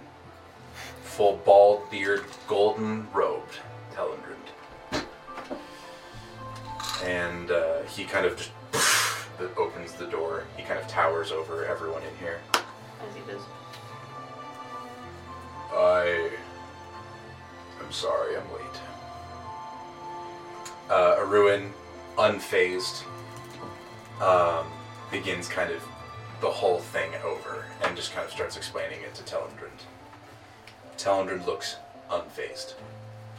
[SPEAKER 1] Full bald beard, golden robed Telendrin. And uh, he kind of just that opens the door. He kind of towers over everyone in here.
[SPEAKER 11] As he does.
[SPEAKER 1] I am sorry I'm late. Uh, Aruin, unfazed, um, begins kind of the whole thing over and just kind of starts explaining it to Telendrind. Telendrind looks unfazed.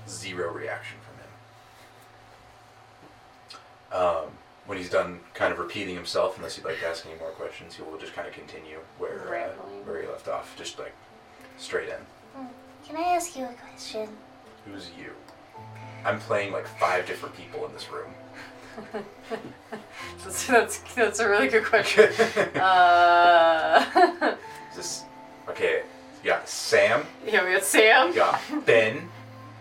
[SPEAKER 1] Zero reaction from him. Um, when he's done kind of repeating himself, unless you'd like to ask any more questions, he will just kind of continue where, uh,
[SPEAKER 11] Rambling.
[SPEAKER 1] where he left off, just like straight in.
[SPEAKER 8] Can I ask you a question?
[SPEAKER 1] Who's you? I'm playing like five different people in this room.
[SPEAKER 11] That's that's, that's a really good question. uh,
[SPEAKER 1] Just okay. You got Sam.
[SPEAKER 11] yeah, we got Sam.
[SPEAKER 1] You got Ben.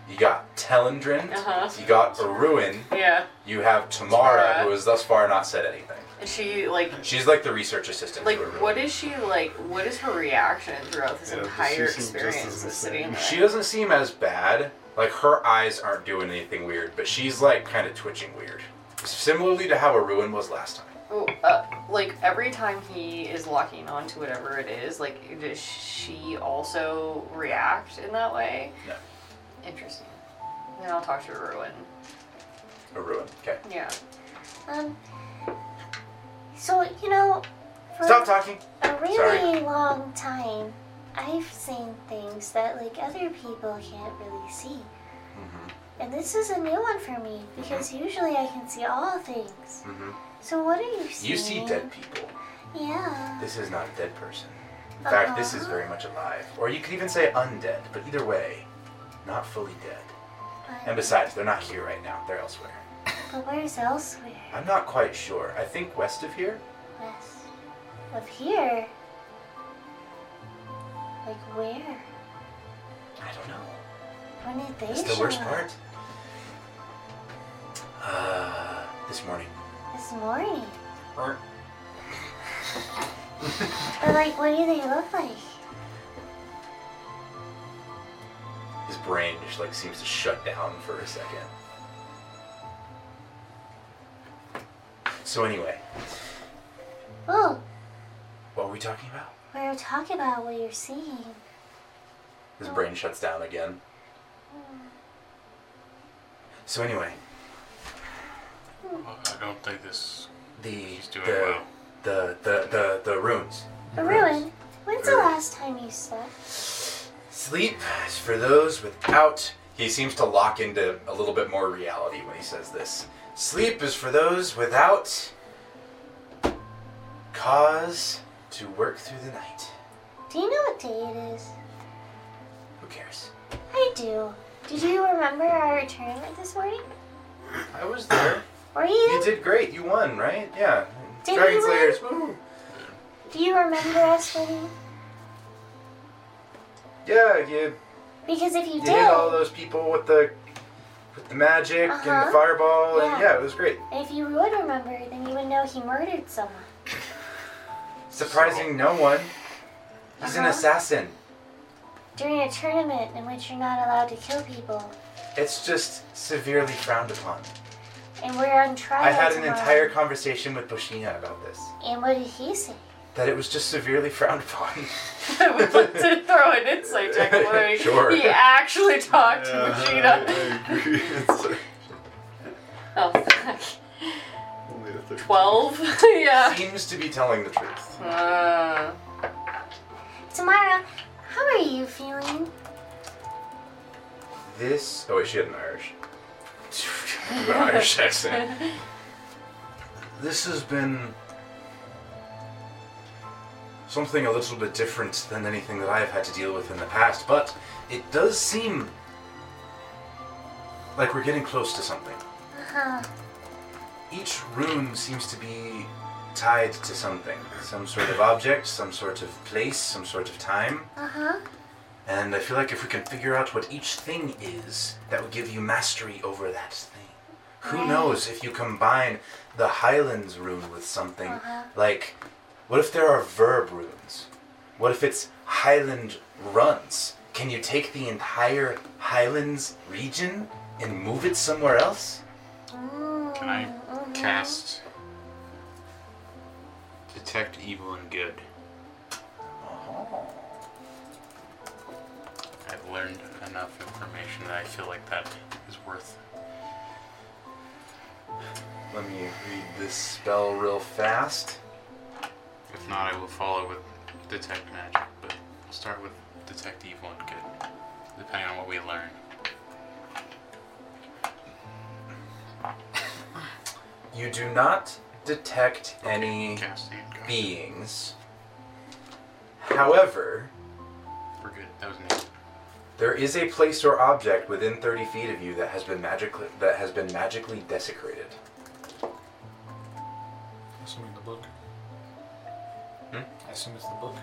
[SPEAKER 1] You got Telendrin.
[SPEAKER 11] Uh-huh.
[SPEAKER 1] You got Aruin.
[SPEAKER 11] Yeah,
[SPEAKER 1] You have Tamara,
[SPEAKER 11] Tamara.
[SPEAKER 1] who has thus far not said anything.
[SPEAKER 11] and she like
[SPEAKER 1] She's like the research assistant.
[SPEAKER 11] Like,
[SPEAKER 1] to Aruin.
[SPEAKER 11] what is she like? What is her reaction throughout this
[SPEAKER 5] Yeah,
[SPEAKER 11] entire
[SPEAKER 5] she seems just as
[SPEAKER 11] experience of sitting in
[SPEAKER 5] insane.
[SPEAKER 11] there?
[SPEAKER 1] She doesn't seem as bad. Like her eyes aren't doing anything weird, but she's like kind of twitching weird. Similarly to how Aruin was last time.
[SPEAKER 11] Oh, uh, like every time he is locking on to whatever it is, like does she also react in that way?
[SPEAKER 1] No.
[SPEAKER 11] Interesting. Then I'll talk to Ruin.
[SPEAKER 1] Aruin. Okay.
[SPEAKER 11] Yeah.
[SPEAKER 8] Um, so, you know, for
[SPEAKER 1] Stop talking.
[SPEAKER 8] a really
[SPEAKER 1] Sorry.
[SPEAKER 8] long time, I've seen things that, like, other people can't really see.
[SPEAKER 1] Mm-hmm.
[SPEAKER 8] And this is a new one for me because usually I can see all things.
[SPEAKER 1] Mhm.
[SPEAKER 8] So, what are you seeing?
[SPEAKER 1] You see dead people.
[SPEAKER 8] Yeah.
[SPEAKER 1] This is not a dead person. In fact, this is
[SPEAKER 8] Uh-huh.
[SPEAKER 1] very much alive. Or you could even say undead, but either way, not fully dead. And
[SPEAKER 8] But,
[SPEAKER 1] besides, they're not here right now, they're elsewhere.
[SPEAKER 8] but where's elsewhere?
[SPEAKER 1] I'm not quite sure. I think west of here?
[SPEAKER 8] West of here? Like, where?
[SPEAKER 1] I don't know.
[SPEAKER 8] When did they
[SPEAKER 1] That's the
[SPEAKER 8] show
[SPEAKER 1] worst
[SPEAKER 8] up?
[SPEAKER 1] part. Uh, this morning.
[SPEAKER 8] This morning.
[SPEAKER 1] Er.
[SPEAKER 8] But like, what do they look like?
[SPEAKER 1] His brain just like seems to shut down for a second. So anyway,
[SPEAKER 8] Oh,
[SPEAKER 1] what were we talking about?
[SPEAKER 8] we were talking about what you're seeing.
[SPEAKER 1] His brain shuts down again. So anyway,
[SPEAKER 2] I don't think this.
[SPEAKER 1] the
[SPEAKER 2] He's doing
[SPEAKER 1] the,
[SPEAKER 2] well.
[SPEAKER 1] the the the the runes.
[SPEAKER 8] A ruin. When's the
[SPEAKER 1] Ruin.
[SPEAKER 8] last time you slept?
[SPEAKER 1] Sleep is for those without. He seems to lock into a little bit more reality when he says this. Sleep is for those without cause to work through the night.
[SPEAKER 8] Do you know what day it is?
[SPEAKER 4] Who cares?
[SPEAKER 8] I do. Did you remember our tournament this morning?
[SPEAKER 4] I was there.
[SPEAKER 8] Were you?
[SPEAKER 4] You did great. You won, right? Yeah.
[SPEAKER 8] Did
[SPEAKER 4] Dragon
[SPEAKER 8] we win?
[SPEAKER 4] Slayers. Woo!
[SPEAKER 8] Do you remember us winning?
[SPEAKER 4] Yeah, you,
[SPEAKER 8] Because if you,
[SPEAKER 4] you
[SPEAKER 8] did,
[SPEAKER 4] hit all those people with the with the magic and
[SPEAKER 8] Uh-huh.
[SPEAKER 4] the fireball,
[SPEAKER 8] Yeah.
[SPEAKER 4] and yeah, it was great.
[SPEAKER 8] if you would remember, then you would know he murdered someone.
[SPEAKER 4] Surprising no one. He's an
[SPEAKER 8] Uh-huh.
[SPEAKER 4] assassin.
[SPEAKER 8] During a tournament in which you're not allowed to kill people,
[SPEAKER 4] It's just severely frowned upon.
[SPEAKER 8] and we're on trial.
[SPEAKER 4] I had an
[SPEAKER 8] tomorrow.
[SPEAKER 4] entire conversation with Bushina about this.
[SPEAKER 8] And what did he say?
[SPEAKER 4] That it was just severely frowned upon.
[SPEAKER 11] I would like to throw an insight check on whether he-
[SPEAKER 4] Sure.
[SPEAKER 11] he actually talked to
[SPEAKER 1] Yeah,
[SPEAKER 11] Vegeta.
[SPEAKER 1] I, I agree. It's like
[SPEAKER 11] Oh, fuck.
[SPEAKER 1] only a thirteen.
[SPEAKER 11] 12? yeah.
[SPEAKER 4] Seems to be telling the truth.
[SPEAKER 11] Uh,
[SPEAKER 8] Tamara, how are you feeling?
[SPEAKER 4] This. Oh wait, she had an Irish. an Irish accent. This has been something a little bit different than anything that I've had to deal with in the past, but it does seem like we're getting close to something.
[SPEAKER 8] Uh-huh.
[SPEAKER 4] Each rune seems to be tied to something some sort of object, some sort of place, some sort of time.
[SPEAKER 8] Uh-huh.
[SPEAKER 4] And I feel like if we can figure out what each thing is, that will give you mastery over that thing. Who
[SPEAKER 8] Right.
[SPEAKER 4] knows if you combine the Highlands rune with something
[SPEAKER 8] Uh-huh.
[SPEAKER 4] like, what if there are verb runes? What if it's Highland runs? Can you take the entire Highlands region and move it somewhere else?
[SPEAKER 2] Can I
[SPEAKER 8] Mm-hmm.
[SPEAKER 2] cast detect evil and good?
[SPEAKER 4] Uh-huh.
[SPEAKER 2] I've learned enough information that I feel like that is worth.
[SPEAKER 4] Let me read this spell real fast.
[SPEAKER 2] If not, I will follow with detect magic. But we'll start with detect evil and good, depending on what we learn.
[SPEAKER 4] You do not detect any
[SPEAKER 2] Casting and God.
[SPEAKER 4] beings. However,
[SPEAKER 2] We're good. That was neat.
[SPEAKER 4] There is a place or object within 30 feet of you that has been magically that has been magically desecrated.
[SPEAKER 9] Assuming the book.
[SPEAKER 4] Hmm?
[SPEAKER 9] I assume it's the book.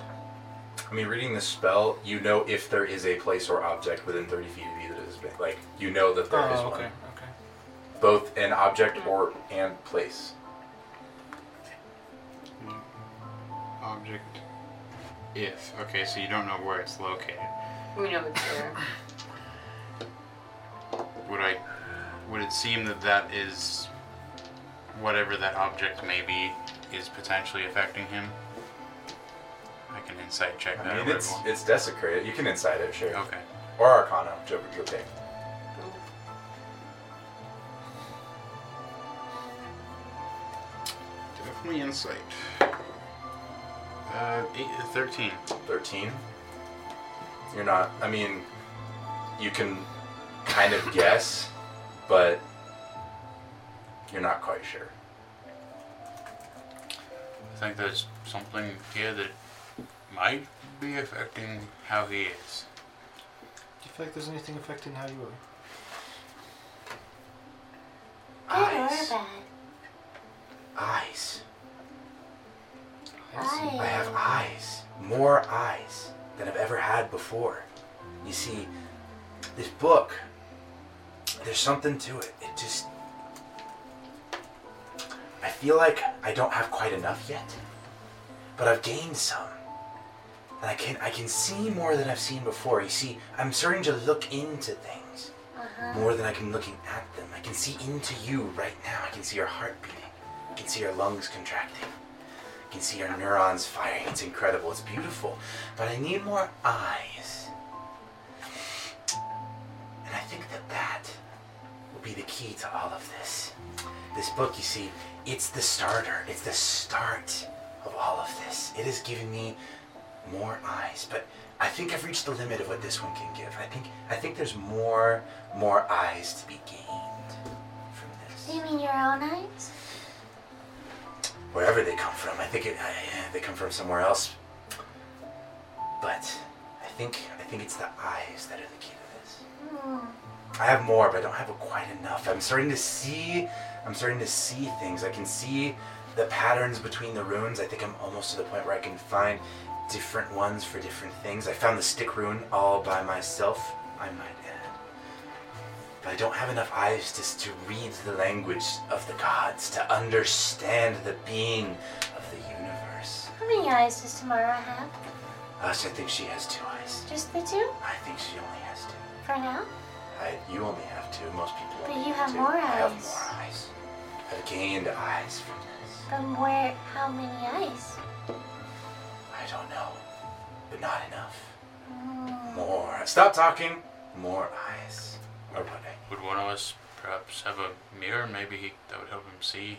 [SPEAKER 4] I mean, reading this spell, you know if there is a place or object within 30 feet of you that has been like you know that there is
[SPEAKER 9] oh, okay,
[SPEAKER 4] one,
[SPEAKER 9] okay.
[SPEAKER 4] both an object or and place.
[SPEAKER 2] Object. If. Okay, so you don't know where it's located.
[SPEAKER 11] we know it's there.
[SPEAKER 2] Would I. Would it seem that that is. Whatever that object may be is potentially affecting him? I can insight check that.
[SPEAKER 4] I mean,
[SPEAKER 2] if I
[SPEAKER 4] it's
[SPEAKER 2] want.
[SPEAKER 4] it's desecrated. You can inside it, sure,
[SPEAKER 2] okay.
[SPEAKER 4] or Arcana, whichever you pick.
[SPEAKER 2] Definitely insight. Uh, eight, 13.
[SPEAKER 4] 13. You're not. I mean, you can kind of guess, but you're not quite sure.
[SPEAKER 2] I think there's something here that might be affecting how he is.
[SPEAKER 18] Do you feel like there's anything affecting how you are?
[SPEAKER 8] Good or
[SPEAKER 4] Eyes.
[SPEAKER 8] bad?
[SPEAKER 4] Eyes.
[SPEAKER 8] Hi.
[SPEAKER 4] I have eyes. More eyes than I've ever had before. You see, this book, there's something to it. It just. I feel like I don't have quite enough yet, but I've gained some. And I can I can see more than I've seen before. You see, I'm starting to look into things
[SPEAKER 8] Uh-huh.
[SPEAKER 4] more than I can looking at them. I can see into you right now. I can see your heart beating. I can see your lungs contracting. I can see your neurons firing. It's incredible. It's beautiful. But I need more eyes. And I think that that will be the key to all of this. This book, you see, it's the starter. It's the start of all of this. It has given me more eyes, but I think I've reached the limit of what this one can give. I think I think there's more more eyes to be gained from
[SPEAKER 8] Do you
[SPEAKER 4] this.
[SPEAKER 8] mean your own eyes?
[SPEAKER 4] Wherever they come from, I think it, I, I- they come from somewhere else. But I think I think it's the eyes that are the key to this. I have more, but I don't have quite enough. I'm starting to see. I'm starting to see things. I can see the patterns between the runes. I think I'm almost to the point where I can find different ones for different things. I found the stick rune all by myself. I might add, but I don't have enough eyes to to read the language of the gods to understand the being of the universe.
[SPEAKER 8] How many eyes does Tamara have?
[SPEAKER 4] Us, I think she has two eyes.
[SPEAKER 8] Just the two?
[SPEAKER 4] I think she only has two.
[SPEAKER 8] For now?
[SPEAKER 4] I, you only have two. Most people.
[SPEAKER 8] But
[SPEAKER 4] only
[SPEAKER 8] you have
[SPEAKER 4] two.
[SPEAKER 8] more
[SPEAKER 4] I have
[SPEAKER 8] eyes.
[SPEAKER 4] more eyes. I've gained eyes from this.
[SPEAKER 8] From where? How many eyes?
[SPEAKER 4] I don't know, but not enough.
[SPEAKER 8] Mm.
[SPEAKER 4] More. Stop talking. More eyes. Or what? I-
[SPEAKER 2] Would one of us perhaps have a mirror? Maybe he, that would help him see.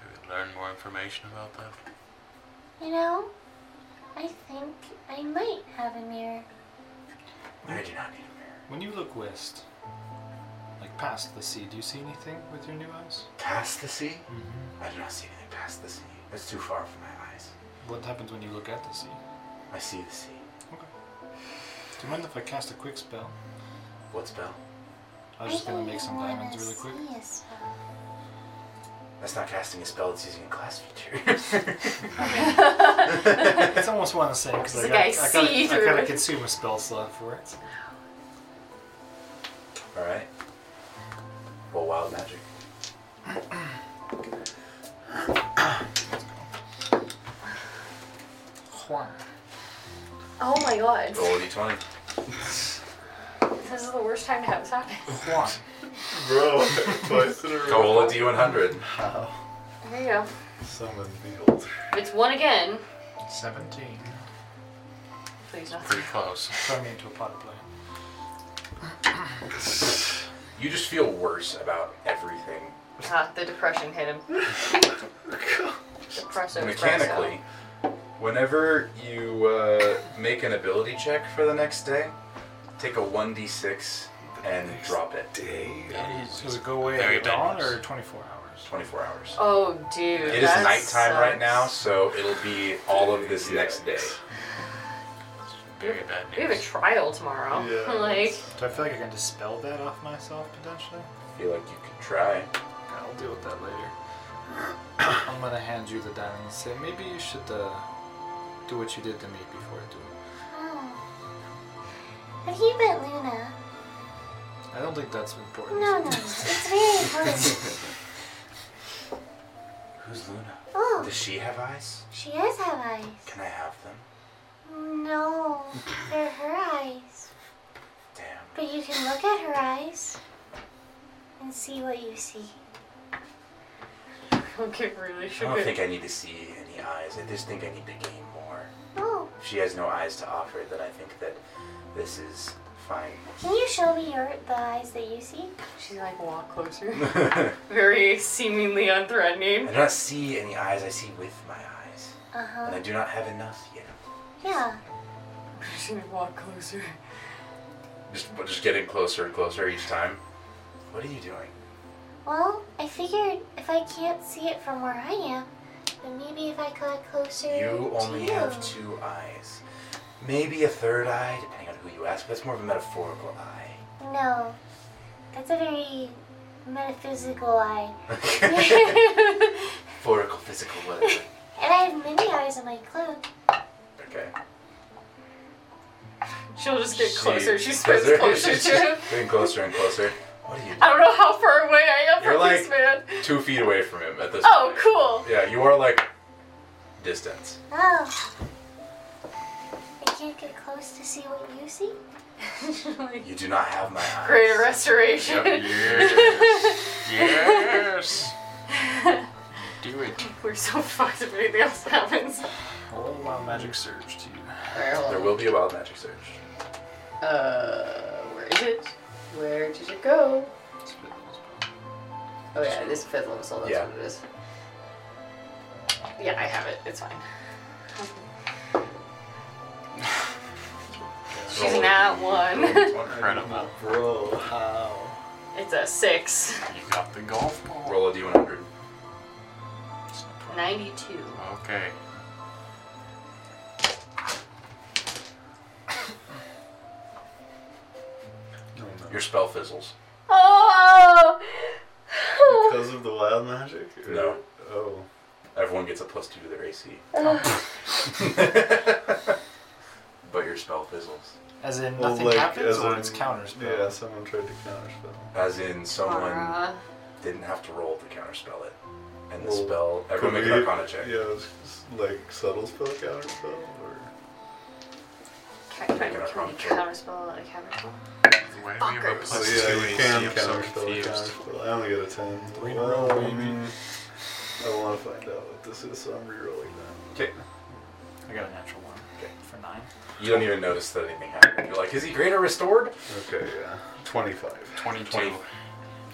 [SPEAKER 2] Maybe learn more information about that.
[SPEAKER 8] You know, I think I might have a mirror.
[SPEAKER 4] I do not need a mirror.
[SPEAKER 9] When you look west, like past the sea, do you see anything with your new eyes?
[SPEAKER 4] Past the sea?
[SPEAKER 9] Mm-hmm.
[SPEAKER 4] I do not see anything past the sea. That's too far from my eyes.
[SPEAKER 9] What happens when you look at the sea?
[SPEAKER 4] I see the sea.
[SPEAKER 9] Do you mind if I cast a quick spell?
[SPEAKER 4] What spell?
[SPEAKER 9] I was just gonna make some
[SPEAKER 8] wanna
[SPEAKER 9] diamonds really quick.
[SPEAKER 8] see a spell.
[SPEAKER 4] That's not casting a spell. It's using a class feature.
[SPEAKER 9] It's almost one of the same because I,
[SPEAKER 11] Like,
[SPEAKER 9] got-
[SPEAKER 11] I
[SPEAKER 9] I,
[SPEAKER 11] see
[SPEAKER 9] gotta- I
[SPEAKER 11] through
[SPEAKER 9] gotta
[SPEAKER 11] it.
[SPEAKER 9] consume a spell slot for it.
[SPEAKER 4] All right. Roll wild magic.
[SPEAKER 9] One.
[SPEAKER 11] Oh my god.
[SPEAKER 4] Roll a d20.
[SPEAKER 11] This is the worst time to have this happen.
[SPEAKER 9] One.
[SPEAKER 7] Bro, twice in a row.
[SPEAKER 4] Roll a d100.
[SPEAKER 11] There you go.
[SPEAKER 7] Summon the old.
[SPEAKER 11] If it's one again,
[SPEAKER 19] Seventeen.
[SPEAKER 11] please not.
[SPEAKER 2] Pretty close.
[SPEAKER 9] Turn me into a pot of play.
[SPEAKER 4] You just feel worse about everything.
[SPEAKER 11] Ah, the depression hit him. Depressive.
[SPEAKER 4] Mechanically, whenever you uh, make an ability check for the next day, take a 1d6 and drop it.
[SPEAKER 2] It
[SPEAKER 9] Does it go away
[SPEAKER 2] Very
[SPEAKER 9] at dawn
[SPEAKER 2] dangerous.
[SPEAKER 9] or 24 hours?
[SPEAKER 4] 24 hours.
[SPEAKER 11] Oh, dude.
[SPEAKER 4] It is
[SPEAKER 11] that
[SPEAKER 4] nighttime right
[SPEAKER 11] sucks.
[SPEAKER 4] now, so it'll be all of this next day.
[SPEAKER 2] is very bad
[SPEAKER 11] We have a
[SPEAKER 2] news.
[SPEAKER 11] trial tomorrow.
[SPEAKER 7] Yeah.
[SPEAKER 11] like,
[SPEAKER 9] Do I feel like I can dispel that off myself potentially?
[SPEAKER 4] I feel like you could try.
[SPEAKER 9] I'll deal with that later. I'm gonna hand you the diamond and say maybe you should uh, do what you did to me before I do it.
[SPEAKER 8] Oh. Have you met Luna?
[SPEAKER 9] I don't think that's important.
[SPEAKER 8] No, no, it's very important.
[SPEAKER 4] Who's Luna?
[SPEAKER 8] Oh,
[SPEAKER 4] Does she have eyes?
[SPEAKER 8] she does have eyes.
[SPEAKER 4] Can I have them?
[SPEAKER 8] No, they're her eyes.
[SPEAKER 4] Damn.
[SPEAKER 8] But you can look at her eyes and see what you see.
[SPEAKER 11] I'll get really
[SPEAKER 4] I don't
[SPEAKER 11] shook.
[SPEAKER 4] think I need to see any eyes. I just think I need to gain more.
[SPEAKER 8] Oh,
[SPEAKER 4] If she has no eyes to offer, then I think that this is fine.
[SPEAKER 8] can you show me your the eyes that you see?
[SPEAKER 11] She's like, walk closer. Very seemingly
[SPEAKER 4] I
[SPEAKER 11] unthreatening.
[SPEAKER 4] do not see any eyes I see with my eyes.
[SPEAKER 8] Uh
[SPEAKER 4] And
[SPEAKER 8] huh.
[SPEAKER 4] I do not have enough yet.
[SPEAKER 8] Yeah.
[SPEAKER 11] She's like, walk closer.
[SPEAKER 4] Just but just getting closer and closer each time. What are you doing?
[SPEAKER 8] Well, I figured if I can't see it from where I am, then maybe if I got closer.
[SPEAKER 4] You
[SPEAKER 8] to
[SPEAKER 4] only
[SPEAKER 8] you.
[SPEAKER 4] have two eyes. Maybe a third eye, depending on who you ask, but that's more of a metaphorical eye.
[SPEAKER 8] No, that's a very metaphysical eye.
[SPEAKER 4] Metaphorical, physical, whatever.
[SPEAKER 8] And I have many eyes on my clothes.
[SPEAKER 4] Okay.
[SPEAKER 11] She'll just get
[SPEAKER 4] She-
[SPEAKER 11] closer. She
[SPEAKER 4] does
[SPEAKER 11] spins
[SPEAKER 4] her-
[SPEAKER 11] closer
[SPEAKER 4] she's
[SPEAKER 11] to
[SPEAKER 4] just
[SPEAKER 11] him.
[SPEAKER 4] Getting closer and closer. What are you
[SPEAKER 11] I don't know how far away I am
[SPEAKER 4] You're
[SPEAKER 11] from
[SPEAKER 4] like-
[SPEAKER 11] this man.
[SPEAKER 4] Two feet away from him at this
[SPEAKER 11] Oh, cool.
[SPEAKER 4] Yeah, you are like distance.
[SPEAKER 8] Oh. I can't get close to see what you see?
[SPEAKER 11] Like,
[SPEAKER 4] You do not have my eyes.
[SPEAKER 11] Greater restoration.
[SPEAKER 2] Yep,
[SPEAKER 4] Oh,
[SPEAKER 2] yes. yes. Do it.
[SPEAKER 11] We're so fucked if anything else happens.
[SPEAKER 9] Roll my Oh, magic surge to you.
[SPEAKER 4] There will be a wild magic surge.
[SPEAKER 11] Uh, where is it? Where did it go? Oh yeah, it is fifth level, so that's
[SPEAKER 4] Yeah.
[SPEAKER 11] what it is. Yeah, I have it. It's fine. She's
[SPEAKER 4] Roll.
[SPEAKER 11] not one.
[SPEAKER 2] Incredible.
[SPEAKER 7] Bro.
[SPEAKER 9] Wow.
[SPEAKER 11] it's a six.
[SPEAKER 2] You got the golf ball.
[SPEAKER 4] Roll a d100.
[SPEAKER 11] Ninety-two.
[SPEAKER 2] Okay.
[SPEAKER 4] Your spell fizzles.
[SPEAKER 11] Oh!
[SPEAKER 7] Because of the wild magic? Or-
[SPEAKER 4] No.
[SPEAKER 7] Oh.
[SPEAKER 4] Everyone gets a plus two to their AC. but your spell fizzles.
[SPEAKER 9] As in
[SPEAKER 7] Well,
[SPEAKER 9] nothing
[SPEAKER 7] like,
[SPEAKER 9] happens,
[SPEAKER 7] as
[SPEAKER 9] or
[SPEAKER 7] in-
[SPEAKER 9] it's counters.
[SPEAKER 7] Yeah, someone tried to counterspell.
[SPEAKER 4] As in, someone
[SPEAKER 11] Aura.
[SPEAKER 4] didn't have to roll to counterspell it. And the
[SPEAKER 7] Well,
[SPEAKER 4] spell.
[SPEAKER 7] Could
[SPEAKER 4] Everyone make an
[SPEAKER 7] we-
[SPEAKER 4] arcana check.
[SPEAKER 7] Yeah, it's just like subtle spell counterspell? Or.
[SPEAKER 11] Can, can,
[SPEAKER 4] Make
[SPEAKER 11] can
[SPEAKER 4] an
[SPEAKER 11] we
[SPEAKER 4] arcana check.
[SPEAKER 11] counterspell a counterspell?
[SPEAKER 2] Why do we have a
[SPEAKER 5] Fuckers.
[SPEAKER 7] Oh,
[SPEAKER 2] plus two
[SPEAKER 7] yeah, you can
[SPEAKER 2] AC? I'm so
[SPEAKER 7] counterspell
[SPEAKER 2] confused.
[SPEAKER 7] counterspell. I only got a 10.
[SPEAKER 9] Three in a
[SPEAKER 7] well,
[SPEAKER 9] row,
[SPEAKER 7] I
[SPEAKER 9] baby.
[SPEAKER 7] mean, I want to find out what this is, so I'm rerolling that.
[SPEAKER 4] Okay.
[SPEAKER 9] I got a natural one
[SPEAKER 4] Okay.
[SPEAKER 9] for nine.
[SPEAKER 4] You don't even notice that anything happened. You're like, is he great or restored?
[SPEAKER 7] Okay, yeah. 25.
[SPEAKER 2] 22.
[SPEAKER 4] Twenty-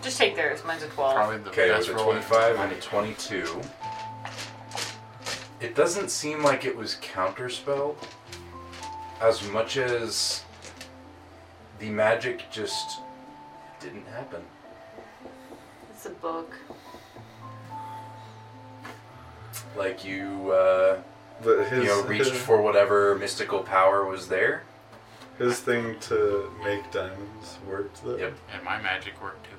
[SPEAKER 11] Just take theirs. Mine's a 12.
[SPEAKER 2] Probably the
[SPEAKER 4] Okay, it was
[SPEAKER 2] best
[SPEAKER 4] a
[SPEAKER 2] roll.
[SPEAKER 4] 25 and a 22. It doesn't seem like it was counterspelled as much as the magic just didn't happen.
[SPEAKER 11] It's a book.
[SPEAKER 4] Like you, uh,
[SPEAKER 7] But
[SPEAKER 4] you
[SPEAKER 7] his,
[SPEAKER 4] know, reached for whatever mystical power was there.
[SPEAKER 7] his thing to make diamonds worked, though.
[SPEAKER 4] Yep.
[SPEAKER 2] And my magic worked too.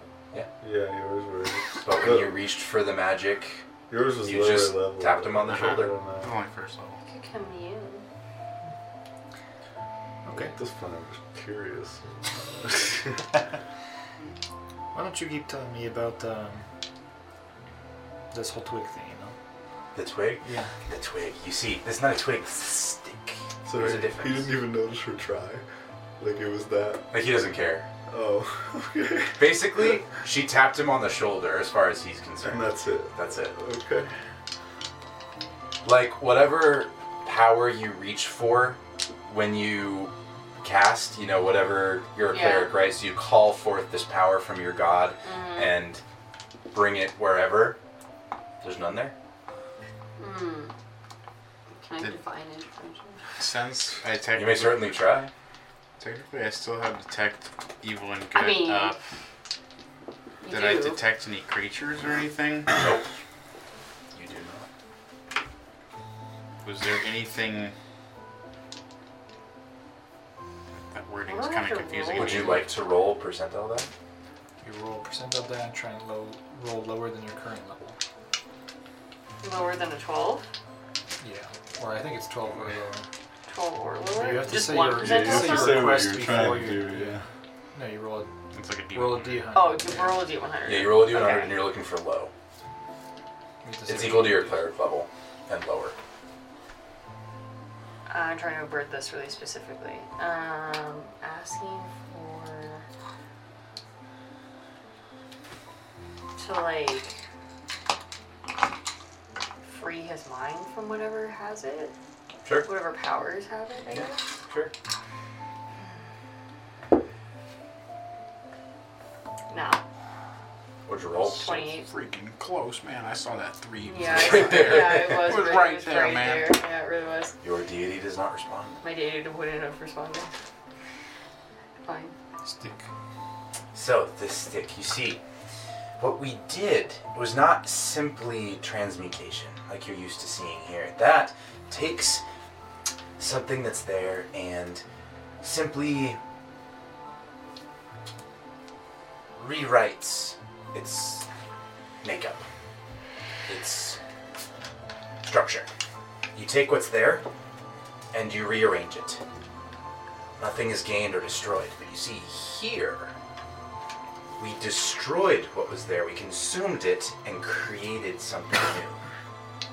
[SPEAKER 7] Yeah, yours worked.
[SPEAKER 4] But when you reached for the magic,
[SPEAKER 7] Yours was
[SPEAKER 4] you
[SPEAKER 7] lower
[SPEAKER 4] just
[SPEAKER 7] level.
[SPEAKER 4] tapped him on the
[SPEAKER 7] I
[SPEAKER 4] shoulder.
[SPEAKER 7] don't know.
[SPEAKER 2] It was only first level.
[SPEAKER 11] Oh, I could commune.
[SPEAKER 7] Okay. At this point, I'm just curious.
[SPEAKER 9] Why don't you keep telling me about um, this whole twig thing? You
[SPEAKER 4] The twig?
[SPEAKER 9] know. Yeah.
[SPEAKER 4] The twig. You see, it's not a twig, it's a stick.
[SPEAKER 7] so
[SPEAKER 4] There's a
[SPEAKER 7] he
[SPEAKER 4] difference.
[SPEAKER 7] didn't even notice her try. Like it was that.
[SPEAKER 4] Like, he doesn't care.
[SPEAKER 7] Oh, okay.
[SPEAKER 4] Basically, she tapped him on the shoulder as far as he's concerned.
[SPEAKER 7] And that's it.
[SPEAKER 4] That's it.
[SPEAKER 7] Okay.
[SPEAKER 4] Like, whatever power you reach for when you cast, you know, whatever you're a
[SPEAKER 11] Yeah.
[SPEAKER 4] cleric, right? So you call forth this power from your god and bring it wherever. There's none there.
[SPEAKER 11] Hmm. Can I
[SPEAKER 2] Did-
[SPEAKER 11] define intervention?
[SPEAKER 2] Since I technically,
[SPEAKER 4] You may certainly try.
[SPEAKER 2] technically I still have detect evil and good
[SPEAKER 11] I mean,
[SPEAKER 2] up.
[SPEAKER 11] You
[SPEAKER 2] Did
[SPEAKER 11] do.
[SPEAKER 2] I detect any creatures or anything?
[SPEAKER 4] Nope. You do not.
[SPEAKER 2] Was there anything? That wording is
[SPEAKER 11] Why
[SPEAKER 2] kind
[SPEAKER 11] would
[SPEAKER 2] of
[SPEAKER 11] I
[SPEAKER 2] confusing.
[SPEAKER 11] roll?
[SPEAKER 4] Would
[SPEAKER 2] me.
[SPEAKER 4] you like to roll percentile then?
[SPEAKER 9] You roll a percent of that and try and low, roll lower than your current level.
[SPEAKER 11] Lower than a 12?
[SPEAKER 9] Yeah. Or I think it's 12 or lower.
[SPEAKER 11] 12 or lower?
[SPEAKER 9] You have to
[SPEAKER 11] Just
[SPEAKER 9] say
[SPEAKER 11] one
[SPEAKER 7] Yeah,
[SPEAKER 9] your-
[SPEAKER 11] percentile
[SPEAKER 7] you
[SPEAKER 9] That's
[SPEAKER 7] have to
[SPEAKER 9] not
[SPEAKER 11] sound?
[SPEAKER 7] say what
[SPEAKER 9] request
[SPEAKER 7] you're
[SPEAKER 9] before
[SPEAKER 7] trying to
[SPEAKER 9] you-
[SPEAKER 7] do, yeah.
[SPEAKER 9] No, you roll a,
[SPEAKER 2] It's like a demon.
[SPEAKER 9] roll a d100.
[SPEAKER 11] Oh, you roll a d100.
[SPEAKER 4] Yeah, you roll a d100
[SPEAKER 11] Okay.
[SPEAKER 4] and you're looking for low.
[SPEAKER 9] You have to
[SPEAKER 4] It's
[SPEAKER 9] say-
[SPEAKER 4] equal to your cleric level and lower.
[SPEAKER 11] I'm trying to word this really specifically. Um, asking for to like free his mind from whatever has it,
[SPEAKER 4] Sure.
[SPEAKER 11] whatever powers have it. I guess.
[SPEAKER 4] Sure.
[SPEAKER 11] No,
[SPEAKER 4] What'd you roll?
[SPEAKER 11] 28.
[SPEAKER 2] Freaking close, man! I saw that three.
[SPEAKER 11] Yeah,
[SPEAKER 4] Right
[SPEAKER 11] I- yeah,
[SPEAKER 4] there.
[SPEAKER 11] it was,
[SPEAKER 2] It was
[SPEAKER 11] right,
[SPEAKER 2] right
[SPEAKER 11] it was
[SPEAKER 2] there,
[SPEAKER 11] right
[SPEAKER 2] man.
[SPEAKER 11] there. Yeah, it really was.
[SPEAKER 4] Your deity does not respond.
[SPEAKER 11] My data wouldn't have responded. Fine.
[SPEAKER 9] Stick.
[SPEAKER 4] So, this stick, you see, what we did was not simply transmutation like you're used to seeing here. That takes something that's there and simply rewrites its makeup, its structure. You take what's there and you rearrange it. Nothing is gained or destroyed, but you see here. We destroyed what was there. We consumed it and created something new.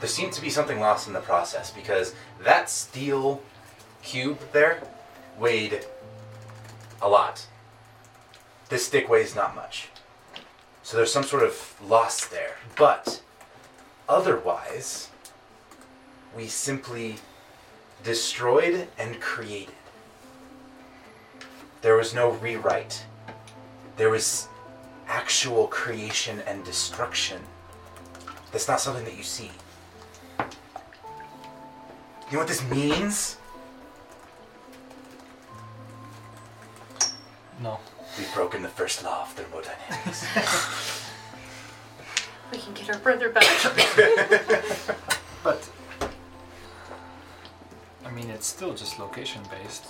[SPEAKER 4] There seemed to be something lost in the process because that steel cube there weighed a lot. This stick weighs not much. So there's some sort of loss there. But otherwise, we simply destroyed and created. There was no rewrite. There was actual creation and destruction. That's not something that you see. You know what this means?
[SPEAKER 9] No.
[SPEAKER 4] We've broken the first law of thermodynamics.
[SPEAKER 11] We can get our brother back.
[SPEAKER 9] But. I mean, it's still just location based.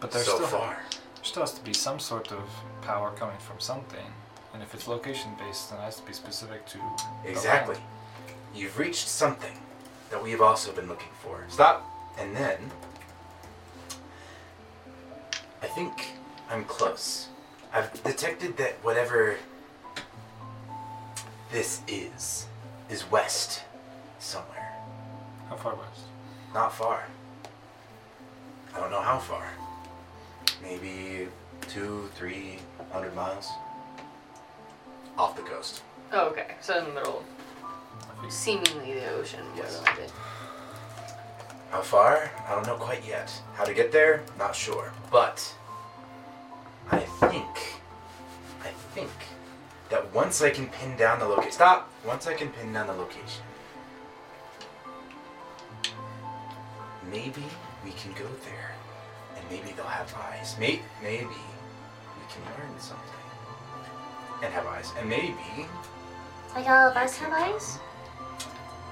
[SPEAKER 9] But there's
[SPEAKER 4] so
[SPEAKER 9] still.
[SPEAKER 4] far.
[SPEAKER 9] Just has to be some sort of power coming from something. And if it's location based, then it has to be specific to. the
[SPEAKER 4] Exactly.
[SPEAKER 9] land.
[SPEAKER 4] You've reached something that we have also been looking for. Stop. And then. I think I'm close. I've detected that whatever this is, is west somewhere.
[SPEAKER 9] How far west?
[SPEAKER 4] Not far. I don't know how far. Maybe two, three hundred miles off the coast.
[SPEAKER 11] Oh, okay. So in the middle
[SPEAKER 9] I
[SPEAKER 11] of
[SPEAKER 9] think
[SPEAKER 11] seemingly the ocean. more
[SPEAKER 4] Yes.
[SPEAKER 11] than it.
[SPEAKER 4] How far? I don't know quite yet. How to get there? Not sure. But I think, I think that once I can pin down the location. Stop. Once I can pin down the location, maybe we can go there, and maybe they'll have eyes. May- maybe we can learn something and have eyes, and maybe
[SPEAKER 8] Like all of us have eyes?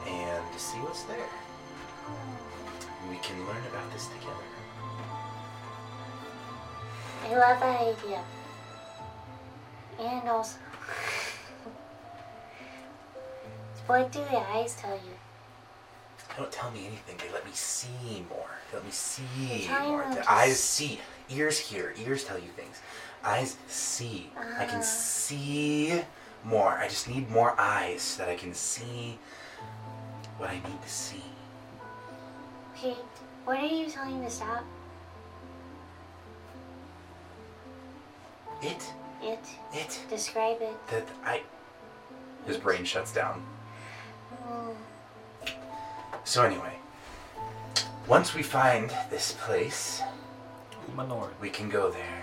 [SPEAKER 4] and to see what's there. We can learn about this together.
[SPEAKER 8] I love that idea. And also. what do the eyes tell you?
[SPEAKER 4] Don't tell me anything. They let me see more. They let me see
[SPEAKER 8] Tell me
[SPEAKER 4] more.
[SPEAKER 8] what
[SPEAKER 4] The
[SPEAKER 8] to
[SPEAKER 4] eyes
[SPEAKER 8] s-
[SPEAKER 4] see. Ears hear. Ears tell you things. Eyes see. I
[SPEAKER 8] Ah.
[SPEAKER 4] can see more. I just need more eyes so that I can see what I need to see.
[SPEAKER 8] Okay, what are you telling the stop?
[SPEAKER 4] It.
[SPEAKER 8] It?
[SPEAKER 4] It.
[SPEAKER 8] Describe it.
[SPEAKER 4] That I. His brain shuts down.
[SPEAKER 8] Mm,
[SPEAKER 4] So anyway, once we find this place,
[SPEAKER 9] Manor.
[SPEAKER 4] we can go there.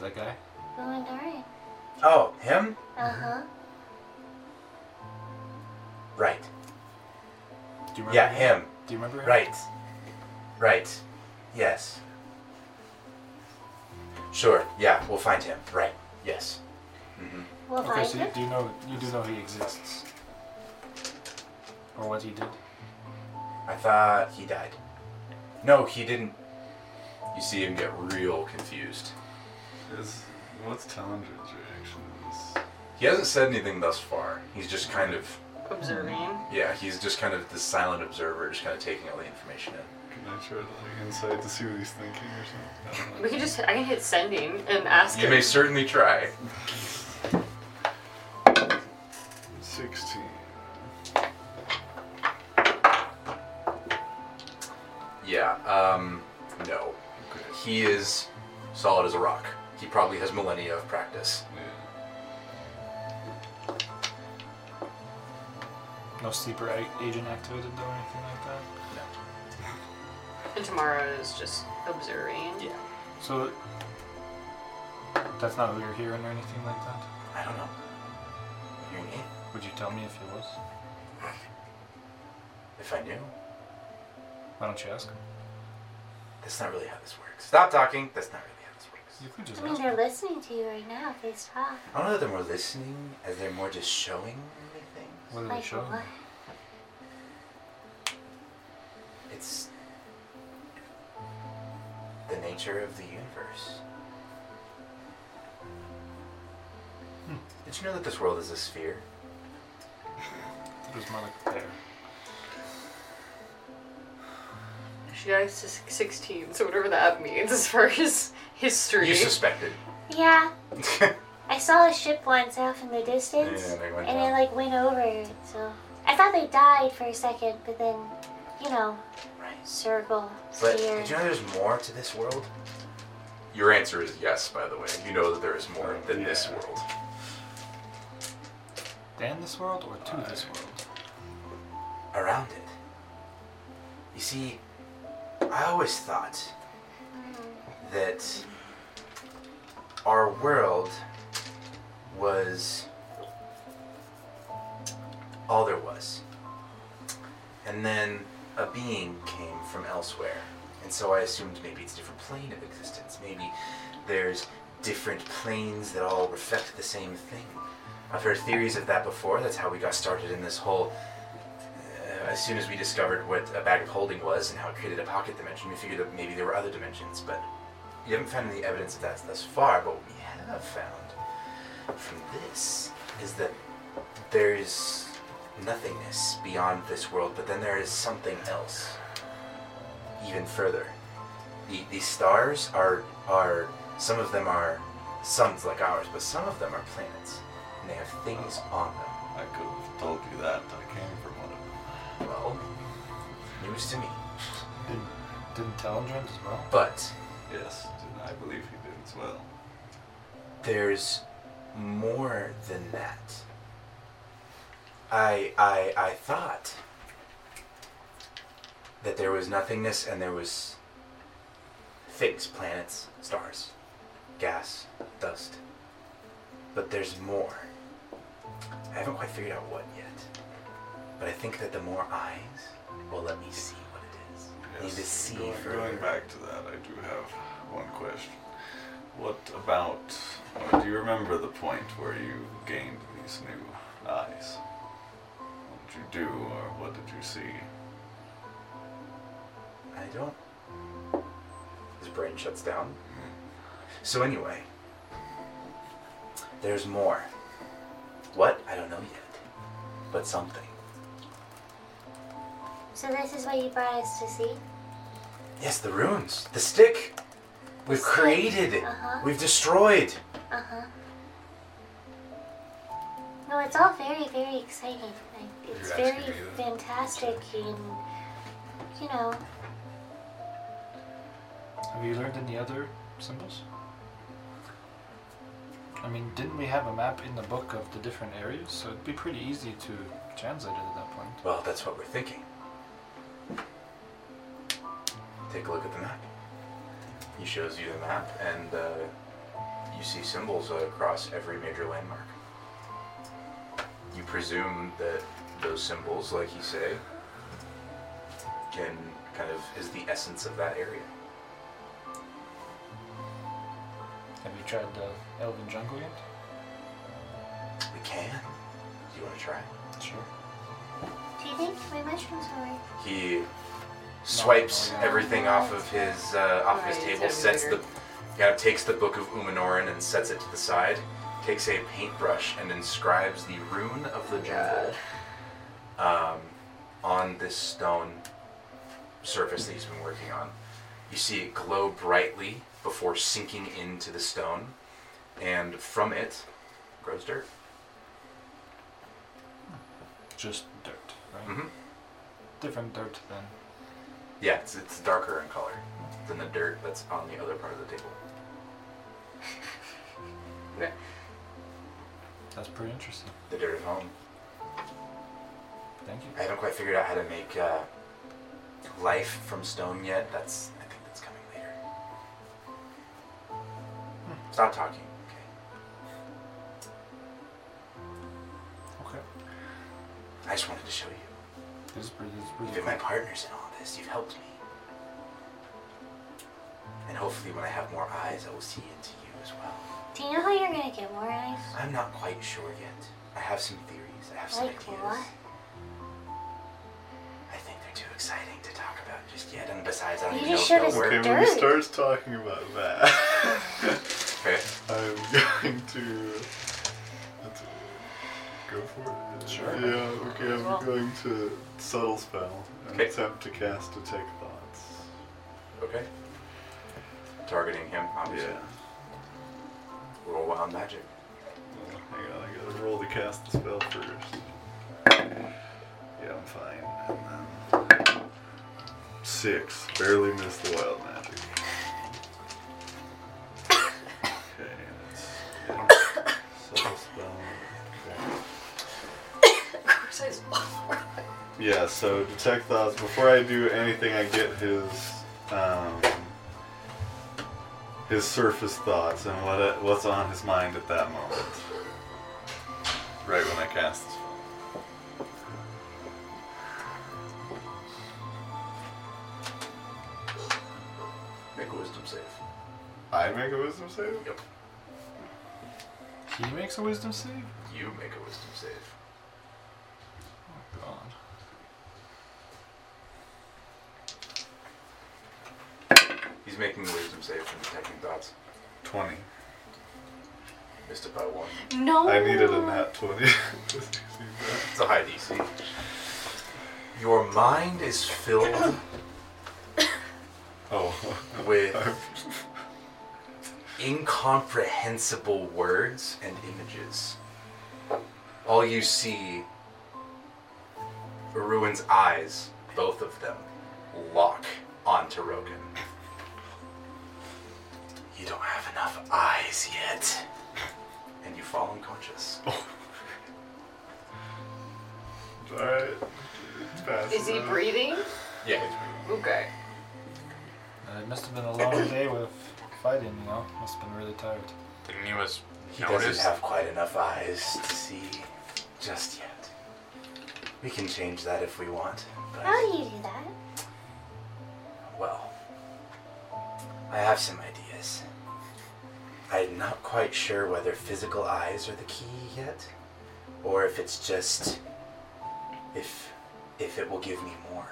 [SPEAKER 9] That guy?
[SPEAKER 8] Luminari.
[SPEAKER 4] Oh, him?
[SPEAKER 8] Uh huh.
[SPEAKER 4] Right.
[SPEAKER 9] Do you remember
[SPEAKER 4] Yeah, him.
[SPEAKER 9] Do you remember him?
[SPEAKER 4] Right. Right. Yes. Sure. Yeah, we'll find him. Right. Yes. hmm
[SPEAKER 8] We'll
[SPEAKER 9] Okay,
[SPEAKER 8] find
[SPEAKER 9] so you,
[SPEAKER 8] him.
[SPEAKER 9] do you know you do know he exists, or what he did?
[SPEAKER 4] I thought he died. No, he didn't. You see him get real confused.
[SPEAKER 1] Is what's Talondra's reaction to this?
[SPEAKER 4] He hasn't said anything thus far. He's just kind of
[SPEAKER 11] Observing.
[SPEAKER 4] yeah. He's just kind of the silent observer, just kind of taking all the information in.
[SPEAKER 1] Can I try to like insight to see what he's thinking or something? I don't
[SPEAKER 11] We can just. I can hit sending and ask
[SPEAKER 4] You
[SPEAKER 11] him.
[SPEAKER 4] may certainly try.
[SPEAKER 1] know. Sixteen.
[SPEAKER 4] Yeah. Um. No. He is solid as a rock. He probably has millennia of practice.
[SPEAKER 1] Yeah.
[SPEAKER 9] No sleeper a- agent activated though, or anything like that.
[SPEAKER 11] And tomorrow is just observing.
[SPEAKER 4] Yeah.
[SPEAKER 9] So that's not who you're hearing or anything like that.
[SPEAKER 4] I don't know. Hearing it.
[SPEAKER 9] Would you tell me if it was?
[SPEAKER 4] If I knew,
[SPEAKER 9] Why don't you ask him?
[SPEAKER 4] that's not really how this works. Stop talking. That's not really how this
[SPEAKER 9] You
[SPEAKER 4] works.
[SPEAKER 9] could just
[SPEAKER 8] I mean,
[SPEAKER 9] ask.
[SPEAKER 8] they're listening to you right now if they stop.
[SPEAKER 4] I don't know that they're more listening, as they're more just showing me things.
[SPEAKER 9] What did they
[SPEAKER 8] Like
[SPEAKER 9] show?
[SPEAKER 8] what?
[SPEAKER 9] him?
[SPEAKER 4] It's the nature of the universe. Hmm. Did you know that this world is a sphere?
[SPEAKER 9] It was more like there.
[SPEAKER 11] She died s- 16, so whatever that means as far as history.
[SPEAKER 4] You suspected.
[SPEAKER 8] Yeah, I saw a ship once off in the distance.
[SPEAKER 4] Yeah, they went
[SPEAKER 8] and
[SPEAKER 4] down.
[SPEAKER 8] it like went over it, so. I thought they died for a second, but then, you know,
[SPEAKER 4] right.
[SPEAKER 8] circle,
[SPEAKER 4] But
[SPEAKER 8] sphere.
[SPEAKER 4] did you know there's more to this world? Your answer is yes, by the way. You know that there is more than this
[SPEAKER 1] Yeah.
[SPEAKER 4] world.
[SPEAKER 9] Than this world or to this world?
[SPEAKER 4] around it. You see, I always thought that our world was all there was. And then a being came from elsewhere. And so I assumed maybe it's a different plane of existence. Maybe there's different planes that all reflect the same thing. I've heard theories of that before. That's how we got started in this whole uh, as soon as we discovered what a bag of holding was and how it created a pocket dimension, we figured that maybe there were other dimensions, but we haven't found any evidence of that thus far. But what we have found from this is that there is nothingness beyond this world, but then there is something else even further. The, these stars are are some of them are suns like ours, but some of them are planets, and they have things on them.
[SPEAKER 7] I could have told you that. I came from one of them.
[SPEAKER 4] Well, news to me.
[SPEAKER 9] Didn't Telendrin as well?
[SPEAKER 4] But
[SPEAKER 7] Yes, and I believe he did as well.
[SPEAKER 4] there's more than that. I I I thought that there was nothingness and there was things, planets, stars, gas, dust. But there's more. I haven't quite figured out what yet. But I think that the more eyes will let me see what it is. Need to see
[SPEAKER 7] going,
[SPEAKER 4] further.
[SPEAKER 7] going back to that, I do have one question. What about? Or do you remember the point where you gained these new eyes? What did you do, or what did you see?
[SPEAKER 4] I don't. His brain shuts down. So, anyway, there's more. What? I don't know yet. But something.
[SPEAKER 8] So this is what you brought us to see?
[SPEAKER 4] Yes, the runes. The stick! We've
[SPEAKER 8] stick.
[SPEAKER 4] created.
[SPEAKER 8] Uh-huh.
[SPEAKER 4] We've destroyed.
[SPEAKER 8] Uh huh. No, it's all very, very exciting. Like, it's
[SPEAKER 7] You're
[SPEAKER 8] very
[SPEAKER 7] asking me that?
[SPEAKER 8] fantastic and, you know,
[SPEAKER 9] Have you learned any other symbols? I mean, didn't we have a map in the book of the different areas? So it'd be pretty easy to translate it at that point.
[SPEAKER 4] Well, that's what we're thinking. Take a look at the map. He shows you the map, and uh, you see symbols across every major landmark. You presume that those symbols, like you say, can kind of is the essence of that area.
[SPEAKER 9] Have you tried the Elven Jungle yet?
[SPEAKER 4] We can. Do you want to try?
[SPEAKER 9] Sure.
[SPEAKER 8] do you think my mushrooms are right?
[SPEAKER 4] He swipes
[SPEAKER 9] no, no.
[SPEAKER 4] everything off of his uh, off of his
[SPEAKER 1] Right, it's
[SPEAKER 4] table,
[SPEAKER 1] gotta be
[SPEAKER 4] sets
[SPEAKER 1] bigger.
[SPEAKER 4] the yeah, takes the book of Umanoran and sets it to the side, takes a paintbrush and inscribes the rune of the jungle um, on this stone surface that he's been working on. You see it glow brightly before sinking into the stone, and from it grows dirt.
[SPEAKER 9] Just dirt, right?
[SPEAKER 4] Mhm.
[SPEAKER 9] Different dirt than.
[SPEAKER 4] Yeah, it's, it's darker in color than the dirt that's on the other part of the table.
[SPEAKER 9] That's pretty interesting.
[SPEAKER 4] The dirt of home.
[SPEAKER 9] Thank you.
[SPEAKER 4] I haven't quite figured out how to make uh, life from stone yet. That's I think that's coming later. Stop talking. Okay.
[SPEAKER 9] Okay.
[SPEAKER 4] I just wanted to show you.
[SPEAKER 9] This is pretty. This is
[SPEAKER 4] You've
[SPEAKER 9] pretty
[SPEAKER 4] been my
[SPEAKER 9] cool.
[SPEAKER 4] partners in all this. You've helped me. And hopefully, when I have more eyes, I will see into you as well.
[SPEAKER 8] Do you know how you're gonna get more eyes?
[SPEAKER 4] I'm not quite sure yet. I have some theories. I have some
[SPEAKER 8] Like
[SPEAKER 4] ideas.
[SPEAKER 8] what?
[SPEAKER 4] I think they're too exciting to talk about just yet. And besides, I don't
[SPEAKER 8] You
[SPEAKER 4] even know
[SPEAKER 8] just
[SPEAKER 4] if
[SPEAKER 8] showed
[SPEAKER 4] they'll
[SPEAKER 8] us
[SPEAKER 4] work.
[SPEAKER 7] Okay,
[SPEAKER 8] Dirt.
[SPEAKER 7] when he starts talking about that,
[SPEAKER 4] Okay.
[SPEAKER 7] I'm going to. That's Go for it.
[SPEAKER 9] Sure.
[SPEAKER 7] Yeah, okay, I'm
[SPEAKER 1] Well-
[SPEAKER 7] going to subtle spell and
[SPEAKER 4] Okay.
[SPEAKER 7] attempt to cast detect thoughts.
[SPEAKER 4] Okay. Targeting him, obviously.
[SPEAKER 7] Yeah.
[SPEAKER 4] Roll wild magic.
[SPEAKER 7] Well, hang on, I gotta roll to cast the spell first. Yeah, I'm fine. And then six, barely missed the wild magic. Okay, that's yeah. subtle spell. Okay. Yeah, so detect thoughts. Before I do anything, I get his um, his surface thoughts and what it, what's on his mind at that moment. Right when I cast.
[SPEAKER 4] Make a wisdom save.
[SPEAKER 7] I make a wisdom save?
[SPEAKER 4] Yep.
[SPEAKER 9] He makes a wisdom save.
[SPEAKER 4] You make a wisdom save.
[SPEAKER 9] Oh God.
[SPEAKER 1] He's making a wisdom save from detecting thoughts.
[SPEAKER 5] 20.
[SPEAKER 1] Missed it by one.
[SPEAKER 11] No.
[SPEAKER 5] I needed a nat 20.
[SPEAKER 1] It's a high DC. Your mind is filled
[SPEAKER 5] oh.
[SPEAKER 1] with incomprehensible words and images. All you see Ruin's eyes, both of them, lock onto Rogan. You don't have enough eyes yet. And you fall unconscious.
[SPEAKER 5] Alright. Fast
[SPEAKER 11] Is he
[SPEAKER 5] enough.
[SPEAKER 11] breathing?
[SPEAKER 1] Yeah.
[SPEAKER 11] Okay.
[SPEAKER 9] Uh, it must have been a long day with fighting, you know? Must have been really tired.
[SPEAKER 2] Didn't you was
[SPEAKER 1] He doesn't
[SPEAKER 2] notice?
[SPEAKER 1] have quite enough eyes to see just yet. We can change that if we want. But...
[SPEAKER 8] How do you do that?
[SPEAKER 1] Well, I have some ideas. I'm not quite sure whether physical eyes are the key yet, or if it's just if if it will give me more.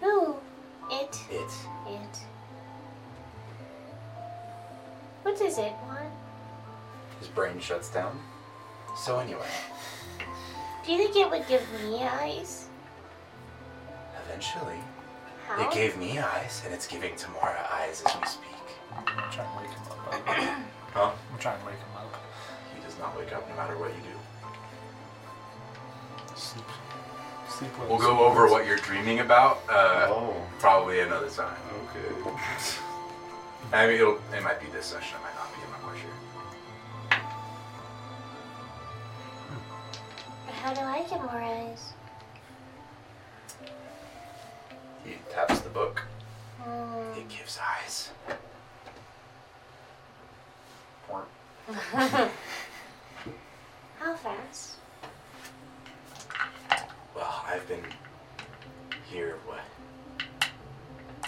[SPEAKER 8] Who? It.
[SPEAKER 1] It.
[SPEAKER 8] It. What does it want?
[SPEAKER 1] His brain shuts down. So anyway,
[SPEAKER 8] Do you think it would give me eyes?
[SPEAKER 1] eventually
[SPEAKER 8] How?
[SPEAKER 1] it gave me eyes, and it's giving Tamara eyes as we speak.
[SPEAKER 9] I'm gonna try and wake him up. by the way.
[SPEAKER 1] Huh?
[SPEAKER 9] I'm trying to wake him up.
[SPEAKER 1] He does not wake up no matter what you do.
[SPEAKER 9] Sleep. Sleep well.
[SPEAKER 1] We'll go over what you're dreaming about uh,
[SPEAKER 5] Oh.
[SPEAKER 1] probably another time.
[SPEAKER 5] Okay.
[SPEAKER 1] I mean, it'll, it might be this session. It might not be. I'm not quite sure.
[SPEAKER 8] How do I get more eyes?
[SPEAKER 1] He taps the book.
[SPEAKER 8] Hmm.
[SPEAKER 1] It gives eyes. Or
[SPEAKER 8] How fast?
[SPEAKER 1] Well, I've been here. What?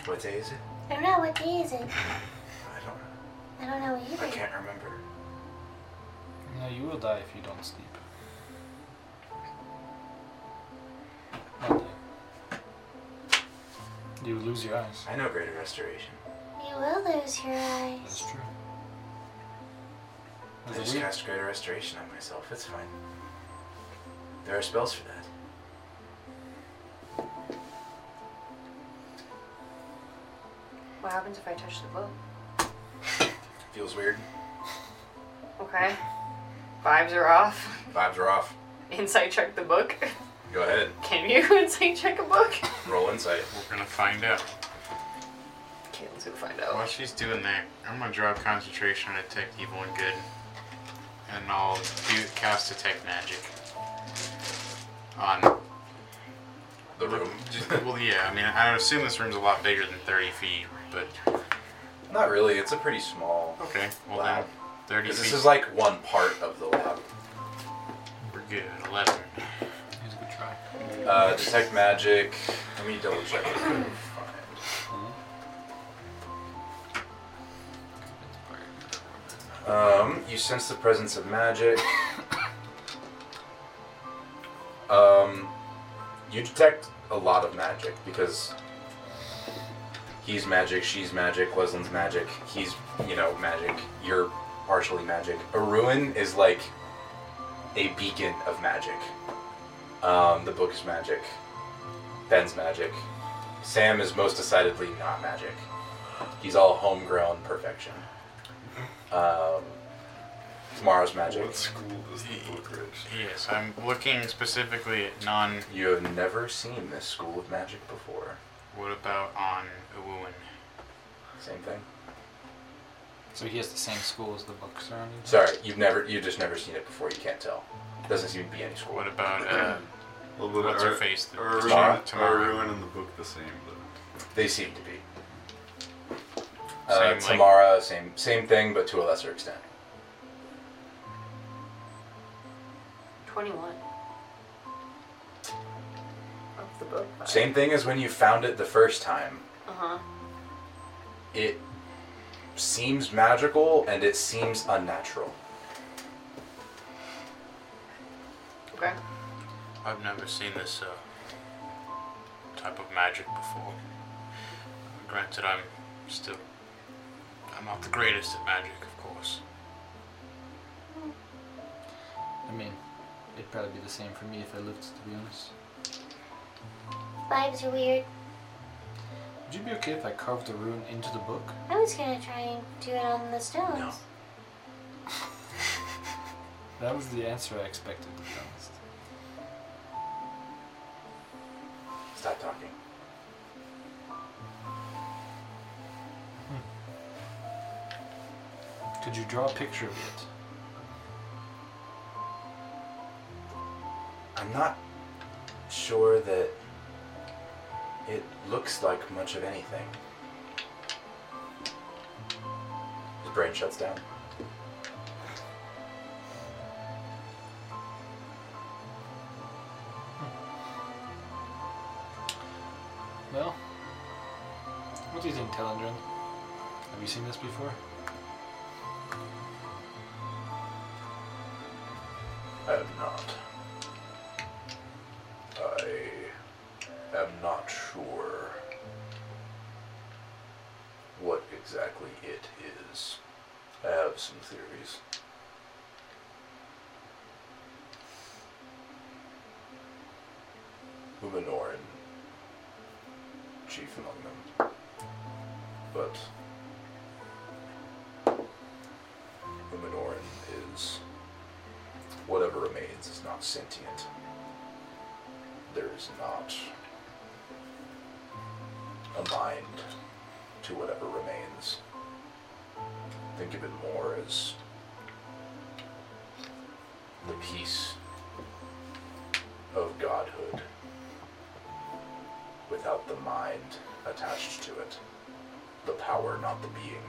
[SPEAKER 1] What day is it?
[SPEAKER 8] I don't know. What day is it?
[SPEAKER 1] I don't.
[SPEAKER 8] I don't know
[SPEAKER 1] I
[SPEAKER 8] either.
[SPEAKER 1] can't remember.
[SPEAKER 9] No, you will die if you don't sleep. One day. You would lose your eyes.
[SPEAKER 1] I know greater restoration.
[SPEAKER 8] You will lose your
[SPEAKER 9] That's
[SPEAKER 8] eyes.
[SPEAKER 9] true.
[SPEAKER 1] I
[SPEAKER 9] There's
[SPEAKER 1] just
[SPEAKER 9] a weird,
[SPEAKER 1] cast greater restoration on myself. It's fine. There are spells for that.
[SPEAKER 11] What happens if I touch the book?
[SPEAKER 1] Feels weird.
[SPEAKER 11] Okay. Vibes are off.
[SPEAKER 1] Vibes are off.
[SPEAKER 11] Insight check the book.
[SPEAKER 1] Go ahead.
[SPEAKER 11] Can you insight check a book?
[SPEAKER 1] Roll insight.
[SPEAKER 2] We're gonna find out.
[SPEAKER 11] Caitlin's gonna find out.
[SPEAKER 2] While she's doing that, I'm gonna draw concentration on detect evil and good, and I'll do cast detect magic on
[SPEAKER 1] The room.
[SPEAKER 2] Just, well, yeah. I mean, I assume this room's a lot bigger than 30 feet, but
[SPEAKER 1] not really. It's a pretty small.
[SPEAKER 2] okay. Well
[SPEAKER 1] Wow.
[SPEAKER 2] then, 30 feet.
[SPEAKER 1] Because this is like one part of the lab.
[SPEAKER 2] we're good. 11.
[SPEAKER 9] here's a good try.
[SPEAKER 1] Uh, detect magic. Let me double check. what I can find. Um, you sense the presence of magic. um, you detect a lot of magic because he's magic, she's magic, Weslin's magic, he's, you know, magic, you're partially magic. A ruin is like a beacon of magic. Um, the book is magic. Ben's magic. Sam is most decidedly not magic. He's all homegrown perfection. Um, tomorrow's magic.
[SPEAKER 5] What school does the book reach?
[SPEAKER 2] Yes, I'm looking specifically at non.
[SPEAKER 1] You have never seen this school of magic before.
[SPEAKER 2] What about on Uwuin?
[SPEAKER 1] Same thing.
[SPEAKER 9] So he has the same school as the book surrounding him?
[SPEAKER 1] Sorry, you've never, you've just never seen it before. You can't tell. Doesn't seem to be any school.
[SPEAKER 2] What about uh,
[SPEAKER 5] Well, but
[SPEAKER 2] what's her
[SPEAKER 5] are-
[SPEAKER 2] face? The-
[SPEAKER 1] Tomorrow?
[SPEAKER 5] Are Ruin, are Ruin and the book the same, though?
[SPEAKER 1] They seem to be. Uh,
[SPEAKER 2] Same, like-
[SPEAKER 1] Tamara, same same thing, but to a lesser extent.
[SPEAKER 11] 21. Of the book.
[SPEAKER 1] Same thing as when you found it the first time.
[SPEAKER 11] Uh huh.
[SPEAKER 1] It seems magical and it seems unnatural.
[SPEAKER 11] Okay.
[SPEAKER 2] I've never seen this uh, type of magic before. Granted, I'm still I'm not the greatest at magic, of course.
[SPEAKER 9] I mean, it'd probably be the same for me if I lived, to be honest.
[SPEAKER 8] Vibes are weird.
[SPEAKER 9] Would you be okay if I carved a rune into the book?
[SPEAKER 8] I was gonna try and do it on the stones.
[SPEAKER 2] No.
[SPEAKER 9] That was the answer I expected, to be honest.
[SPEAKER 6] Stop talking.
[SPEAKER 9] Could you draw a picture of it?
[SPEAKER 6] I'm not sure that it looks like much of anything. His brain shuts down.
[SPEAKER 9] Well, what do you think, Telendrin? Have you seen this before?
[SPEAKER 6] I am not. I am not sure what exactly it is. I have some theories. Umanoran, chief among them. But Umanoran is whatever remains is not sentient. There is not a mind to whatever remains. Think of it more as the peace of godhood without the mind attached to it. The power, not the being.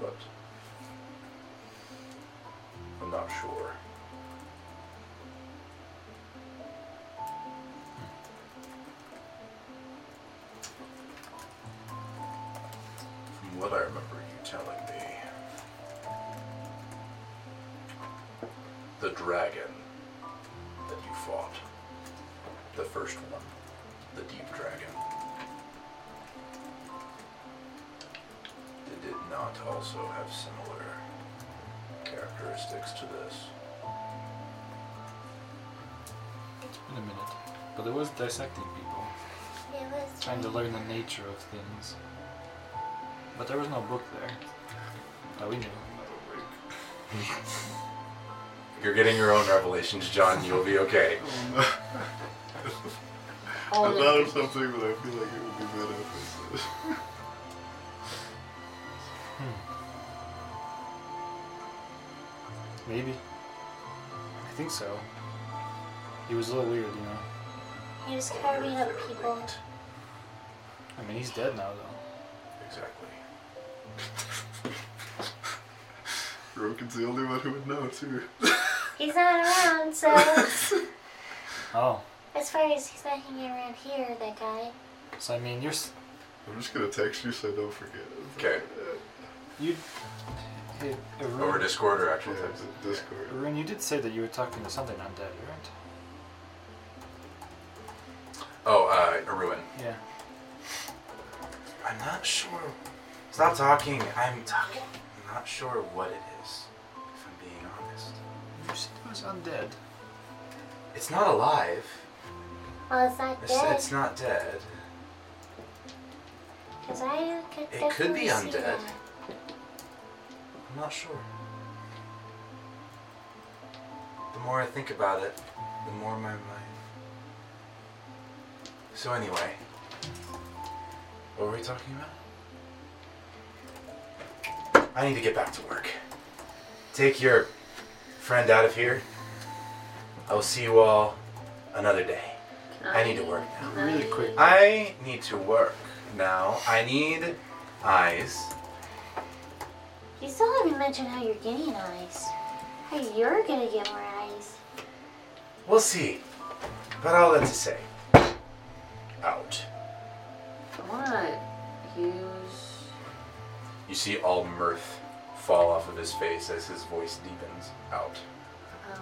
[SPEAKER 6] but I'm not sure. From what I remember you telling me, the dragon that you fought, the first one, the deep dragon. It did not also have similar characteristics to this.
[SPEAKER 9] It's been a minute. But it was dissecting people,
[SPEAKER 8] It was
[SPEAKER 9] trying to learn the nature of things. But there was no book there. That we knew.
[SPEAKER 6] You're getting your own revelations, John. You'll be okay.
[SPEAKER 11] All
[SPEAKER 7] I
[SPEAKER 11] in-
[SPEAKER 7] thought of something, but I feel like it would be better if I said.
[SPEAKER 9] Maybe. I think so. He was a little weird, you know.
[SPEAKER 8] He was carving up
[SPEAKER 6] They're
[SPEAKER 8] people.
[SPEAKER 6] linked.
[SPEAKER 9] I mean, he's dead now, though.
[SPEAKER 6] Exactly.
[SPEAKER 7] Roken's the only one who would know, too.
[SPEAKER 8] He's not around, so
[SPEAKER 9] Oh.
[SPEAKER 8] as far as he's not hanging around here, that guy.
[SPEAKER 9] So, I mean, you're. s-
[SPEAKER 7] I'm just gonna text you so I don't forget.
[SPEAKER 6] Okay.
[SPEAKER 9] You. Hey, Arun,
[SPEAKER 6] Over Discord or
[SPEAKER 7] Yeah,
[SPEAKER 6] actual text?
[SPEAKER 7] the Discord.
[SPEAKER 9] Arun, you did say that you were talking to something undead, right?
[SPEAKER 6] Oh, uh, a ruin.
[SPEAKER 9] Yeah.
[SPEAKER 6] I'm not sure. Stop talking. I'm talking. I'm not sure what it is, if I'm being honest.
[SPEAKER 9] You said it was undead.
[SPEAKER 6] It's not alive.
[SPEAKER 8] Well, it's not
[SPEAKER 6] It's,
[SPEAKER 8] dead.
[SPEAKER 6] it's not dead.
[SPEAKER 8] Because I could
[SPEAKER 6] It could be
[SPEAKER 8] definitely see
[SPEAKER 6] undead.
[SPEAKER 8] that.
[SPEAKER 6] I'm not sure. The more I think about it, the more my mind. So, anyway, what were we talking about? I need to get back to work. Take your friend out of here. I will see you all another day. I need to work now.
[SPEAKER 9] Really quick.
[SPEAKER 6] I need to work now. I need eyes.
[SPEAKER 8] You still haven't mentioned how you're getting eyes. How you're gonna get more eyes.
[SPEAKER 6] We'll see. But all that to say. Out.
[SPEAKER 11] I wanna use.
[SPEAKER 6] You see all mirth fall off of his face as his voice deepens. Out.
[SPEAKER 11] Um,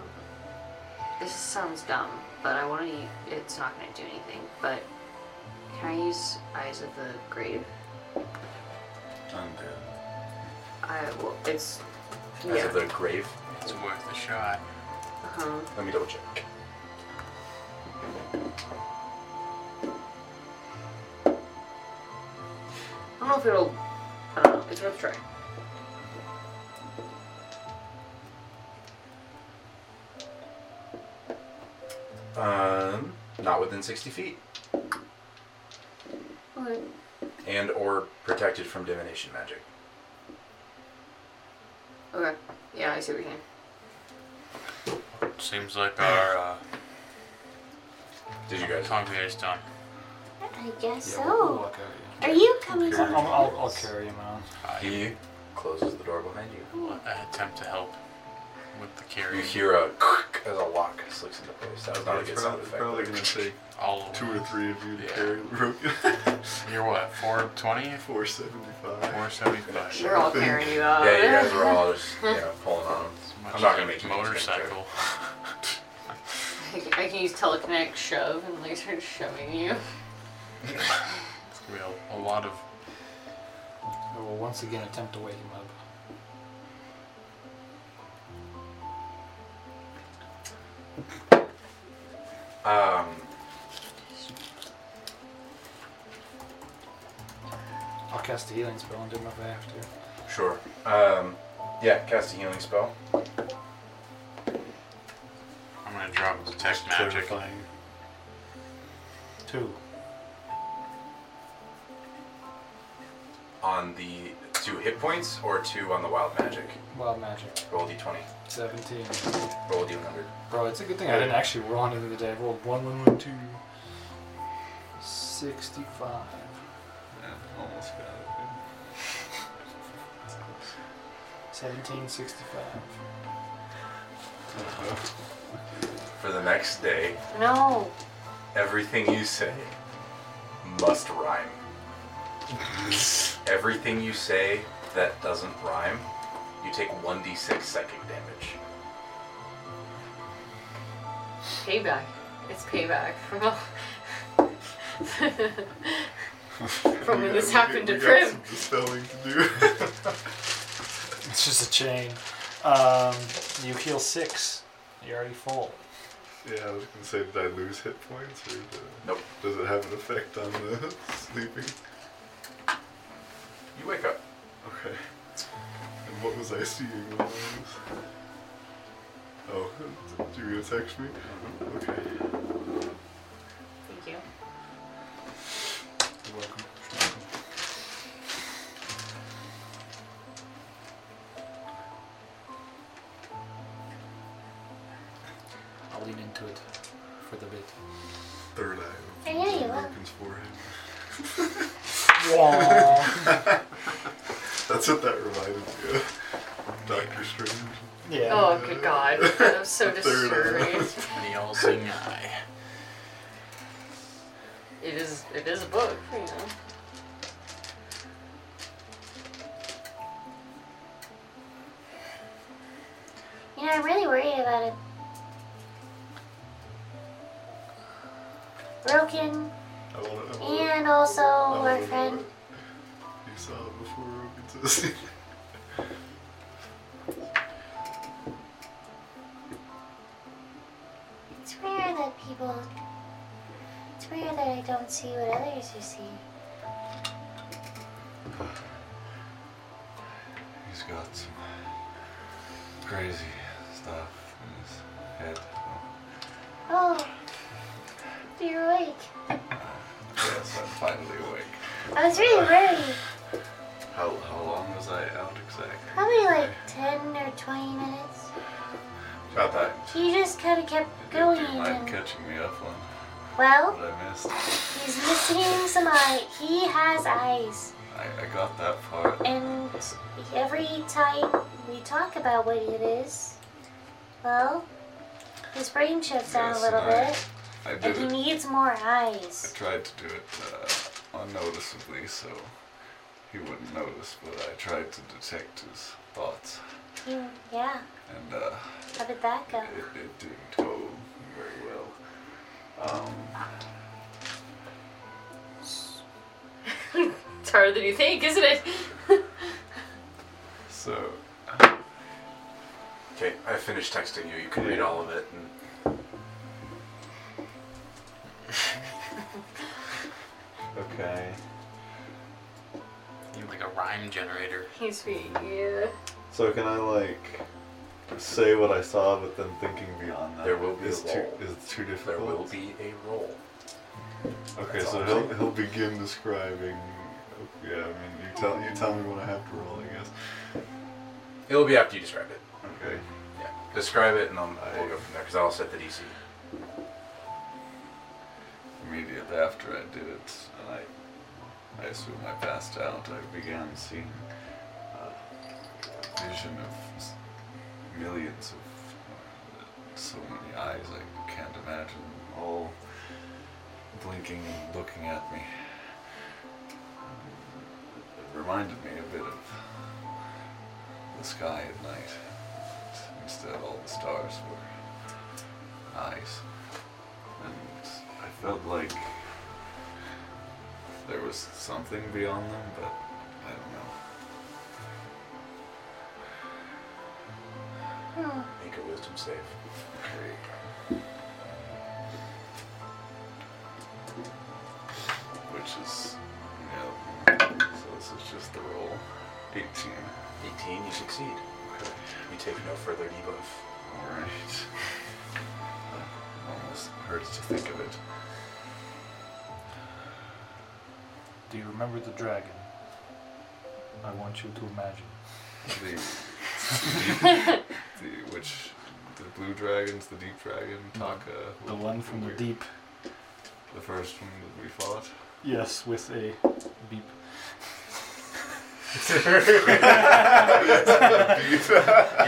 [SPEAKER 11] this sounds dumb, but I want to. It's not gonna do anything. But Can I use Eyes of the Grave?
[SPEAKER 5] Undead.
[SPEAKER 11] I well, it's
[SPEAKER 1] As
[SPEAKER 11] yeah.
[SPEAKER 1] of the grave.
[SPEAKER 2] It's worth a shot.
[SPEAKER 11] uh-huh.
[SPEAKER 1] Let me double check.
[SPEAKER 11] I don't know if it'll. I don't know. It's worth a try.
[SPEAKER 1] Um, not within 60 feet.
[SPEAKER 11] Okay.
[SPEAKER 1] And or protected from divination magic.
[SPEAKER 11] Okay. Yeah, I see what you're saying.
[SPEAKER 2] Seems like our uh,
[SPEAKER 1] Did you guys?
[SPEAKER 2] hungry is done.
[SPEAKER 8] I guess
[SPEAKER 6] Yeah, we'll- we'll
[SPEAKER 8] so.
[SPEAKER 6] walk out, yeah.
[SPEAKER 8] Are you coming to
[SPEAKER 1] I'll-
[SPEAKER 6] I'll, I'll, I'll
[SPEAKER 8] us?
[SPEAKER 6] carry him out.
[SPEAKER 2] I
[SPEAKER 1] He closes the door behind you.
[SPEAKER 2] I attempt to help with the
[SPEAKER 1] You
[SPEAKER 2] carrying.
[SPEAKER 1] hear a as a lock slips into place. That was not a good
[SPEAKER 5] It's
[SPEAKER 1] sound
[SPEAKER 5] probably,
[SPEAKER 1] effect.
[SPEAKER 5] probably gonna take
[SPEAKER 2] All
[SPEAKER 5] two or three of you to
[SPEAKER 2] Yeah.
[SPEAKER 5] carry the rope.
[SPEAKER 2] You're what? 420?
[SPEAKER 5] 475.
[SPEAKER 2] 475.
[SPEAKER 11] We're all carrying you out.
[SPEAKER 1] Yeah, you guys are all just you know, pulling on him.
[SPEAKER 2] Much
[SPEAKER 1] I'm not gonna
[SPEAKER 2] like
[SPEAKER 1] make
[SPEAKER 2] a
[SPEAKER 1] you guys take care.
[SPEAKER 2] motorcycle.
[SPEAKER 11] I can- I can use telekinetic shove and like start shoving you.
[SPEAKER 2] It's gonna be a, a lot of.
[SPEAKER 6] I will once again attempt to wake him up.
[SPEAKER 1] Um,
[SPEAKER 6] I'll cast a healing spell and do my way after.
[SPEAKER 1] sure. Um, yeah, cast a healing spell.
[SPEAKER 2] I'm gonna drop detect magic.
[SPEAKER 5] Terrifying.
[SPEAKER 6] Two.
[SPEAKER 1] on the two hit points or two on the wild magic.
[SPEAKER 6] Wild magic.
[SPEAKER 1] Roll d20.
[SPEAKER 6] 17.
[SPEAKER 1] Roll d100.
[SPEAKER 6] Bro, it's a good thing I didn't actually roll anything today. I rolled 1, 1, 1, 2. 65.
[SPEAKER 5] Yeah, almost got it.
[SPEAKER 6] 17, 65.
[SPEAKER 1] For the next day,
[SPEAKER 11] No.
[SPEAKER 1] everything you say must rhyme. everything you say that doesn't rhyme, you take 1d6 psychic damage.
[SPEAKER 11] Payback. It's payback from all. from when this happened to Prim.
[SPEAKER 5] Dispelling to do.
[SPEAKER 6] It's just a chain. Um, you heal 6. You're already full.
[SPEAKER 5] yeah, I was gonna say, did I lose hit points or did,
[SPEAKER 1] Nope.
[SPEAKER 5] does it have an effect on the sleeping?
[SPEAKER 1] You wake up.
[SPEAKER 5] Okay. And what was I seeing when I was? Oh, did you gonna text me?
[SPEAKER 1] Mm-hmm.
[SPEAKER 5] Okay.
[SPEAKER 11] Thank you.
[SPEAKER 6] You're welcome. I'll lean into it for the bit.
[SPEAKER 5] Third eye.
[SPEAKER 8] I know you will.
[SPEAKER 5] American's forehead.
[SPEAKER 6] Wah.
[SPEAKER 5] That's what that reminded me of. Doctor Strange.
[SPEAKER 6] yeah.
[SPEAKER 11] Oh, good God. That was so
[SPEAKER 5] Third eye.
[SPEAKER 11] disturbing.
[SPEAKER 2] The all seeing eye.
[SPEAKER 11] It is. It is a book. You know.
[SPEAKER 8] You know, I'm really worried about it. Roken
[SPEAKER 5] I want to.
[SPEAKER 8] and also
[SPEAKER 6] Oh,
[SPEAKER 8] our friend.
[SPEAKER 5] You saw it before Rogan saw it.
[SPEAKER 8] It's rare that people. It's rare that I don't see what others are seeing.
[SPEAKER 5] He's got some crazy stuff in his head.
[SPEAKER 8] Oh, you're awake.
[SPEAKER 5] Yes, I'm finally awake.
[SPEAKER 8] I was really worried.
[SPEAKER 5] How, how long was I out exactly?
[SPEAKER 8] Probably like 10 or 20 minutes.
[SPEAKER 1] About that.
[SPEAKER 8] He just kind of kept
[SPEAKER 5] Did
[SPEAKER 8] going.
[SPEAKER 5] you mind
[SPEAKER 8] And,
[SPEAKER 5] catching me up on
[SPEAKER 8] well,
[SPEAKER 5] what I missed?
[SPEAKER 8] he's missing some eye. He has eyes.
[SPEAKER 5] I, I got that part.
[SPEAKER 8] And every time we talk about what it is, well, his brain shuts down a
[SPEAKER 5] Yes,
[SPEAKER 8] little
[SPEAKER 5] I-
[SPEAKER 8] bit,
[SPEAKER 5] I
[SPEAKER 8] and
[SPEAKER 5] did
[SPEAKER 8] he
[SPEAKER 5] it.
[SPEAKER 8] needs more
[SPEAKER 5] I
[SPEAKER 8] eyes.
[SPEAKER 5] tried to do it uh, unnoticeably so he wouldn't notice, but I tried to detect his thoughts.
[SPEAKER 8] He, yeah,
[SPEAKER 5] And uh,
[SPEAKER 8] how did that go?
[SPEAKER 5] It, it didn't go very well. Um,
[SPEAKER 3] harder than you think, isn't it?
[SPEAKER 5] So,
[SPEAKER 1] Okay, I finished texting you. You can read all of it. And
[SPEAKER 5] okay.
[SPEAKER 2] You're like a rhyme generator.
[SPEAKER 3] He's being, yeah.
[SPEAKER 5] So can I like say what I saw, but then thinking beyond that
[SPEAKER 1] There will be a
[SPEAKER 5] is too
[SPEAKER 1] lull.
[SPEAKER 5] is too difficult.
[SPEAKER 1] there will be a roll.
[SPEAKER 5] Okay,
[SPEAKER 1] That's
[SPEAKER 5] so
[SPEAKER 1] all.
[SPEAKER 5] he'll he'll begin describing. Yeah, I mean, you tell you tell me what I have to roll, I guess.
[SPEAKER 1] It'll be after you describe it.
[SPEAKER 5] Okay.
[SPEAKER 1] Yeah. Describe it, and then
[SPEAKER 5] I-
[SPEAKER 1] we'll go from there because I'll set the DC.
[SPEAKER 5] Immediately after I did it, and I I assume I passed out. I began seeing uh, a vision of s- millions of uh, so many eyes I can't imagine, all blinking and looking at me. It reminded me a bit of the sky at night. Instead, all the stars were eyes. And I felt like there was something beyond them, but I don't know.
[SPEAKER 11] Hmm.
[SPEAKER 1] Make a wisdom save.
[SPEAKER 5] Great. Which is, you know, so this is just the roll. 18.
[SPEAKER 1] 18, you succeed.
[SPEAKER 5] Okay.
[SPEAKER 1] You take no further debuff.
[SPEAKER 5] Alright. Almost hurts to think of it.
[SPEAKER 9] Do you remember the dragon? I want you to imagine.
[SPEAKER 5] The, the, the which the blue dragons, the deep dragon, Taka.
[SPEAKER 9] The one from the
[SPEAKER 5] we-
[SPEAKER 9] deep.
[SPEAKER 5] The first one that we fought.
[SPEAKER 9] Yes, with a beep.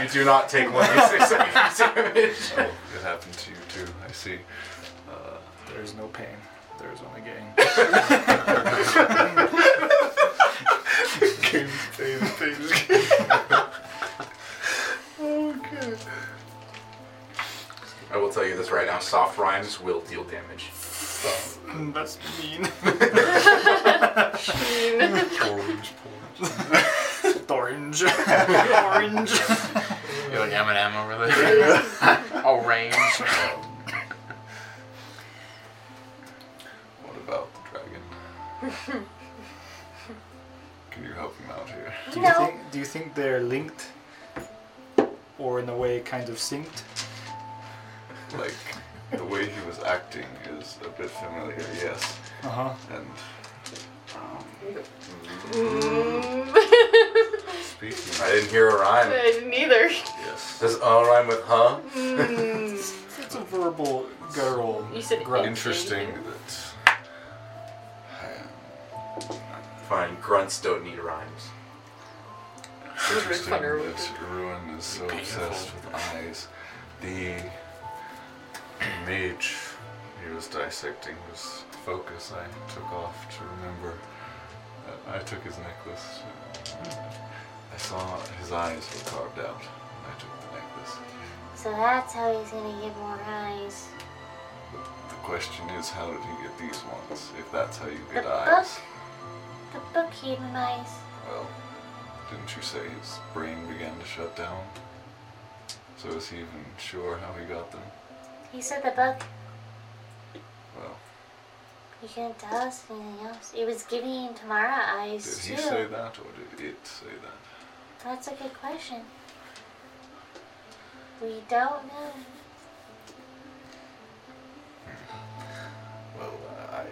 [SPEAKER 1] you do not take one d6 damage.
[SPEAKER 5] Oh, it happened to you too. I see. Uh,
[SPEAKER 9] There is no pain. There is only gain.
[SPEAKER 5] games, pains, pains,
[SPEAKER 1] I will tell you this right now: soft rhymes will deal damage.
[SPEAKER 9] That's mean.
[SPEAKER 5] orange punch.
[SPEAKER 9] Orange. Orange.
[SPEAKER 2] You're like Eminem over there. Orange.
[SPEAKER 5] What about the dragon? Can you help him out here?
[SPEAKER 9] Do you
[SPEAKER 8] No.
[SPEAKER 9] think do you think they're linked? Or in a way kind of synced?
[SPEAKER 5] Like, the way he was acting is a bit familiar, yes.
[SPEAKER 9] Uh-huh.
[SPEAKER 5] And um,
[SPEAKER 11] Mm.
[SPEAKER 5] speaking,
[SPEAKER 1] I didn't hear a
[SPEAKER 11] Uh,
[SPEAKER 1] rhyme.
[SPEAKER 3] I didn't either.
[SPEAKER 5] yes.
[SPEAKER 1] Does uh rhyme with huh?
[SPEAKER 11] Mm.
[SPEAKER 9] Hmm. It's a verbal guttural.
[SPEAKER 3] You said
[SPEAKER 9] grunt.
[SPEAKER 5] Interesting that I am
[SPEAKER 1] Fine, grunts don't need rhymes.
[SPEAKER 5] interesting
[SPEAKER 3] funner
[SPEAKER 5] that Ruin is so obsessed with eyes. The mage he was dissecting was focus I took off to remember. Uh, I took his necklace. I saw his eyes were carved out. and I took the necklace.
[SPEAKER 8] So that's how he's gonna get more eyes.
[SPEAKER 5] The question is, how did he get these ones? If that's how you get
[SPEAKER 8] The
[SPEAKER 5] eyes,
[SPEAKER 8] The book gave him eyes.
[SPEAKER 5] well, didn't you say his brain began to shut down? So is he even sure how he got them?
[SPEAKER 8] He said the book.
[SPEAKER 5] Well,
[SPEAKER 8] He couldn't tell us anything else. It was giving him Tamara
[SPEAKER 5] did
[SPEAKER 8] eyes
[SPEAKER 5] he
[SPEAKER 8] too.
[SPEAKER 5] say that or did it say that?
[SPEAKER 8] That's a good question. We don't know.
[SPEAKER 5] Well, I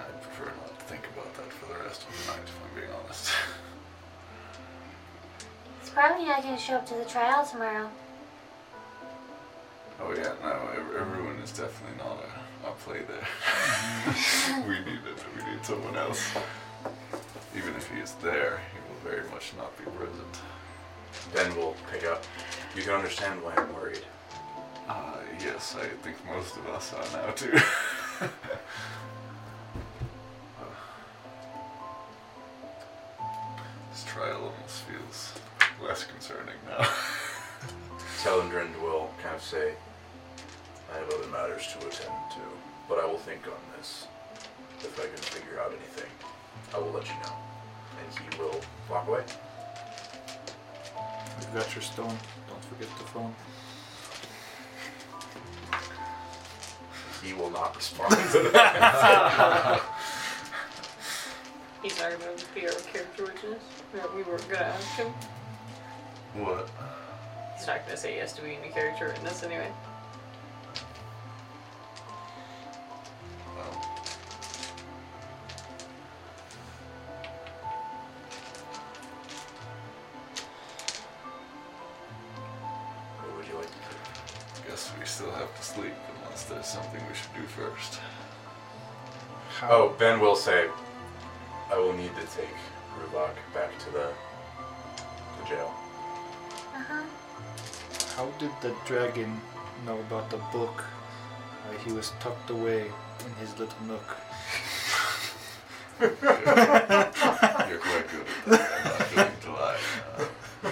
[SPEAKER 5] I prefer not to think about that for the rest of the night, if I'm being honest.
[SPEAKER 8] He's probably not gonna show up to the trial tomorrow.
[SPEAKER 5] oh yeah, no, ev- everyone is definitely not a, a play there. we need it. We need someone else. Even if he is there, he will very much not be present.
[SPEAKER 1] Ben will pick up. You can understand why I'm worried.
[SPEAKER 5] Uh, yes, I think most of us are now too. this trial almost feels less concerning now.
[SPEAKER 1] Telendrind will kind of say, I have other matters to attend to, but I will think on this. If I can figure out anything, I will let you know. and he will walk away.
[SPEAKER 9] You've got your stone. Don't forget the phone.
[SPEAKER 1] He will not respond to that.
[SPEAKER 11] He's not gonna be our character witness. That we weren't gonna ask him.
[SPEAKER 5] What?
[SPEAKER 11] He's not gonna say yes to being a character witness anyway.
[SPEAKER 5] Well,
[SPEAKER 1] what would you like to do?
[SPEAKER 5] guess we still have to sleep unless there's something we should do first.
[SPEAKER 1] Oh, Ben will say, I will need to take Rubach back to the, the jail.
[SPEAKER 8] Uh-huh.
[SPEAKER 9] How did the dragon know about the book? Uh, he was tucked away in his little nook.
[SPEAKER 5] You're quite good at that. I'm not going to lie. Uh,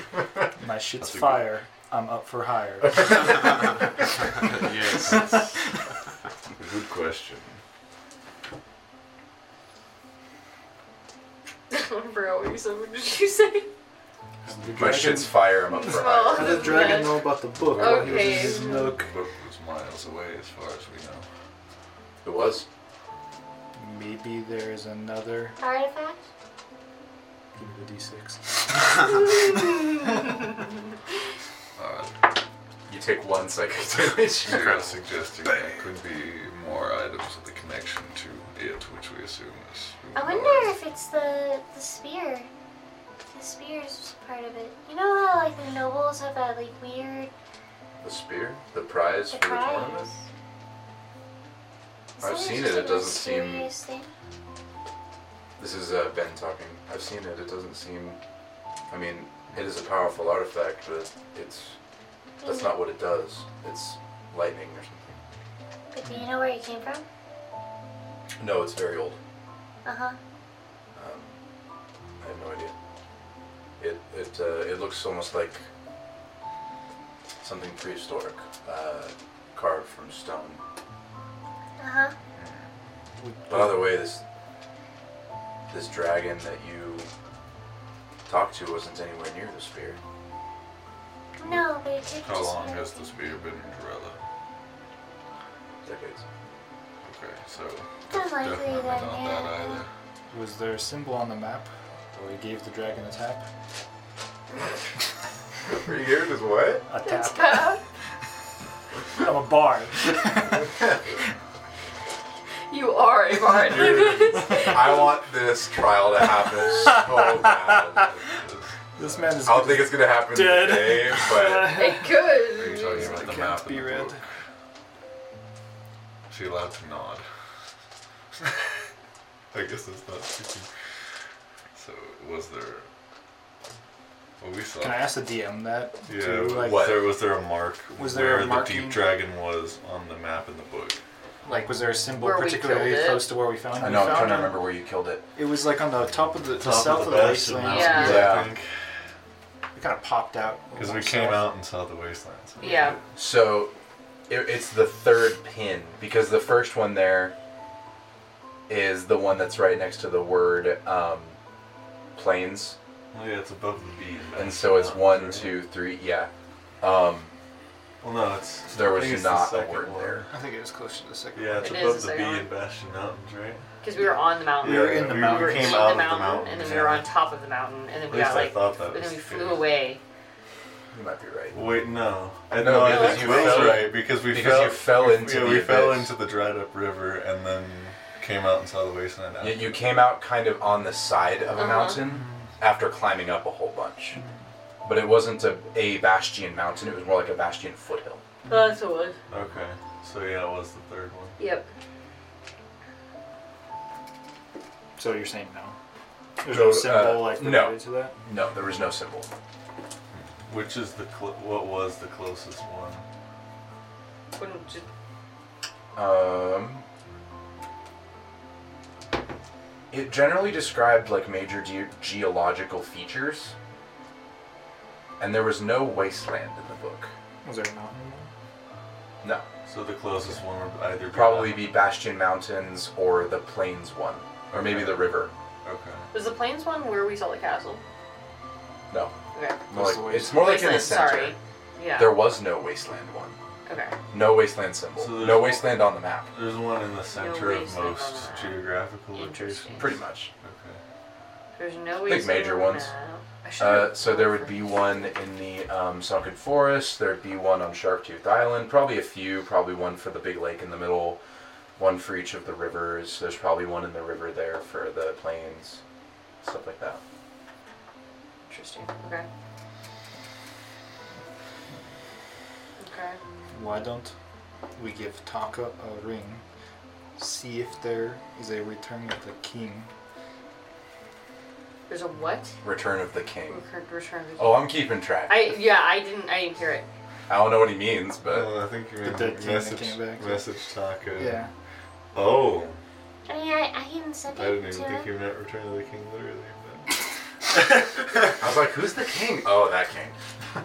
[SPEAKER 9] My shit's
[SPEAKER 5] That's a good-
[SPEAKER 9] fire. I'm up for hire.
[SPEAKER 20] yes.
[SPEAKER 5] good question.
[SPEAKER 11] I forgot what you said. What did you say?
[SPEAKER 1] My shit's fire, I'm up for high.
[SPEAKER 9] How did the dragon know about the book? while he was in his
[SPEAKER 11] Okay.
[SPEAKER 5] The
[SPEAKER 9] nook.
[SPEAKER 5] book was miles away as far as we know.
[SPEAKER 1] It was.
[SPEAKER 9] Maybe there is another.
[SPEAKER 8] Artifact?
[SPEAKER 9] Give me the d6.
[SPEAKER 5] Alright.
[SPEAKER 1] You take one psychic damage.
[SPEAKER 5] You're suggesting that could be more items with a connection to it, which we assume is.
[SPEAKER 8] I wonder if it's the the spear. The spear's part of it. You know how like the nobles have that like weird
[SPEAKER 1] The spear? The prize for the tournament?
[SPEAKER 8] surprise?
[SPEAKER 1] I've seen it, it doesn't seem-
[SPEAKER 8] Thing?
[SPEAKER 1] This is uh, Ben talking. I've seen it. It doesn't seem. I mean, it is a powerful artifact, but it's that's not what it does. It's lightning or something.
[SPEAKER 8] But do you know where it came from?
[SPEAKER 1] No, it's very old.
[SPEAKER 8] Uh huh.
[SPEAKER 1] Um, I have no idea. It it uh, it looks almost like something prehistoric, uh, carved from stone.
[SPEAKER 8] Uh huh.
[SPEAKER 1] By the way, this this dragon that you talked to wasn't anywhere near the spear.
[SPEAKER 8] No, but it did
[SPEAKER 5] How
[SPEAKER 8] just
[SPEAKER 5] long has this beer been in Gorilla?
[SPEAKER 1] Decades.
[SPEAKER 5] Okay, so.
[SPEAKER 8] Unlikely
[SPEAKER 5] definitely
[SPEAKER 8] then,
[SPEAKER 5] not
[SPEAKER 8] yeah.
[SPEAKER 5] that either.
[SPEAKER 9] Was there a symbol on the map where he gave the dragon a tap?
[SPEAKER 1] Three years is what?
[SPEAKER 9] A tap.
[SPEAKER 11] Uh-huh.
[SPEAKER 9] I'm a bard.
[SPEAKER 11] You are a bard.
[SPEAKER 1] I want this trial to happen so bad.
[SPEAKER 9] This man is.
[SPEAKER 1] I don't think it's gonna happen
[SPEAKER 9] Dead.
[SPEAKER 1] today, but
[SPEAKER 11] it
[SPEAKER 5] Are you
[SPEAKER 11] could.
[SPEAKER 5] talking about the
[SPEAKER 9] can't
[SPEAKER 5] map
[SPEAKER 9] be
[SPEAKER 5] in the
[SPEAKER 9] read.
[SPEAKER 5] book? Is he allowed to nod? I guess it's not speaking. So, was there. Well, we saw.
[SPEAKER 9] Can I ask the DM that?
[SPEAKER 5] Yeah,
[SPEAKER 9] too? Like,
[SPEAKER 5] was there, was there a mark
[SPEAKER 9] Was there a
[SPEAKER 5] where the
[SPEAKER 9] marking?
[SPEAKER 5] deep dragon was on the map in the book?
[SPEAKER 9] like, was there a symbol
[SPEAKER 7] Where we
[SPEAKER 9] particularly
[SPEAKER 7] killed it?
[SPEAKER 9] close to where we found it?
[SPEAKER 1] I know
[SPEAKER 9] We
[SPEAKER 1] I'm
[SPEAKER 9] found
[SPEAKER 1] trying to
[SPEAKER 9] it-
[SPEAKER 1] remember where you killed it.
[SPEAKER 9] It was like on the top of the, the
[SPEAKER 20] Top of
[SPEAKER 9] south of
[SPEAKER 20] the
[SPEAKER 9] the,
[SPEAKER 20] bastion,
[SPEAKER 9] wastelands.
[SPEAKER 20] that's-
[SPEAKER 7] Yeah.
[SPEAKER 1] Yeah.
[SPEAKER 9] It kind of popped out.
[SPEAKER 5] Because we came out and saw the wastelands.
[SPEAKER 7] Yeah.
[SPEAKER 1] So it, it's the third pin because the first one there is the one that's right next to the word um, planes,
[SPEAKER 5] Oh, yeah, it's above the bead.
[SPEAKER 1] and so it's one, two, three. Yeah. Um,
[SPEAKER 5] Well, no, it's.
[SPEAKER 1] there
[SPEAKER 5] I
[SPEAKER 1] was
[SPEAKER 5] think it's the
[SPEAKER 1] not a
[SPEAKER 5] second
[SPEAKER 1] word
[SPEAKER 5] one.
[SPEAKER 1] there.
[SPEAKER 9] I think it was close to the second
[SPEAKER 5] Yeah, it's
[SPEAKER 7] It is the
[SPEAKER 5] above the, bee
[SPEAKER 7] second one.
[SPEAKER 5] and Bastion Mountains, right?
[SPEAKER 7] Because we were on the mountain.
[SPEAKER 9] We were in the
[SPEAKER 5] we
[SPEAKER 9] mountain.
[SPEAKER 7] We were
[SPEAKER 5] came
[SPEAKER 7] in
[SPEAKER 5] out
[SPEAKER 7] the, mountain, and then we were
[SPEAKER 5] yeah.
[SPEAKER 7] on top of the mountain, and then we
[SPEAKER 5] At least
[SPEAKER 7] got
[SPEAKER 5] I
[SPEAKER 7] like,
[SPEAKER 5] thought that
[SPEAKER 7] and then
[SPEAKER 5] was
[SPEAKER 7] we
[SPEAKER 5] the
[SPEAKER 7] flew
[SPEAKER 5] case.
[SPEAKER 7] away.
[SPEAKER 1] You might be right.
[SPEAKER 5] Wait, no. I
[SPEAKER 1] No,
[SPEAKER 5] no, I
[SPEAKER 1] because
[SPEAKER 5] think
[SPEAKER 1] you
[SPEAKER 5] you was
[SPEAKER 1] fell-
[SPEAKER 5] right because we
[SPEAKER 1] because
[SPEAKER 5] fell.
[SPEAKER 1] you fell
[SPEAKER 5] we-
[SPEAKER 1] into
[SPEAKER 5] yeah,
[SPEAKER 1] the
[SPEAKER 5] we fell
[SPEAKER 1] abyss.
[SPEAKER 5] into the dried up river and then came out and saw the wasteland.
[SPEAKER 1] You,
[SPEAKER 5] After.
[SPEAKER 1] you came out kind of on the side of a
[SPEAKER 7] Uh-huh.
[SPEAKER 1] mountain after climbing up a whole bunch. But it wasn't a, a bastion mountain, it was more like a bastion foothill.
[SPEAKER 11] That's what it was.
[SPEAKER 5] Okay, so yeah, it was the third one.
[SPEAKER 7] Yep.
[SPEAKER 9] So you're saying no? There's
[SPEAKER 1] So,
[SPEAKER 9] no
[SPEAKER 1] uh,
[SPEAKER 9] symbol like
[SPEAKER 1] no.
[SPEAKER 9] related to that?
[SPEAKER 1] No, there was no symbol.
[SPEAKER 5] Which is the cl- what was the closest one?
[SPEAKER 7] Wouldn't ju-
[SPEAKER 1] Um, it generally described like major ge- geological features, and there was no wasteland in the book.
[SPEAKER 9] Was there a mountain?
[SPEAKER 1] No,
[SPEAKER 5] So the closest one would either be
[SPEAKER 1] probably be Bastion Mountains or the Plains one, or maybe the river.
[SPEAKER 5] Okay.
[SPEAKER 11] Was the plains one where we saw the castle?
[SPEAKER 1] No.
[SPEAKER 11] Okay.
[SPEAKER 1] More
[SPEAKER 9] What's
[SPEAKER 1] like-
[SPEAKER 9] the
[SPEAKER 1] it's more like in the
[SPEAKER 11] Wasteland,
[SPEAKER 1] center.
[SPEAKER 11] Sorry. Yeah.
[SPEAKER 1] There was no wasteland one.
[SPEAKER 11] okay.
[SPEAKER 1] No wasteland symbol.
[SPEAKER 7] So there's-
[SPEAKER 1] no wasteland on the map.
[SPEAKER 7] There's one in the center of
[SPEAKER 11] wasteland on
[SPEAKER 7] most
[SPEAKER 11] that.
[SPEAKER 7] geographical
[SPEAKER 11] Interesting.
[SPEAKER 7] locations.
[SPEAKER 1] Pretty much.
[SPEAKER 7] Okay.
[SPEAKER 11] There's no
[SPEAKER 1] I think
[SPEAKER 11] wasteland
[SPEAKER 1] major
[SPEAKER 11] on
[SPEAKER 1] ones.
[SPEAKER 11] that. I should
[SPEAKER 1] Uh,
[SPEAKER 11] have
[SPEAKER 1] so there would
[SPEAKER 11] looked
[SPEAKER 1] be
[SPEAKER 11] for-
[SPEAKER 1] one in the um, Sunken Forest. There'd be one on Sharptooth Island. Probably a few. Probably one for the big lake in the middle. One for each of the rivers. There's probably one in the river there for the plains. Stuff like that.
[SPEAKER 11] Interesting. Okay. Okay.
[SPEAKER 9] Why don't we give Taka a ring? See if there is a return of the king.
[SPEAKER 11] There's a what?
[SPEAKER 1] Return of the King.
[SPEAKER 11] Recur- Return of the
[SPEAKER 1] Oh, I'm keeping track. I,
[SPEAKER 11] I yeah, I didn't I didn't hear it.
[SPEAKER 1] don't know what he means, but
[SPEAKER 7] Well, I think you
[SPEAKER 9] The
[SPEAKER 7] mean
[SPEAKER 9] dead king that
[SPEAKER 7] message,
[SPEAKER 9] came back.
[SPEAKER 7] message Taka.
[SPEAKER 9] Yeah.
[SPEAKER 7] Oh,
[SPEAKER 8] I mean, I, I can send
[SPEAKER 7] I
[SPEAKER 8] it
[SPEAKER 7] didn't even
[SPEAKER 8] to
[SPEAKER 7] think
[SPEAKER 8] him.
[SPEAKER 7] you meant Return of the King literally.
[SPEAKER 1] I was like, who's the king? Oh, that king.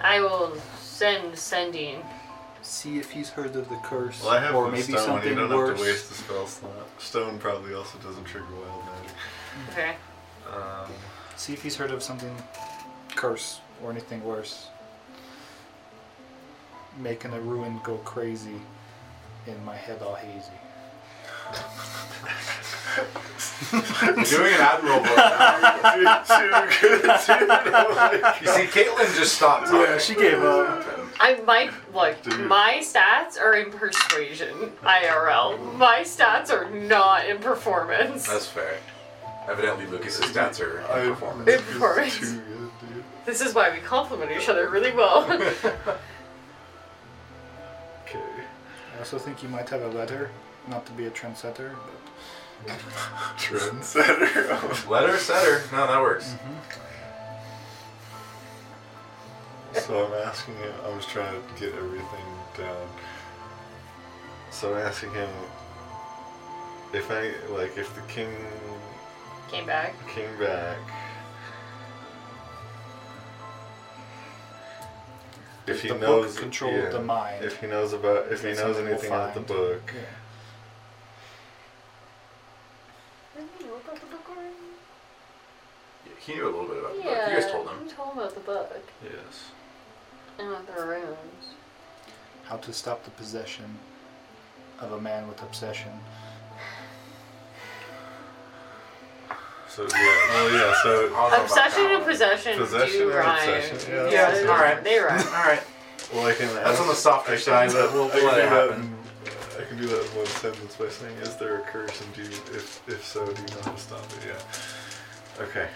[SPEAKER 11] I will send sending.
[SPEAKER 9] See if he's heard of the curse
[SPEAKER 7] But... Well, I have
[SPEAKER 9] or
[SPEAKER 7] the
[SPEAKER 9] maybe
[SPEAKER 7] stone.
[SPEAKER 9] something
[SPEAKER 7] you don't
[SPEAKER 9] worse.
[SPEAKER 7] have to waste the spell slot. Stone probably also doesn't trigger wild magic.
[SPEAKER 11] Okay.
[SPEAKER 7] Um,
[SPEAKER 9] See if he's heard of something curse or anything worse. Making a ruin go crazy and my head all hazy.
[SPEAKER 1] You're doing an admiral book now. You see, Caitlin just stopped talking.
[SPEAKER 9] gave up.
[SPEAKER 11] I my look,
[SPEAKER 7] Dude.
[SPEAKER 11] my stats are in persuasion, IRL. My stats are not in performance.
[SPEAKER 1] That's fair. Evidently, Lucas's stats are
[SPEAKER 7] I-
[SPEAKER 1] in performance.
[SPEAKER 11] Good performance.
[SPEAKER 7] Too good, dude.
[SPEAKER 11] This is why we compliment each other really well.
[SPEAKER 7] Okay.
[SPEAKER 9] I also think you might have a letter, not to be a trendsetter, but
[SPEAKER 7] Trendsetter.
[SPEAKER 1] Letter setter. No, that works.
[SPEAKER 7] Mm-hmm. so I'm asking him. I was trying to get everything down. So I'm asking him if I like if the king
[SPEAKER 11] Came back.
[SPEAKER 7] came back. If he
[SPEAKER 9] the
[SPEAKER 7] knows
[SPEAKER 9] book controlled
[SPEAKER 7] yeah,
[SPEAKER 9] the mind.
[SPEAKER 7] If he knows about if he
[SPEAKER 9] That's
[SPEAKER 7] knows
[SPEAKER 9] something we'll
[SPEAKER 7] anything about the
[SPEAKER 9] find.
[SPEAKER 7] book.
[SPEAKER 9] yeah.
[SPEAKER 1] He knew a little bit about the
[SPEAKER 11] Yeah.
[SPEAKER 1] book. You guys told him.
[SPEAKER 11] You told him about the book
[SPEAKER 7] Yes.
[SPEAKER 11] and about the runes.
[SPEAKER 9] How to stop the possession of a man with obsession.
[SPEAKER 7] So yeah. Oh yeah. So
[SPEAKER 1] I don't know about
[SPEAKER 11] Obsession
[SPEAKER 1] that
[SPEAKER 11] and
[SPEAKER 1] one.
[SPEAKER 11] possession,
[SPEAKER 7] Possession
[SPEAKER 11] do
[SPEAKER 7] and
[SPEAKER 11] rhyme.
[SPEAKER 7] obsession, yeah.
[SPEAKER 1] Yeah,
[SPEAKER 11] they-
[SPEAKER 1] alright.
[SPEAKER 11] They rhyme.
[SPEAKER 1] All right,
[SPEAKER 7] well, I can.
[SPEAKER 1] that's on the
[SPEAKER 7] ask-
[SPEAKER 1] softer
[SPEAKER 7] I
[SPEAKER 1] side,
[SPEAKER 7] can do
[SPEAKER 1] but
[SPEAKER 7] that-
[SPEAKER 1] we'll
[SPEAKER 7] I can
[SPEAKER 1] let
[SPEAKER 7] do
[SPEAKER 1] it
[SPEAKER 7] that
[SPEAKER 1] happen.
[SPEAKER 7] in- I can do that in one sentence by saying, "Is there a curse, and do you, if if so, do you know how to stop it?" Yeah. Okay.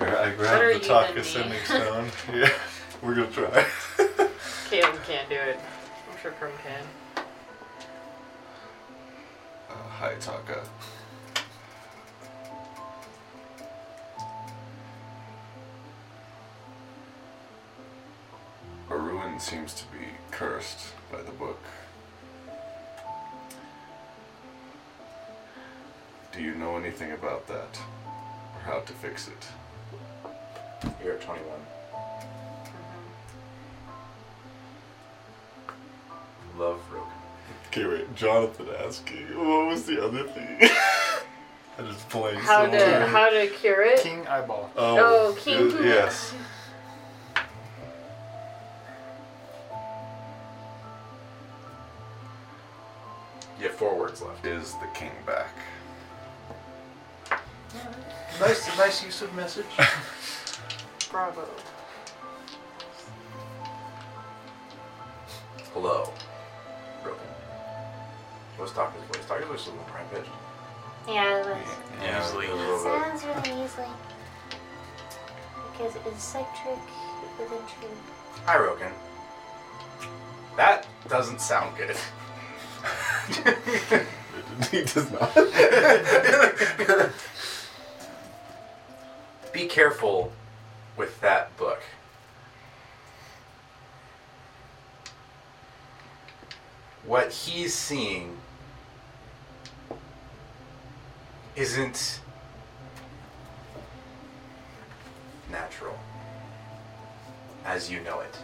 [SPEAKER 7] I
[SPEAKER 11] Better you
[SPEAKER 7] grabbed the
[SPEAKER 11] than
[SPEAKER 7] Taka
[SPEAKER 11] me.
[SPEAKER 7] sending stone. yeah, we're gonna try.
[SPEAKER 11] Caleb can't do it. I'm sure Prim can.
[SPEAKER 7] Uh, hi, Taka.
[SPEAKER 5] A ruin seems to be cursed by the book. Do you know anything about that? Or how to fix it?
[SPEAKER 1] You're at 21. Love Rogan.
[SPEAKER 7] Okay, wait. Jonathan asking, what was the other thing? I just blanked.
[SPEAKER 11] How
[SPEAKER 7] so
[SPEAKER 11] to
[SPEAKER 7] hard.
[SPEAKER 11] how to cure it?
[SPEAKER 9] King Eyeball.
[SPEAKER 7] Oh,
[SPEAKER 11] Oh, King
[SPEAKER 7] y-
[SPEAKER 11] Kong.
[SPEAKER 7] Yes.
[SPEAKER 1] You have four words left.
[SPEAKER 5] Is the king back?
[SPEAKER 1] Nice, nice use of message.
[SPEAKER 11] Bravo.
[SPEAKER 1] Hello, Broken. What's Taka's voice? Taka's voice is a little high pitched.
[SPEAKER 8] Yeah, it was.
[SPEAKER 1] Yeah,
[SPEAKER 2] Easily.
[SPEAKER 1] a
[SPEAKER 8] It
[SPEAKER 1] little bit.
[SPEAKER 8] sounds really easily. Because it's psychic with intrigue.
[SPEAKER 1] Hi, Rogan. That doesn't sound good.
[SPEAKER 7] He does not.
[SPEAKER 1] Be careful with that book. What he's seeing isn't natural as you know it.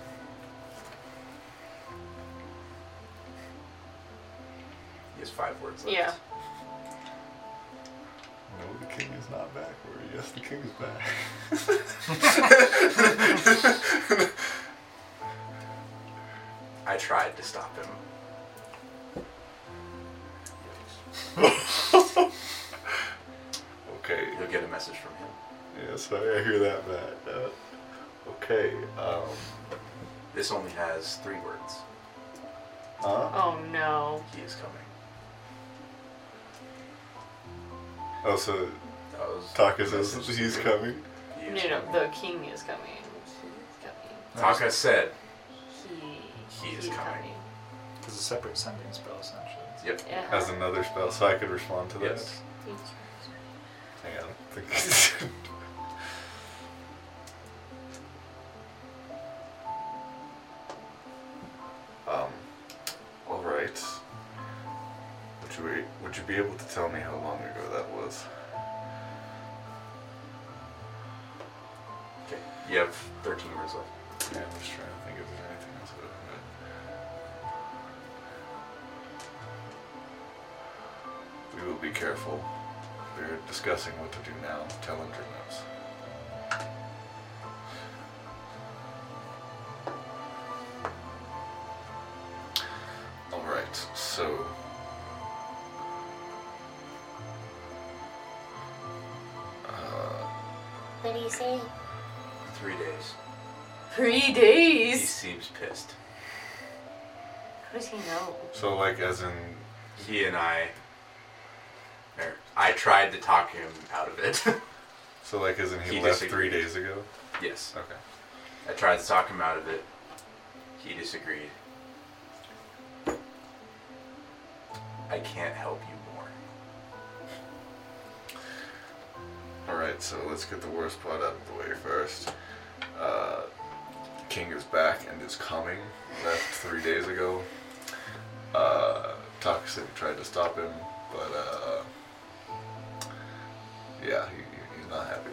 [SPEAKER 1] He has five words left.
[SPEAKER 11] Yeah.
[SPEAKER 5] No, the king is not back. Or yes, the king is back.
[SPEAKER 1] I tried to stop him.
[SPEAKER 5] okay.
[SPEAKER 1] You'll get a message from him.
[SPEAKER 5] Yeah, sorry, I hear that back. Uh, okay. Um.
[SPEAKER 1] This only has three words.
[SPEAKER 5] Huh?
[SPEAKER 11] Oh no.
[SPEAKER 1] He is coming.
[SPEAKER 5] Oh, so
[SPEAKER 1] That was
[SPEAKER 5] Taka
[SPEAKER 1] the
[SPEAKER 5] says
[SPEAKER 1] message.
[SPEAKER 5] he's coming.
[SPEAKER 1] He
[SPEAKER 11] No,
[SPEAKER 1] is
[SPEAKER 11] no,
[SPEAKER 1] coming.
[SPEAKER 11] the king is coming. He's
[SPEAKER 1] Taka said,
[SPEAKER 11] coming. He,
[SPEAKER 1] He is coming.
[SPEAKER 6] It's a separate sending spell, essentially.
[SPEAKER 1] "Yep,
[SPEAKER 11] Yeah.
[SPEAKER 5] Has another spell, so I could respond to this.
[SPEAKER 1] yes."
[SPEAKER 5] Hang on. I think- um. All right. Would you be, would you be able to tell me how long ago that was?
[SPEAKER 1] Okay. You have 13 words left.
[SPEAKER 5] Yeah, I'm just trying to think if there's anything else. I don't know. We will be careful. We're discussing what to do now. Tellinger knows. All right, so. Uh,
[SPEAKER 8] What do you say?
[SPEAKER 1] Three days.
[SPEAKER 11] Three
[SPEAKER 1] He
[SPEAKER 11] days.
[SPEAKER 1] seems pissed.
[SPEAKER 11] How does he know?
[SPEAKER 5] so, like, as in
[SPEAKER 1] He and I. er, I tried to talk him out of it.
[SPEAKER 5] So like, isn't he,
[SPEAKER 1] He
[SPEAKER 5] left
[SPEAKER 1] disagreed.
[SPEAKER 5] three days ago?
[SPEAKER 1] yes.
[SPEAKER 5] Okay.
[SPEAKER 1] I tried to talk him out of it. He disagreed. I can't help you more.
[SPEAKER 5] All right. So let's get the worst part out of the way first. Uh, King is back and is coming. Left three days ago. Uh, Toxin tried to stop him, but uh, yeah, he, he- he's not happy.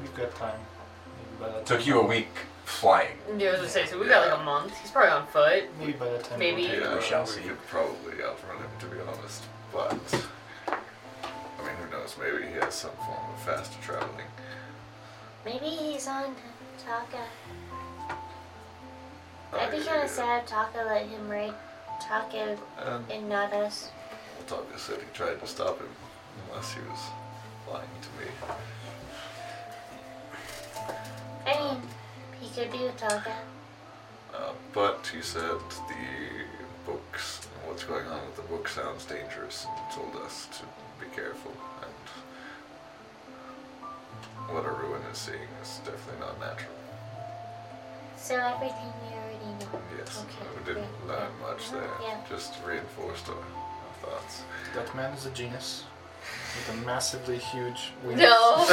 [SPEAKER 6] We've got time. Maybe by that time,
[SPEAKER 1] Took you a week flying.
[SPEAKER 11] Yeah, I was gonna say, so we got like a month. He's probably on foot.
[SPEAKER 6] Maybe by that time.
[SPEAKER 11] Maybe.
[SPEAKER 6] we'll
[SPEAKER 5] Yeah,
[SPEAKER 1] we shall see.
[SPEAKER 5] could probably outrun him, to be honest. But I mean, who knows? Maybe he has some form of faster traveling.
[SPEAKER 8] Maybe he's on to Taka. I'd be
[SPEAKER 5] I-
[SPEAKER 8] kind of sad if Taka let him raid Taka
[SPEAKER 5] Um,
[SPEAKER 8] and not us.
[SPEAKER 5] Otaku said he tried to stop him, unless he was lying to me.
[SPEAKER 8] I mean, he could be with Taka.
[SPEAKER 5] Uh, but he said the books and what's going on with the book sounds dangerous and told us to be careful. And what Aruin is seeing is definitely not natural.
[SPEAKER 8] So everything we already know.
[SPEAKER 5] Yes,
[SPEAKER 8] Okay,
[SPEAKER 5] we didn't
[SPEAKER 8] great.
[SPEAKER 5] learn much there.
[SPEAKER 8] Yeah.
[SPEAKER 5] Just reinforced our, our thoughts.
[SPEAKER 6] That man is a genius with a massively huge wings.
[SPEAKER 11] No.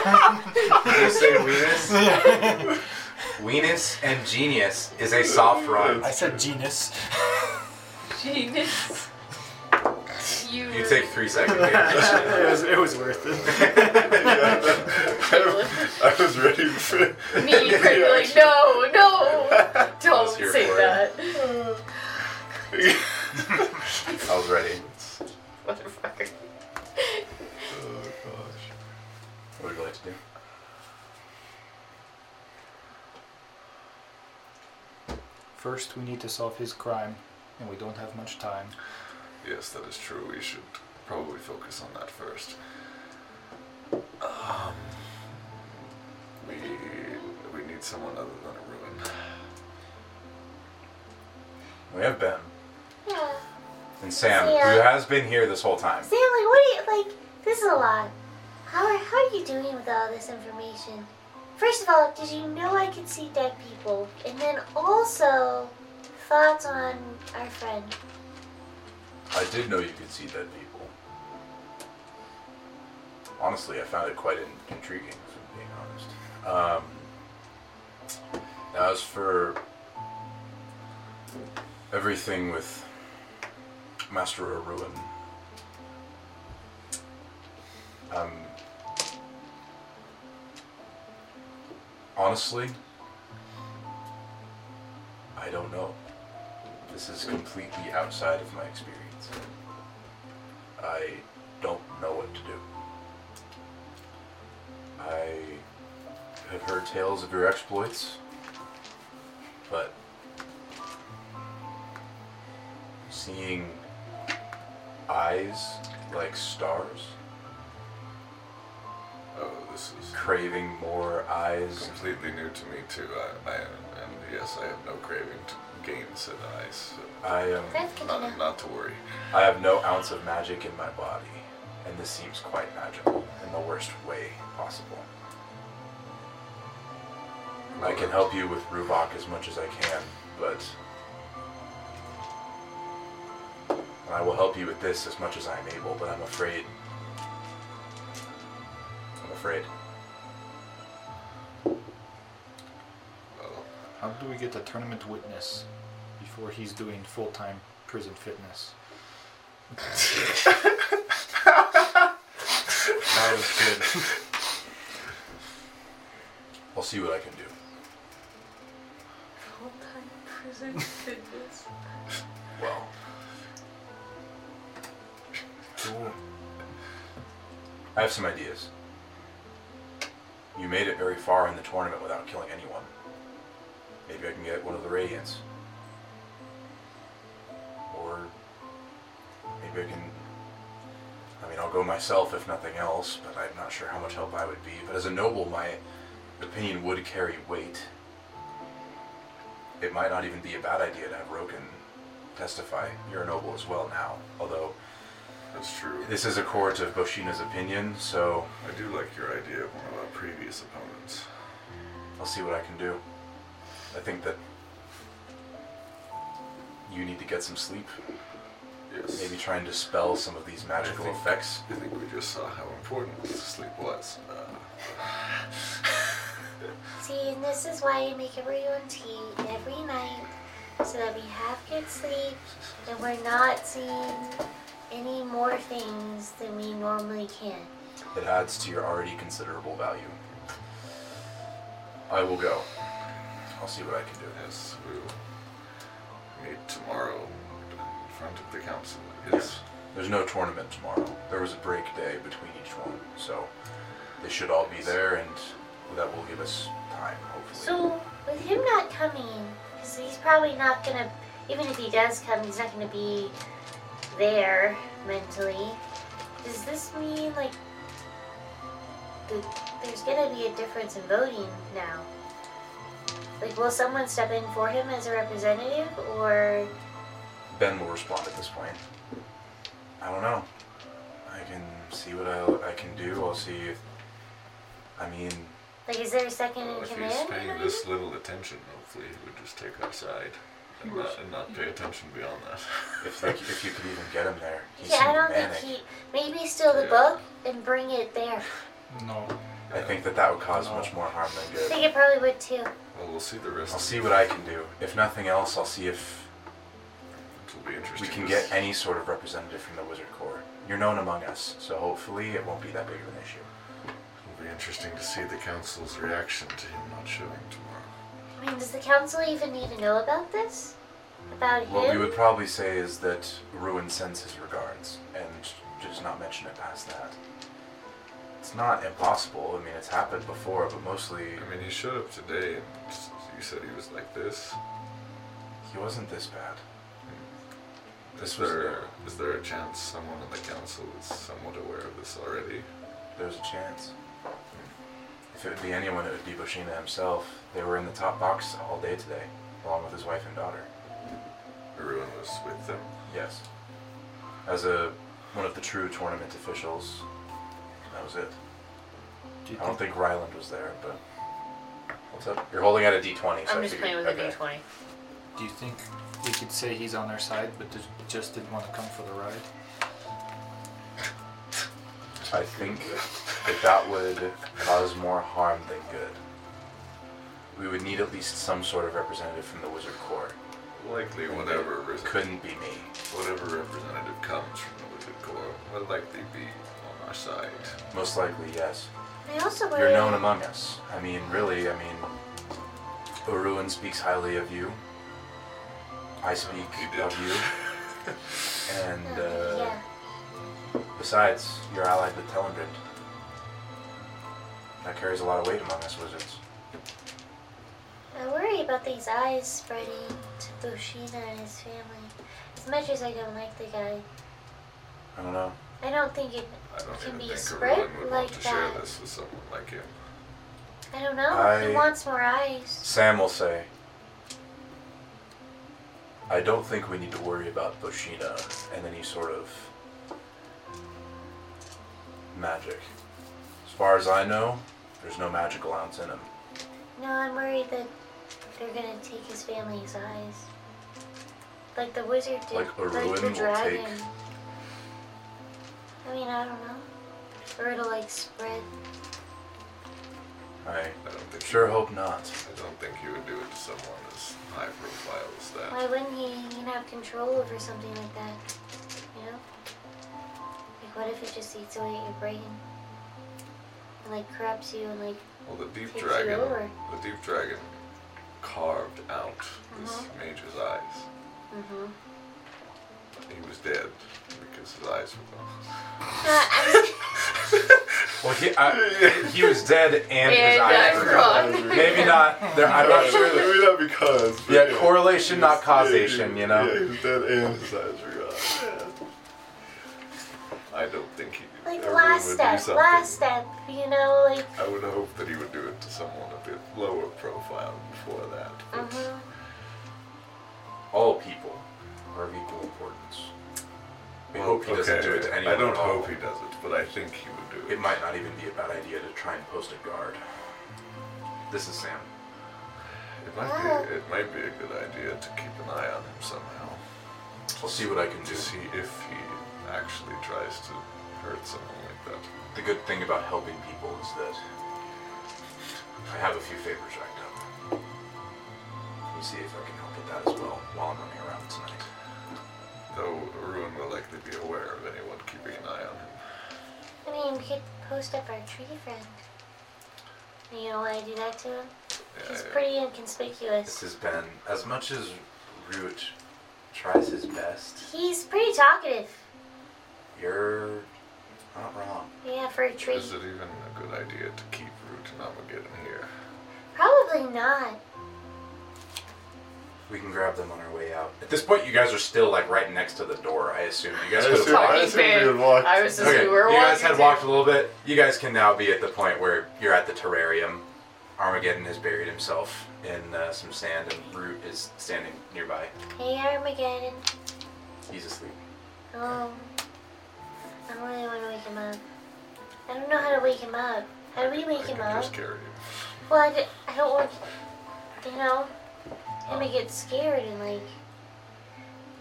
[SPEAKER 1] Weenus and Genius is a soft rhyme.
[SPEAKER 6] I said genius.
[SPEAKER 11] Genius. You.
[SPEAKER 1] You take three seconds. David.
[SPEAKER 6] it, was, it was worth it.
[SPEAKER 5] I was ready for.
[SPEAKER 11] Me, Craig, were like, no, no, don't
[SPEAKER 1] was here
[SPEAKER 11] say
[SPEAKER 1] for it.
[SPEAKER 11] that.
[SPEAKER 1] I was ready.
[SPEAKER 11] Motherfucker.
[SPEAKER 5] Oh gosh.
[SPEAKER 1] What would you like to do?
[SPEAKER 6] First, we need to solve his crime, and we don't have much time.
[SPEAKER 5] Yes, that is true. We should probably focus on that first. Um, we we need someone other than a ruin.
[SPEAKER 1] We have Ben
[SPEAKER 8] Yeah.
[SPEAKER 1] and Sam,
[SPEAKER 8] Yeah.
[SPEAKER 1] who has been here this whole time.
[SPEAKER 8] Sam, like, what are you, like, this is a lot. How are, how are you doing with all this information? First of all, did you know I could see dead people? And then also, thoughts on our friend.
[SPEAKER 1] I did know you could see dead people. Honestly, I found it quite in- intriguing, if I'm being honest. Um, as for everything with Master Aruin, um, honestly, I don't know. This is completely outside of my experience. I don't know what to do. I have heard tales of your exploits, but seeing eyes like stars,
[SPEAKER 5] Oh, this is
[SPEAKER 1] craving more eyes.
[SPEAKER 5] completely new to me too. I, I and yes, I have no craving to gain said ice.
[SPEAKER 1] I am.
[SPEAKER 8] That's
[SPEAKER 5] So
[SPEAKER 8] good to
[SPEAKER 5] not,
[SPEAKER 8] know.
[SPEAKER 5] not to worry.
[SPEAKER 1] I have no ounce of magic in my body, and this seems quite magical in the worst way possible. I can help you with Rubok as much as I can, but. And I will help you with this as much as I am able, but I'm afraid. I'm afraid.
[SPEAKER 5] Well,
[SPEAKER 6] How do we get the tournament witness before he's doing full time prison fitness?
[SPEAKER 2] That was good.
[SPEAKER 1] I'll see what I can do.
[SPEAKER 3] Full-time prison fitness.
[SPEAKER 1] Well, I have some ideas. You made it very far in the tournament without killing anyone. Maybe I can get one of the Radiants. Or maybe I can. I mean, I'll go myself if nothing else, but I'm not sure how much help I would be. But as a noble, my opinion would carry weight. It might not even be a bad idea to have Roken testify. You're a noble as well now, although
[SPEAKER 5] that's true.
[SPEAKER 1] this is a court of Boshina's opinion, so
[SPEAKER 5] I do like your idea of one of our previous opponents.
[SPEAKER 1] I'll see what I can do. I think that you need to get some sleep.
[SPEAKER 5] Yes.
[SPEAKER 1] Maybe try and dispel some of these magical
[SPEAKER 5] think-
[SPEAKER 1] effects.
[SPEAKER 5] I think we just saw how important sleep was. Uh,
[SPEAKER 8] See, and this is why I make everyone tea every night so that we have good sleep and we're not seeing any more things than we normally can.
[SPEAKER 1] It adds to your already considerable value. I will go. I'll see what I can do.
[SPEAKER 5] yes, we will meet tomorrow in front of the council. Yes.
[SPEAKER 1] There's no tournament tomorrow. There was a break day between each one, so they should all be there, and that will give us time, hopefully.
[SPEAKER 8] So, with him not coming, because he's probably not gonna, even if he does come, he's not gonna be there mentally. Does this mean, like, the, there's gonna be a difference in voting now? Like, will someone step in for him as a representative, or.
[SPEAKER 1] Ben will respond at this point. I don't know. I can see what I, I can do. I'll see if. I mean,
[SPEAKER 8] Like, is there a second
[SPEAKER 5] Well,
[SPEAKER 8] in
[SPEAKER 5] if he's
[SPEAKER 8] command?
[SPEAKER 5] paying this little attention, hopefully he would just take our side and not, and not pay attention beyond that.
[SPEAKER 1] if they, if you could even get him there, he
[SPEAKER 8] yeah, I
[SPEAKER 1] seemed
[SPEAKER 8] don't
[SPEAKER 1] manic.
[SPEAKER 8] think he. Maybe steal the
[SPEAKER 5] Yeah.
[SPEAKER 8] book and bring it there.
[SPEAKER 6] No.
[SPEAKER 1] I think that that would cause much more harm
[SPEAKER 8] I
[SPEAKER 1] than
[SPEAKER 8] think
[SPEAKER 1] good.
[SPEAKER 8] it probably would too.
[SPEAKER 5] Well, we'll see the rest.
[SPEAKER 1] I'll
[SPEAKER 5] of
[SPEAKER 1] see
[SPEAKER 5] it.
[SPEAKER 1] what I can do. If nothing else, I'll see if
[SPEAKER 5] It'll be
[SPEAKER 1] we
[SPEAKER 5] interesting.
[SPEAKER 1] can
[SPEAKER 5] to
[SPEAKER 1] get
[SPEAKER 5] see.
[SPEAKER 1] any sort of representative from the Wizard Corps. You're known among us, so hopefully it won't be that big of an issue.
[SPEAKER 5] It'll be interesting to see the council's reaction to him not showing tomorrow.
[SPEAKER 8] I mean, does the council even need to know about this? About
[SPEAKER 1] What we
[SPEAKER 8] him?
[SPEAKER 1] would probably say is that Ruin sends his regards and just not mention it past that. It's not impossible. I mean, it's happened before, but mostly
[SPEAKER 5] I mean, he showed up today and s- you said he was like this.
[SPEAKER 1] he wasn't this bad. This
[SPEAKER 5] Is
[SPEAKER 1] was
[SPEAKER 5] there, is there a chance someone on the council is somewhat aware of this already?
[SPEAKER 1] There's a chance. If it would be anyone, it would be Bushina himself. They were in the top box all day today, along with his wife and daughter.
[SPEAKER 5] Everyone was with them.
[SPEAKER 1] Yes. As a one of the true tournament officials, that was it.
[SPEAKER 6] Do you
[SPEAKER 1] I don't
[SPEAKER 6] think
[SPEAKER 1] think Ryland was there, but what's up? You're holding out a D20. So I
[SPEAKER 11] I'm just
[SPEAKER 1] figured-
[SPEAKER 11] playing with
[SPEAKER 1] okay.
[SPEAKER 11] a d20.
[SPEAKER 6] do you think we could say he's on our side but just, just didn't want to come for the ride?
[SPEAKER 1] I think that that would cause more harm than good. We would need at least some sort of representative from the Wizard Corps.
[SPEAKER 5] Likely whatever
[SPEAKER 1] It
[SPEAKER 5] res-
[SPEAKER 1] couldn't be me.
[SPEAKER 5] whatever representative comes from the Wizard Corps will likely be on our side.
[SPEAKER 1] Most likely, yes.
[SPEAKER 8] I also worry.
[SPEAKER 1] You're known among us. I mean, really, I mean, Oruan speaks highly of you. I speak
[SPEAKER 5] He did.
[SPEAKER 1] of you. And,
[SPEAKER 8] Uh,
[SPEAKER 1] uh,
[SPEAKER 8] yeah.
[SPEAKER 1] Besides, you're allied with Telendrind. That carries a lot of weight among us wizards.
[SPEAKER 8] I worry about these eyes spreading to Bushina and his family. As much as I don't like the guy,
[SPEAKER 1] I don't know.
[SPEAKER 8] I don't think it
[SPEAKER 5] I don't
[SPEAKER 8] can
[SPEAKER 5] even
[SPEAKER 8] be
[SPEAKER 5] think
[SPEAKER 8] spread
[SPEAKER 5] everyone would
[SPEAKER 8] like
[SPEAKER 5] want to share
[SPEAKER 8] that.
[SPEAKER 5] this with someone like him.
[SPEAKER 8] I don't know.
[SPEAKER 1] I-
[SPEAKER 8] He wants more eyes.
[SPEAKER 1] Sam will say, I don't think we need to worry about Bushina and any sort of magic. As far as I know, there's no magic allowance in him.
[SPEAKER 8] No, I'm worried that they're gonna take his family's eyes. Like the wizard did.
[SPEAKER 1] Like
[SPEAKER 8] like
[SPEAKER 1] Oruin
[SPEAKER 8] the
[SPEAKER 1] will
[SPEAKER 8] dragon.
[SPEAKER 1] take-
[SPEAKER 8] I mean, I don't know. Or it'll like spread.
[SPEAKER 1] I
[SPEAKER 5] I don't think
[SPEAKER 1] sure
[SPEAKER 5] he,
[SPEAKER 1] hope not.
[SPEAKER 5] I don't think he would do it to someone as high profile as that.
[SPEAKER 8] Why wouldn't he even have control over something like that? You know? Like, what if it just eats away at your brain? And, like, corrupts you and, like,
[SPEAKER 5] Well, the deep
[SPEAKER 8] Takes you
[SPEAKER 5] dragon,
[SPEAKER 8] over.
[SPEAKER 5] the deep dragon, carved out this
[SPEAKER 8] Mhm.
[SPEAKER 5] mage's eyes.
[SPEAKER 8] mm-hmm.
[SPEAKER 5] He was dead because his eyes were gone.
[SPEAKER 1] Well, he, I, he was dead and, his
[SPEAKER 11] And
[SPEAKER 1] eyes
[SPEAKER 11] I'm
[SPEAKER 1] were gone.
[SPEAKER 11] wrong.
[SPEAKER 1] Maybe not. There, I'm not sure.
[SPEAKER 5] Maybe not because. but
[SPEAKER 1] Yeah, correlation,
[SPEAKER 5] He
[SPEAKER 1] not
[SPEAKER 5] was-
[SPEAKER 1] causation, you know?
[SPEAKER 5] Yeah, he was dead and his eyes were gone. Yeah. I don't think he.
[SPEAKER 8] Like,
[SPEAKER 5] ever
[SPEAKER 8] last
[SPEAKER 5] would do
[SPEAKER 8] step,
[SPEAKER 5] something.
[SPEAKER 8] last step, you know? Like,
[SPEAKER 5] I would hope that he would do it to someone a bit lower profile before that. But
[SPEAKER 8] mm-hmm.
[SPEAKER 1] All people are of equal importance. We hope he doesn't do it to
[SPEAKER 5] Okay,
[SPEAKER 1] anyone.
[SPEAKER 5] I don't
[SPEAKER 1] at all.
[SPEAKER 5] hope he does it, but I think he would do it.
[SPEAKER 1] It might not even be a bad idea to try and post a guard. This is Sam.
[SPEAKER 5] It might be. It might be a good idea to keep an eye on him somehow
[SPEAKER 1] I'll see what I can do.
[SPEAKER 5] to see if he actually tries to hurt someone like that.
[SPEAKER 1] The good thing about helping people is that I have a few favors racked up. Let me see if I can help with that as well while I'm running around tonight.
[SPEAKER 5] Though Ruin will likely be aware of anyone keeping an eye on him.
[SPEAKER 8] I mean, we could post up our tree friend. You know why I do that to him? He's
[SPEAKER 5] Yeah,
[SPEAKER 8] pretty inconspicuous.
[SPEAKER 1] This has been as much as Root tries his best.
[SPEAKER 8] He's pretty talkative.
[SPEAKER 1] You're not wrong.
[SPEAKER 8] Yeah, for a
[SPEAKER 5] yeah.
[SPEAKER 8] tree.
[SPEAKER 5] Is it even a good idea to keep Root and Armageddon here?
[SPEAKER 8] Probably not.
[SPEAKER 1] We can grab them on our way out. At this point, you guys are still like right next to the door. I assume you guys
[SPEAKER 5] I
[SPEAKER 1] could
[SPEAKER 5] assume-
[SPEAKER 1] walked-
[SPEAKER 5] I
[SPEAKER 11] Talking
[SPEAKER 5] assumed you
[SPEAKER 11] big.
[SPEAKER 5] had walked.
[SPEAKER 11] I was just
[SPEAKER 1] Okay,
[SPEAKER 11] we were
[SPEAKER 1] you guys
[SPEAKER 11] walking
[SPEAKER 1] had
[SPEAKER 11] too.
[SPEAKER 1] walked a little bit. You guys can now be at the point where you're at the terrarium. Armageddon has buried himself in uh, some sand, and Root is standing nearby.
[SPEAKER 8] Hey, Armageddon.
[SPEAKER 1] He's asleep.
[SPEAKER 8] Oh. I don't really want to wake him up. I don't know how to wake him up. How do we
[SPEAKER 5] I
[SPEAKER 8] wake
[SPEAKER 5] can
[SPEAKER 8] him up?
[SPEAKER 5] just carry him.
[SPEAKER 8] Well, I, d- I don't want, you know, him to get scared and like.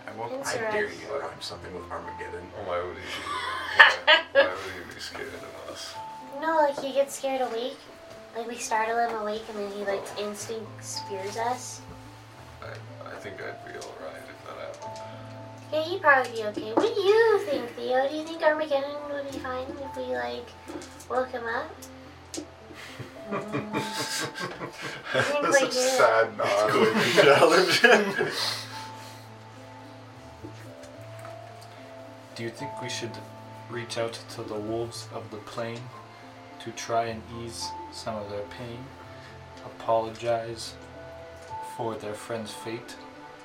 [SPEAKER 5] I won't.
[SPEAKER 1] I
[SPEAKER 8] Sir.
[SPEAKER 1] dare you to rhyme something with Armageddon.
[SPEAKER 5] Oh, Why would he? Why, why would he be scared of us?
[SPEAKER 8] No, like he gets scared awake. Like we startle him awake and then he like instinct spears us.
[SPEAKER 5] I, I think I'd be all right if that happened.
[SPEAKER 8] Yeah, he'd probably be okay. What do you think, Theo? Do you think Armageddon would be fine if we like woke him up? think
[SPEAKER 5] That's
[SPEAKER 8] we
[SPEAKER 5] such
[SPEAKER 8] do.
[SPEAKER 5] sad nod. challenge.
[SPEAKER 9] Do you think we should reach out to the wolves of the plain to try and ease some of their pain, apologize for their friend's fate,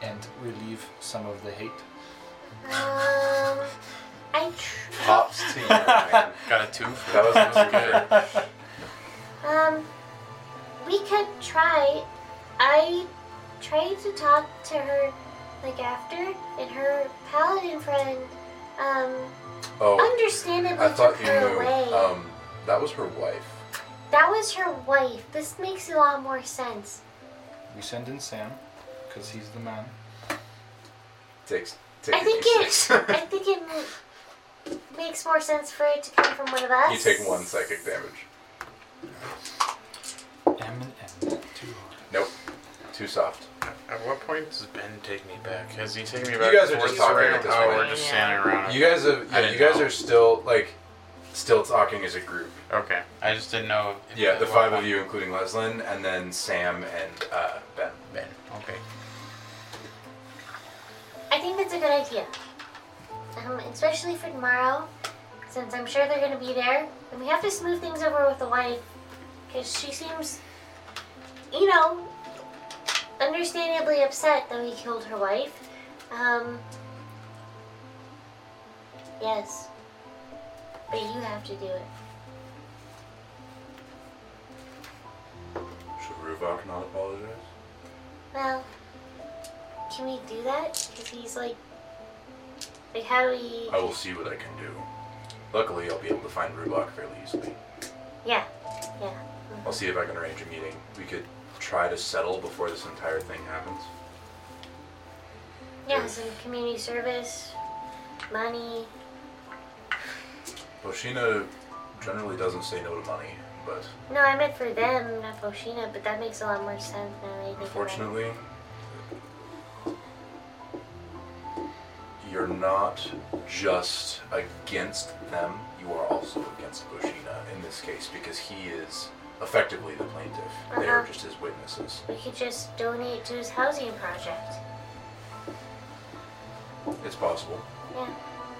[SPEAKER 9] and relieve some of the hate?
[SPEAKER 8] Um, I tr-
[SPEAKER 1] Pops to you, man.
[SPEAKER 2] Got a two for
[SPEAKER 1] That was-
[SPEAKER 2] that was
[SPEAKER 8] um, we could try. I tried to talk to her like after, and her paladin friend, um,
[SPEAKER 1] Oh,
[SPEAKER 8] understandably
[SPEAKER 1] I thought
[SPEAKER 8] took
[SPEAKER 1] you
[SPEAKER 8] her away.
[SPEAKER 1] knew. Um, that was her wife.
[SPEAKER 8] That was her wife. This makes a lot more sense.
[SPEAKER 9] We send in Sam, because he's the man.
[SPEAKER 1] Takes. Take
[SPEAKER 8] I think
[SPEAKER 1] it.
[SPEAKER 8] I think it ma- makes more sense for it to come from one of us.
[SPEAKER 1] you take one psychic damage.
[SPEAKER 9] M and M, too hard.
[SPEAKER 1] Nope. Too soft.
[SPEAKER 2] good. At what point does Ben take me back? Has he taken me
[SPEAKER 1] You
[SPEAKER 2] back?
[SPEAKER 1] guys are
[SPEAKER 2] before
[SPEAKER 1] just
[SPEAKER 2] this
[SPEAKER 1] talking
[SPEAKER 2] round?
[SPEAKER 1] at this
[SPEAKER 2] Oh,
[SPEAKER 1] point.
[SPEAKER 2] we're just
[SPEAKER 11] Yeah.
[SPEAKER 2] standing around.
[SPEAKER 1] You guys have.
[SPEAKER 2] I
[SPEAKER 1] Yeah, you
[SPEAKER 2] didn't
[SPEAKER 1] guys
[SPEAKER 2] know.
[SPEAKER 1] are still like, still talking as a group.
[SPEAKER 2] Okay, I just didn't know. If
[SPEAKER 1] Yeah, the
[SPEAKER 2] at what
[SPEAKER 1] five of
[SPEAKER 2] point-
[SPEAKER 1] you, including Leslin, and then Sam and uh, Ben.
[SPEAKER 2] Ben. Okay.
[SPEAKER 8] I think that's a good idea. Um, especially for tomorrow, since I'm sure they're going to be there. And we have to smooth things over with the wife because she seems, you know, understandably upset that he killed her wife. Um, yes. But you have to do it.
[SPEAKER 6] Should Ruvok not apologize?
[SPEAKER 8] Well, can we do that? Because he's like, like how do we?
[SPEAKER 6] I will see what I can do. Luckily, I'll be able to find Ruvok fairly easily.
[SPEAKER 8] Yeah, yeah.
[SPEAKER 6] I'll see if I can arrange a meeting. We could try to settle before this entire thing happens.
[SPEAKER 8] Yeah, some community service, money.
[SPEAKER 6] Boshina generally doesn't say no to money, but
[SPEAKER 8] No, I meant for them, not Boshina, but that makes a lot more sense now. that I think about it.
[SPEAKER 6] Unfortunately, you're not just against them, you are also against Bushina in this case because he is effectively the plaintiff. They are
[SPEAKER 8] Uh-huh.
[SPEAKER 6] just his witnesses.
[SPEAKER 8] we could just donate to his housing project.
[SPEAKER 6] It's possible.
[SPEAKER 8] Yeah.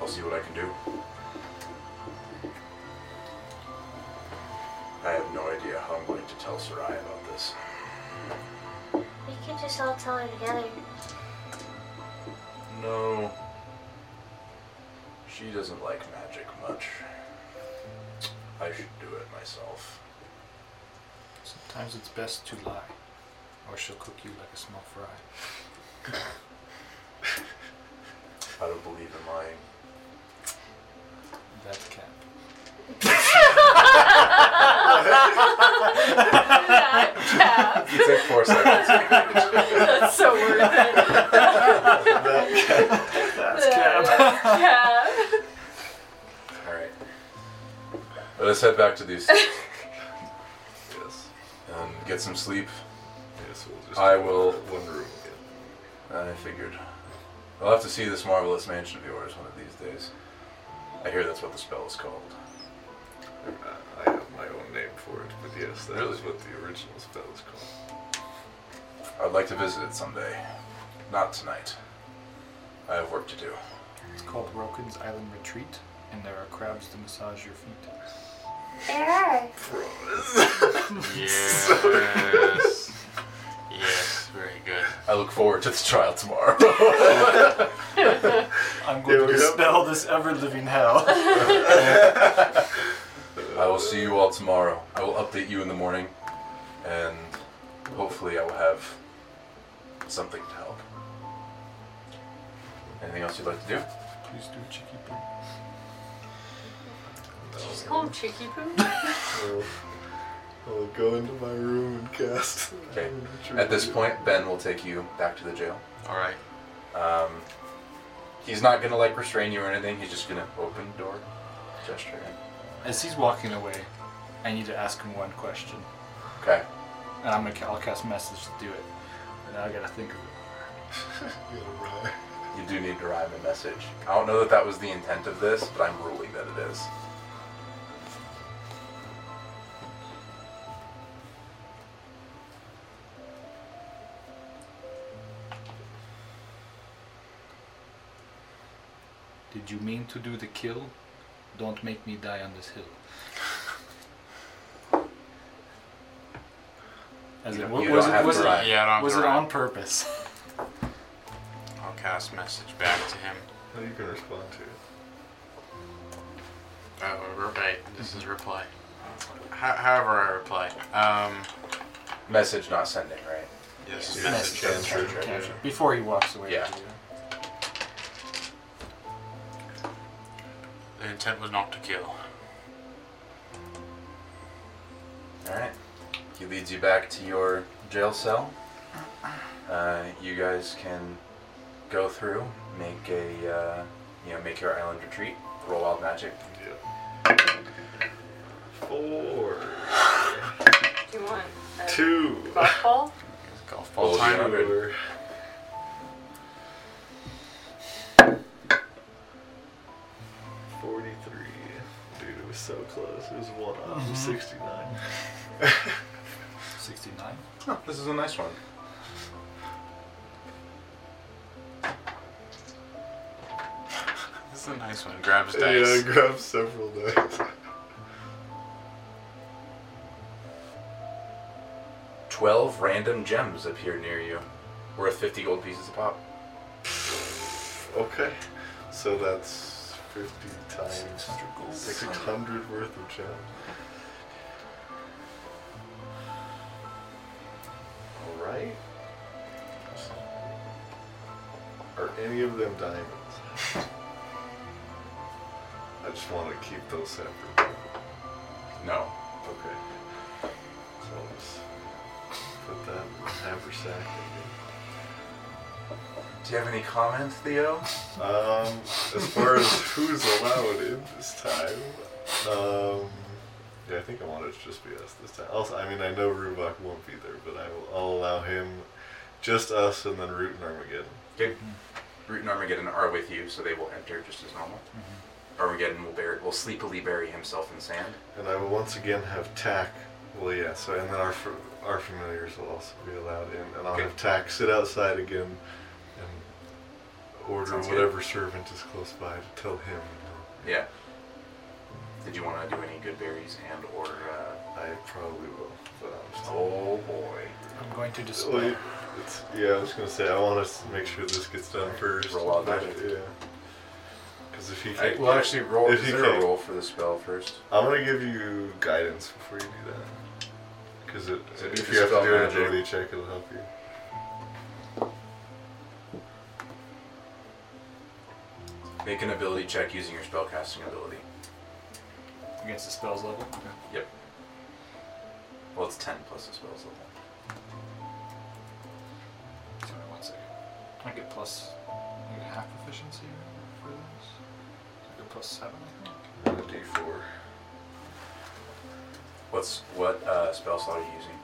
[SPEAKER 6] I'll see what I can do. I have no idea how I'm going to tell Sarai about this.
[SPEAKER 8] We could just all tell her together.
[SPEAKER 6] No. She doesn't like magic much. I should do it myself.
[SPEAKER 9] Sometimes it's best to lie, or she'll cook you like a small fry.
[SPEAKER 6] I don't believe in lying.
[SPEAKER 9] That's cap.
[SPEAKER 11] That cap.
[SPEAKER 6] You took four seconds.
[SPEAKER 11] That's so worth it. That's cap.
[SPEAKER 6] Alright. Let us head back to these and
[SPEAKER 7] Yes.
[SPEAKER 6] get some sleep.
[SPEAKER 7] Yes, we'll just
[SPEAKER 6] I will.
[SPEAKER 7] one room again.
[SPEAKER 6] I figured. I'll have to see this marvelous mansion of yours one of these days. I hear that's what the spell is called.
[SPEAKER 7] I- I have my own name for it, but yes, that is what the original spell is called.
[SPEAKER 6] I'd like to visit it someday. Not tonight. I have work to do.
[SPEAKER 9] It's called Rokin's Island Retreat, and there are crabs to massage your feet.
[SPEAKER 8] There are.
[SPEAKER 2] Yes. yes, very good.
[SPEAKER 6] I look forward to the trial tomorrow.
[SPEAKER 9] I'm going
[SPEAKER 7] There
[SPEAKER 9] to
[SPEAKER 7] we go.
[SPEAKER 9] dispel this ever living hell.
[SPEAKER 6] I will see you all tomorrow. I will update you in the morning, and hopefully, I will have something to help. Anything else you'd like to do?
[SPEAKER 9] Please do cheeky poo.
[SPEAKER 11] She's called Chicky Poo.
[SPEAKER 7] I'll, I'll go into my room and cast.
[SPEAKER 6] Okay. At this point, Ben will take you back to the jail.
[SPEAKER 2] All right.
[SPEAKER 6] Um, he's not gonna like restrain you or anything. He's just gonna open door gesture.
[SPEAKER 9] As he's walking away, I need to ask him one question,
[SPEAKER 6] Okay.
[SPEAKER 9] and I'm gonna ca- I'll cast message to do it. And now I gotta think of it.
[SPEAKER 6] You do need to rhyme a message. I don't know that that was the intent of this, but I'm ruling that it is.
[SPEAKER 9] Did you mean to do the kill? Don't make me die on this hill. As
[SPEAKER 6] You
[SPEAKER 9] it,
[SPEAKER 6] don't-
[SPEAKER 9] wa-
[SPEAKER 6] you
[SPEAKER 9] was
[SPEAKER 6] don't
[SPEAKER 9] it,
[SPEAKER 6] have
[SPEAKER 9] was
[SPEAKER 6] to
[SPEAKER 9] it,
[SPEAKER 6] rhyme.
[SPEAKER 2] Yeah, I don't have
[SPEAKER 9] was
[SPEAKER 2] to
[SPEAKER 9] it
[SPEAKER 2] rhyme.
[SPEAKER 9] on purpose?
[SPEAKER 2] I'll cast message back to him.
[SPEAKER 7] How you can respond to it?
[SPEAKER 2] Oh, right. This
[SPEAKER 9] Mm-hmm.
[SPEAKER 2] is reply. How, however, I reply. Um,
[SPEAKER 6] Message not sending, right?
[SPEAKER 2] yes,
[SPEAKER 7] Yeah.
[SPEAKER 2] message.
[SPEAKER 7] Message.
[SPEAKER 6] Sure, sure,
[SPEAKER 9] Capture.
[SPEAKER 6] sure.
[SPEAKER 9] Before he walks away.
[SPEAKER 6] Yeah.
[SPEAKER 2] The intent was not to kill.
[SPEAKER 6] All right. He leads you back to your jail cell. Uh, you guys can go through, make a uh, you know make your island retreat, roll wild magic.
[SPEAKER 7] Yeah. Four.
[SPEAKER 11] Do you want a
[SPEAKER 7] Two.
[SPEAKER 11] golf ball?
[SPEAKER 2] Golf
[SPEAKER 6] Well,
[SPEAKER 2] ball
[SPEAKER 6] yeah.
[SPEAKER 2] time.
[SPEAKER 7] Four. Forty-three. Dude, it was so close. It was one off
[SPEAKER 11] Mm-hmm.
[SPEAKER 7] of sixty-nine.
[SPEAKER 9] 69.
[SPEAKER 6] Oh, this is a nice one.
[SPEAKER 2] This That's a nice one. Grabs
[SPEAKER 7] Yeah,
[SPEAKER 2] dice.
[SPEAKER 7] grab several dice.
[SPEAKER 1] 12 random gems appear near you, worth 50 gold pieces a pop.
[SPEAKER 7] Okay, so that's 50 times
[SPEAKER 6] 600 gold.
[SPEAKER 7] 600 worth of gems. Alright. Are any of them diamonds? I just want to keep those separate.
[SPEAKER 1] No.
[SPEAKER 7] Okay. So let's put that in the haversack.
[SPEAKER 1] Do you have any comments, Theo?
[SPEAKER 7] Um, as far as who's allowed in this time, um, yeah, I think I want it to just be us this time. Also, I mean, I know Rubach won't be there, but I will, I'll allow him, just us, and then Root and Armageddon.
[SPEAKER 1] Okay. Root and Armageddon are with you, so they will enter just as normal.
[SPEAKER 5] Mm-hmm.
[SPEAKER 1] Armageddon will bury, will sleepily bury himself in sand.
[SPEAKER 7] And I will once again have Tack. Well, yeah. So and then our fa- our familiars will also be allowed in, and I'll
[SPEAKER 1] Okay.
[SPEAKER 7] have Tack sit outside again, and order
[SPEAKER 1] Sounds good.
[SPEAKER 7] whatever servant is close by to tell him.
[SPEAKER 1] Yeah. Did you want to do any good berries and or? Uh,
[SPEAKER 7] I probably will, but I'm still.
[SPEAKER 1] oh boy.
[SPEAKER 6] I'm going to
[SPEAKER 7] Well,
[SPEAKER 6] display.
[SPEAKER 7] it- it's, yeah, I was gonna say I want us to make sure this gets done first.
[SPEAKER 1] Roll out
[SPEAKER 7] but,
[SPEAKER 1] magic.
[SPEAKER 7] Yeah. Because if he
[SPEAKER 1] I,
[SPEAKER 7] can,
[SPEAKER 1] well, actually, roll.
[SPEAKER 7] If
[SPEAKER 1] Is
[SPEAKER 7] he
[SPEAKER 1] there a
[SPEAKER 7] can,
[SPEAKER 1] roll for the spell first?
[SPEAKER 7] I'm gonna give you guidance before you do that. Because it,
[SPEAKER 1] So
[SPEAKER 7] if
[SPEAKER 1] do
[SPEAKER 7] you have to
[SPEAKER 1] dispel
[SPEAKER 7] do an
[SPEAKER 1] magic.
[SPEAKER 7] agility check, it'll help you.
[SPEAKER 1] Make an ability check using your spellcasting ability.
[SPEAKER 6] Against the spell's level.
[SPEAKER 1] Yep. Well, it's ten plus the spell's level.
[SPEAKER 6] Sorry, one second. I get plus. I get half proficiency for this. I get plus seven, I think.
[SPEAKER 7] And then a D4.
[SPEAKER 1] What's what uh, spell slot are you using?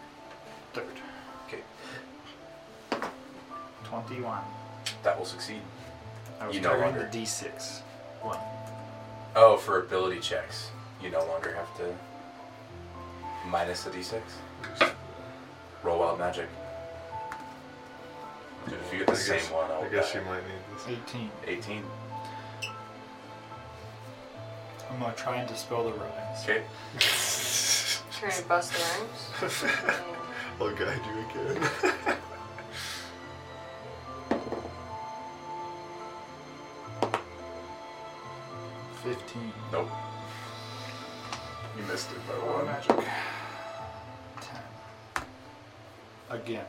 [SPEAKER 6] Third.
[SPEAKER 1] Okay,
[SPEAKER 6] 21.
[SPEAKER 1] that will succeed.
[SPEAKER 6] I was
[SPEAKER 1] You no
[SPEAKER 6] targeting
[SPEAKER 1] longer-
[SPEAKER 6] the d6. One.
[SPEAKER 1] Oh, for ability checks, you no longer have to minus a d6. Roll wild magic. Dude, if you get the
[SPEAKER 7] I
[SPEAKER 1] same
[SPEAKER 7] guess-
[SPEAKER 1] one, I'll
[SPEAKER 7] I guess
[SPEAKER 1] die.
[SPEAKER 7] you might need this.
[SPEAKER 6] 18.
[SPEAKER 1] 18.
[SPEAKER 6] I'm going to try and dispel the rhymes.
[SPEAKER 1] Okay.
[SPEAKER 11] Trying to bust the rhymes.
[SPEAKER 7] I'll guide you again.
[SPEAKER 6] Fifteen.
[SPEAKER 1] Nope. You missed it by
[SPEAKER 5] Oh,
[SPEAKER 6] Wild magic. Ten. Again.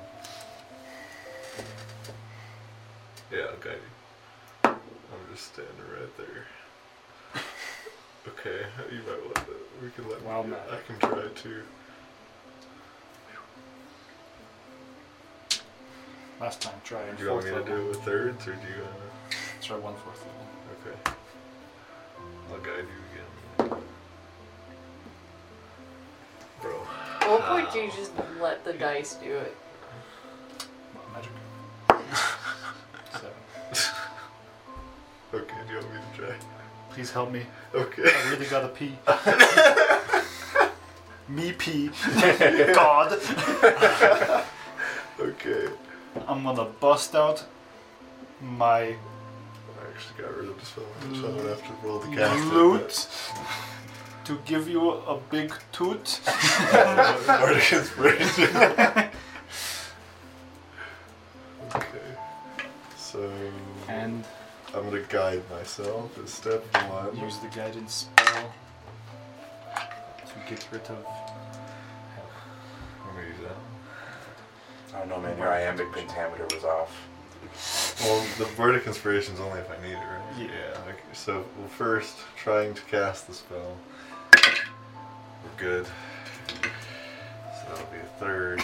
[SPEAKER 7] yeah, I'll guide you. I'm just standing right there. Okay, you might want to. We can let
[SPEAKER 6] Wild
[SPEAKER 7] me. do it.
[SPEAKER 6] magic.
[SPEAKER 7] I can try to.
[SPEAKER 6] Last time, try and
[SPEAKER 7] Do you want
[SPEAKER 6] fourth
[SPEAKER 7] me to
[SPEAKER 6] level.
[SPEAKER 7] do it with thirds, or do you want
[SPEAKER 6] Try one fourth level.
[SPEAKER 7] to? Okay. I'll guide you again. Bro.
[SPEAKER 11] At what
[SPEAKER 1] Uh,
[SPEAKER 11] point do you just let the dice do it?
[SPEAKER 6] Wild magic. Seven.
[SPEAKER 7] Okay, do you want me to try?
[SPEAKER 6] Please help me.
[SPEAKER 7] Okay.
[SPEAKER 6] I really gotta pee. me pee. God.
[SPEAKER 7] Okay.
[SPEAKER 6] I'm gonna bust out my
[SPEAKER 7] I actually got rid of the spell magic, so I'm gonna have to roll the cast.
[SPEAKER 6] loot to give you a big toot.
[SPEAKER 7] Bardic inspiration. okay. So.
[SPEAKER 6] And
[SPEAKER 7] I'm gonna guide myself as step one.
[SPEAKER 6] use the guidance spell to get rid of.
[SPEAKER 7] I'm gonna use that.
[SPEAKER 1] I don't know, man. Your iambic pentameter was off.
[SPEAKER 7] Well, the bardic inspiration's only if I need it, right?
[SPEAKER 6] Yeah.
[SPEAKER 7] okay. So, well, first, trying to cast the spell. We're good. So that'll be a third.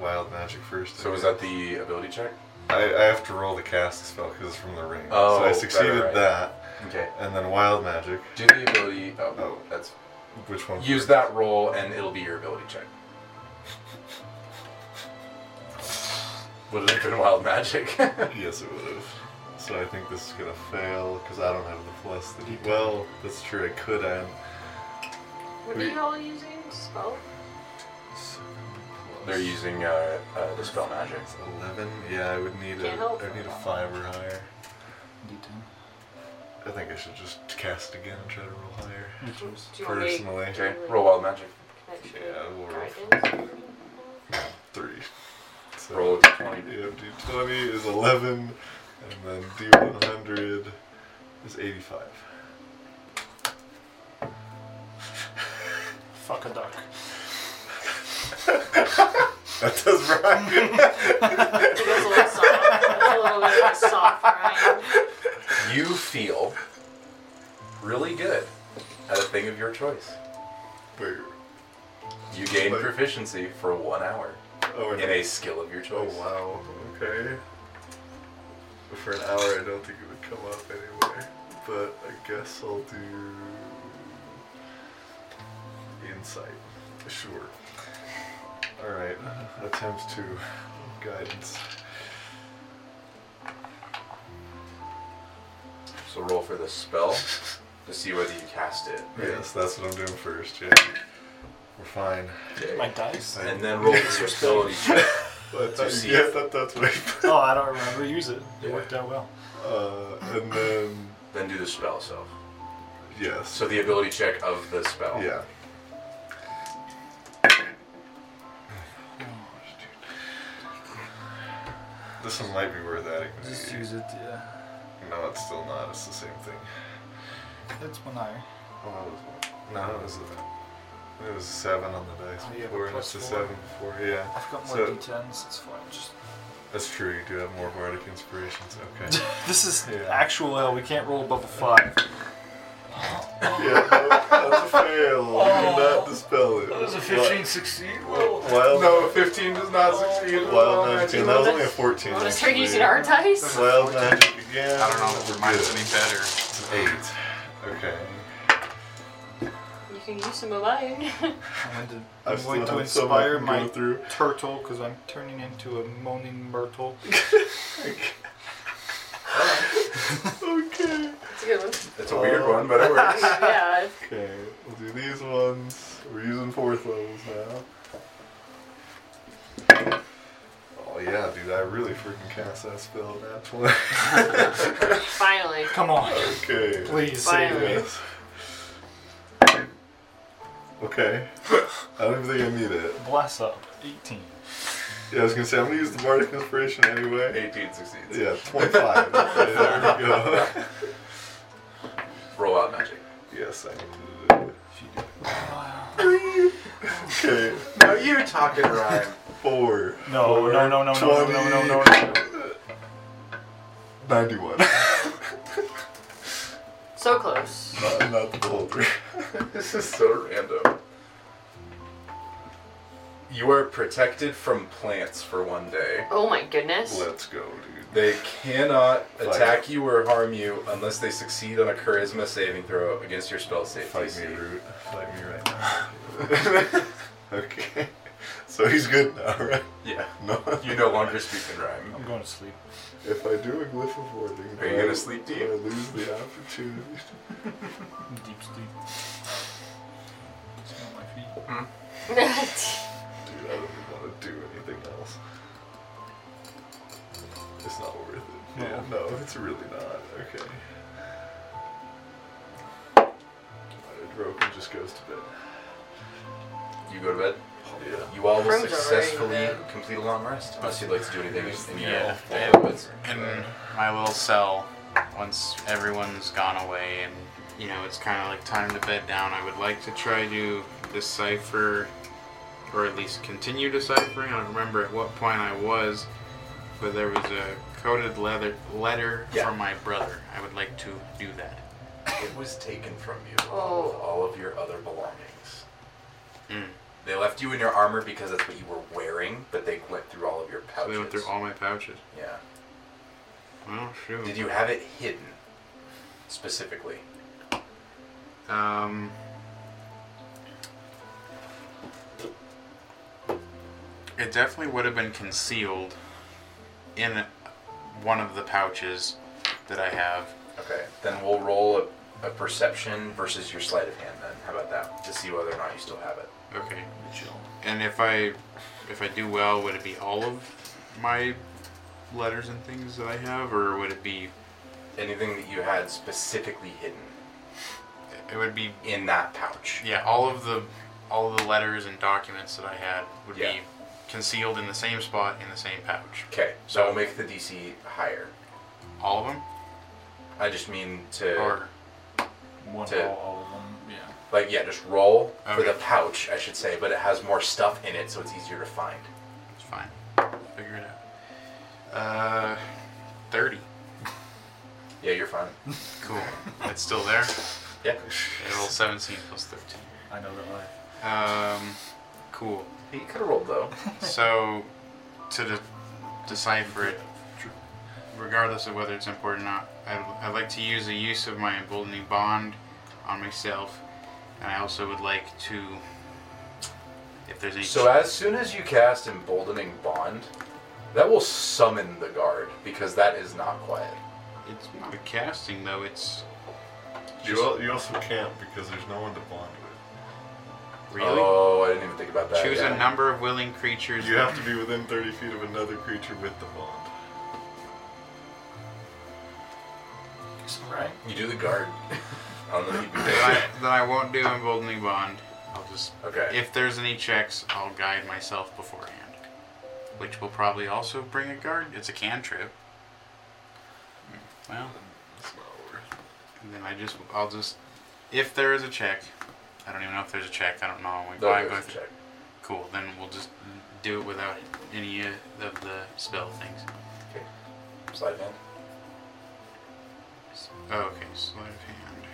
[SPEAKER 7] Wild magic first.
[SPEAKER 1] So was that the ability check?
[SPEAKER 7] I, I have to roll the cast spell because it's from the ring.
[SPEAKER 1] Oh,
[SPEAKER 7] so I succeeded
[SPEAKER 1] right, right.
[SPEAKER 7] that,
[SPEAKER 1] Okay.
[SPEAKER 7] and then wild magic.
[SPEAKER 1] Do the ability. Oh,
[SPEAKER 7] Oh.
[SPEAKER 1] that's
[SPEAKER 7] Which one?
[SPEAKER 1] use that roll, and it'll be your ability check. Would it have been wild magic?
[SPEAKER 7] Yes, it would have. So I think this is gonna fail because I don't have the plus that he. Well, that's true. I could add.
[SPEAKER 11] What are
[SPEAKER 7] We-
[SPEAKER 11] you all using? Spell?
[SPEAKER 1] They're using uh, uh, dispel magic.
[SPEAKER 7] It's eleven. Yeah, I would need a.
[SPEAKER 11] Can't help.
[SPEAKER 7] I need a five or higher.
[SPEAKER 9] D10.
[SPEAKER 7] I think I should just cast again and try to roll higher.
[SPEAKER 3] Do you want me to
[SPEAKER 7] Personally,
[SPEAKER 1] Okay, roll wild magic.
[SPEAKER 3] connection
[SPEAKER 7] yeah, we'll roll
[SPEAKER 3] guidance?
[SPEAKER 7] three. So
[SPEAKER 1] Roll a d20.
[SPEAKER 7] Yeah, d20 is 11, and then d100 is 85.
[SPEAKER 6] Fuck a duck.
[SPEAKER 7] That does right.
[SPEAKER 11] It goes a little soft. It's a
[SPEAKER 3] Oh,
[SPEAKER 11] little bit of a soft rind.
[SPEAKER 1] You feel really good at a thing of your choice.
[SPEAKER 7] Wait,
[SPEAKER 1] You gain
[SPEAKER 7] Like-
[SPEAKER 1] proficiency for one hour
[SPEAKER 7] oh,
[SPEAKER 1] in a skill of your
[SPEAKER 7] Oh
[SPEAKER 1] choice.
[SPEAKER 7] wow, okay. For an hour, I don't think it would come up anywhere. But I guess I'll do. Insight. Sure. Alright, attempt to guidance.
[SPEAKER 1] So roll for the spell to see whether you cast it.
[SPEAKER 7] Yes, that's what I'm doing first, yeah. We're fine.
[SPEAKER 1] Okay.
[SPEAKER 6] My dice?
[SPEAKER 1] And then roll for your ability check.
[SPEAKER 7] But
[SPEAKER 1] To
[SPEAKER 7] I,
[SPEAKER 1] see
[SPEAKER 7] yeah,
[SPEAKER 1] if-
[SPEAKER 7] that, that's what I
[SPEAKER 6] Oh, I don't remember. Use it. It
[SPEAKER 1] Yeah.
[SPEAKER 6] worked out well.
[SPEAKER 7] uh, And then,
[SPEAKER 1] Then do the spell itself.
[SPEAKER 7] yes.
[SPEAKER 1] So the ability check of the spell.
[SPEAKER 7] Yeah. This one might be worth adding.
[SPEAKER 9] Just
[SPEAKER 7] maybe.
[SPEAKER 9] use it, yeah.
[SPEAKER 7] No, it's still not. It's the same thing.
[SPEAKER 9] That's one higher.
[SPEAKER 7] Oh, no, it was a, it was a seven on the dice
[SPEAKER 9] Oh, you have a
[SPEAKER 7] before, and
[SPEAKER 9] plus
[SPEAKER 7] it's a
[SPEAKER 9] four.
[SPEAKER 7] seven before. Yeah,
[SPEAKER 9] I've got more
[SPEAKER 7] So-
[SPEAKER 9] D10s, it's fine. Just
[SPEAKER 7] that's true. You do have more bardic inspirations. Okay.
[SPEAKER 9] This is
[SPEAKER 7] Yeah.
[SPEAKER 9] actual hell, we can't roll above a five.
[SPEAKER 7] yeah, that, that's a fail. You do
[SPEAKER 1] Oh.
[SPEAKER 7] not dispel it.
[SPEAKER 9] succeed?
[SPEAKER 7] Well, well,
[SPEAKER 1] No, 15 does not succeed. Oh,
[SPEAKER 7] Wild magic. again. That was only a
[SPEAKER 11] Let's-
[SPEAKER 7] 14.
[SPEAKER 11] We'll just start
[SPEAKER 7] actually.
[SPEAKER 11] using our dice.
[SPEAKER 7] Wild magic again.
[SPEAKER 2] I don't know if
[SPEAKER 7] We're
[SPEAKER 2] mine's
[SPEAKER 7] good.
[SPEAKER 2] any better.
[SPEAKER 7] It's an eight. Okay.
[SPEAKER 11] You can use some of mine.
[SPEAKER 9] I'm going to,
[SPEAKER 7] I
[SPEAKER 9] I'm
[SPEAKER 7] still
[SPEAKER 9] going to
[SPEAKER 7] have some I
[SPEAKER 9] inspire
[SPEAKER 7] can
[SPEAKER 9] my
[SPEAKER 7] go through.
[SPEAKER 9] turtle because I'm turning into a moaning myrtle.
[SPEAKER 7] Okay.
[SPEAKER 11] That's a good one.
[SPEAKER 1] It's a weird one, but it works.
[SPEAKER 11] Yeah.
[SPEAKER 7] Okay, we'll do these ones. We're using fourth levels now. Oh yeah, dude, I really freaking cast that spell at that one.
[SPEAKER 11] Finally.
[SPEAKER 6] Come on.
[SPEAKER 7] okay.
[SPEAKER 6] Please
[SPEAKER 11] Finally.
[SPEAKER 6] save me.
[SPEAKER 7] Yes. Okay. I don't even think I need it.
[SPEAKER 6] Bless up. 18.
[SPEAKER 7] Yeah, I was gonna say I'm gonna use the bardic inspiration anyway.
[SPEAKER 1] 18 succeeds.
[SPEAKER 7] Yeah, 25. Okay, there we go.
[SPEAKER 1] Roll wild magic.
[SPEAKER 7] Yes, I need to do it. Okay,
[SPEAKER 1] No, you talking rhyme.
[SPEAKER 7] four.
[SPEAKER 6] No,
[SPEAKER 7] four,
[SPEAKER 6] no, no, no, no, no, no, no, no,
[SPEAKER 7] 20.
[SPEAKER 6] no.
[SPEAKER 7] 91.
[SPEAKER 11] So close.
[SPEAKER 7] not, not the beholder.
[SPEAKER 1] This is so random. You are protected from plants for one day.
[SPEAKER 11] Oh my goodness.
[SPEAKER 7] Let's go, dude.
[SPEAKER 1] They cannot
[SPEAKER 7] Fight.
[SPEAKER 1] attack you or harm you unless they succeed on a charisma saving throw against your spell save
[SPEAKER 7] Fight me,
[SPEAKER 1] DC.
[SPEAKER 7] Root. Fight me right now. okay. So he's good now, right?
[SPEAKER 1] Yeah.
[SPEAKER 7] No.
[SPEAKER 1] You no longer speak in rhyme.
[SPEAKER 6] I'm going to sleep.
[SPEAKER 7] If I do a glyph of warding,
[SPEAKER 1] Are you
[SPEAKER 7] do I-
[SPEAKER 1] gonna sleep
[SPEAKER 7] do
[SPEAKER 1] deep?
[SPEAKER 7] I lose the opportunity.
[SPEAKER 6] Deep sleep. Smell my feet.
[SPEAKER 1] Hmm?
[SPEAKER 7] Dude, I don't even want to do anything else. It's not worth it.
[SPEAKER 6] No.
[SPEAKER 7] Yeah, no, it's really not. Okay. Alright, Roken just goes to bed.
[SPEAKER 1] You go to bed.
[SPEAKER 7] Yeah.
[SPEAKER 1] You all will
[SPEAKER 11] Rooms are
[SPEAKER 1] successfully
[SPEAKER 11] already
[SPEAKER 1] complete a long rest unless you'd like to do anything in- in your
[SPEAKER 2] Yeah.
[SPEAKER 1] yeah. woods.
[SPEAKER 2] in my little cell once everyone's gone away and you know it's kind of like time to bed down i would like to try to decipher or at least continue deciphering i don't remember at what point i was but there was a coded leather letter
[SPEAKER 1] Yeah.
[SPEAKER 2] from my brother i would like to do that
[SPEAKER 1] It was taken from you along with
[SPEAKER 11] Oh.
[SPEAKER 1] all of your other belongings.
[SPEAKER 2] Mm.
[SPEAKER 1] They left you in your armor because that's what you were wearing, but they went through all of your
[SPEAKER 2] so
[SPEAKER 1] pouches.
[SPEAKER 2] they went through all my pouches
[SPEAKER 1] yeah.
[SPEAKER 2] well shoot
[SPEAKER 1] Did you have it hidden specifically?
[SPEAKER 2] Um, it definitely would have been concealed in one of the pouches that I have.
[SPEAKER 1] Okay, then we'll roll a, a perception versus your sleight of hand. Then how about that to see whether or not you still have it?
[SPEAKER 2] Okay. And if I if I do well, would it be all of my letters and things that I have, or would it be
[SPEAKER 1] anything that you had specifically hidden
[SPEAKER 2] It would be
[SPEAKER 1] in that pouch.
[SPEAKER 2] yeah. All of the all of the letters and documents that I had would
[SPEAKER 1] Yeah.
[SPEAKER 2] be concealed in the same spot in the same pouch.
[SPEAKER 1] Okay, so I'll make the DC higher.
[SPEAKER 2] All of them,
[SPEAKER 1] I just mean to
[SPEAKER 2] or
[SPEAKER 9] One
[SPEAKER 1] To-
[SPEAKER 9] all, all of them. Yeah.
[SPEAKER 1] like yeah, just roll for
[SPEAKER 2] Okay.
[SPEAKER 1] the pouch, I should say, but it has more stuff in it, so it's easier to find.
[SPEAKER 2] it's fine. Figure it out. Uh, thirty.
[SPEAKER 1] Yeah, you're fine.
[SPEAKER 2] Cool. It's still there.
[SPEAKER 1] Yeah.
[SPEAKER 2] It rolls seventeen plus thirteen.
[SPEAKER 9] I know that life.
[SPEAKER 2] Um, cool.
[SPEAKER 1] You could have rolled though.
[SPEAKER 2] So, to de- decipher it, regardless of whether it's important or not, I'd, I'd like to use the use of my emboldening bond on myself, and I also would like to, if there's any.
[SPEAKER 1] So as soon as you cast Emboldening Bond, that will summon the guard because that is not quiet.
[SPEAKER 2] it's not a casting though. It's
[SPEAKER 7] You, al- you also can't because there's no one to bond
[SPEAKER 2] really
[SPEAKER 1] Oh, I didn't even think about that.
[SPEAKER 2] choose
[SPEAKER 1] yeah.
[SPEAKER 2] a number of willing
[SPEAKER 7] with.
[SPEAKER 2] creatures.
[SPEAKER 7] You have to be within 30 feet of another creature with the bond.
[SPEAKER 9] Right.
[SPEAKER 1] You do the guard. I don't know if you do
[SPEAKER 2] Then I,
[SPEAKER 1] that.
[SPEAKER 2] then I won't do emboldening bond. I'll just
[SPEAKER 1] Okay.
[SPEAKER 2] If there's any checks, I'll guide myself beforehand. Which will probably also bring a guard. It's a cantrip. Well,
[SPEAKER 7] That's not worth
[SPEAKER 2] and then I just, I'll just, if there is a check, I don't even know if there's a check. I don't know. We
[SPEAKER 1] No,
[SPEAKER 2] probably
[SPEAKER 1] there's
[SPEAKER 2] go-
[SPEAKER 1] a check.
[SPEAKER 2] Cool. Then we'll just do it without any uh, of the spell things.
[SPEAKER 1] Slide hand.
[SPEAKER 2] Oh, okay. Sleight of hand.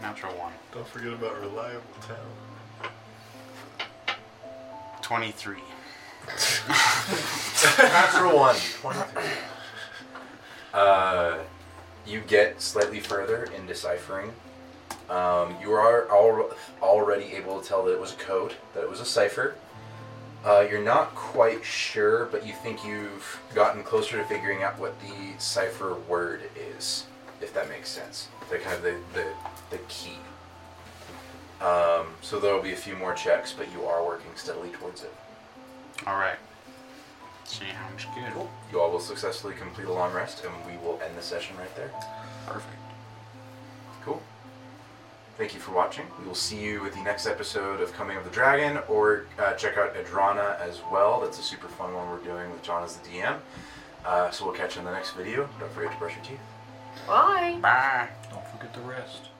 [SPEAKER 2] Natural one.
[SPEAKER 7] Don't forget about reliable talent.
[SPEAKER 2] 23.
[SPEAKER 1] Natural one. Uh, you get slightly further in deciphering. Um, you are al- already able to tell that it was a code, that it was a cipher. Uh, you're not quite sure, but you think you've gotten closer to figuring out what the cipher word is, if that makes sense. The kind of the, the, the key. Um, so there will be a few more checks, but you are working steadily towards it.
[SPEAKER 2] Alright. See how much good.
[SPEAKER 1] Cool. You all will successfully complete a long rest, and we will end the session right there.
[SPEAKER 2] Perfect.
[SPEAKER 1] Cool. Thank you for watching. We will see you at the next episode of Coming of the Dragon, or uh, check out Adrana as well. That's a super fun one we're doing with John as the DM. Uh, so we'll catch you in the next video. Don't forget to brush your teeth.
[SPEAKER 3] Bye.
[SPEAKER 2] Bye.
[SPEAKER 9] Don't forget the rest.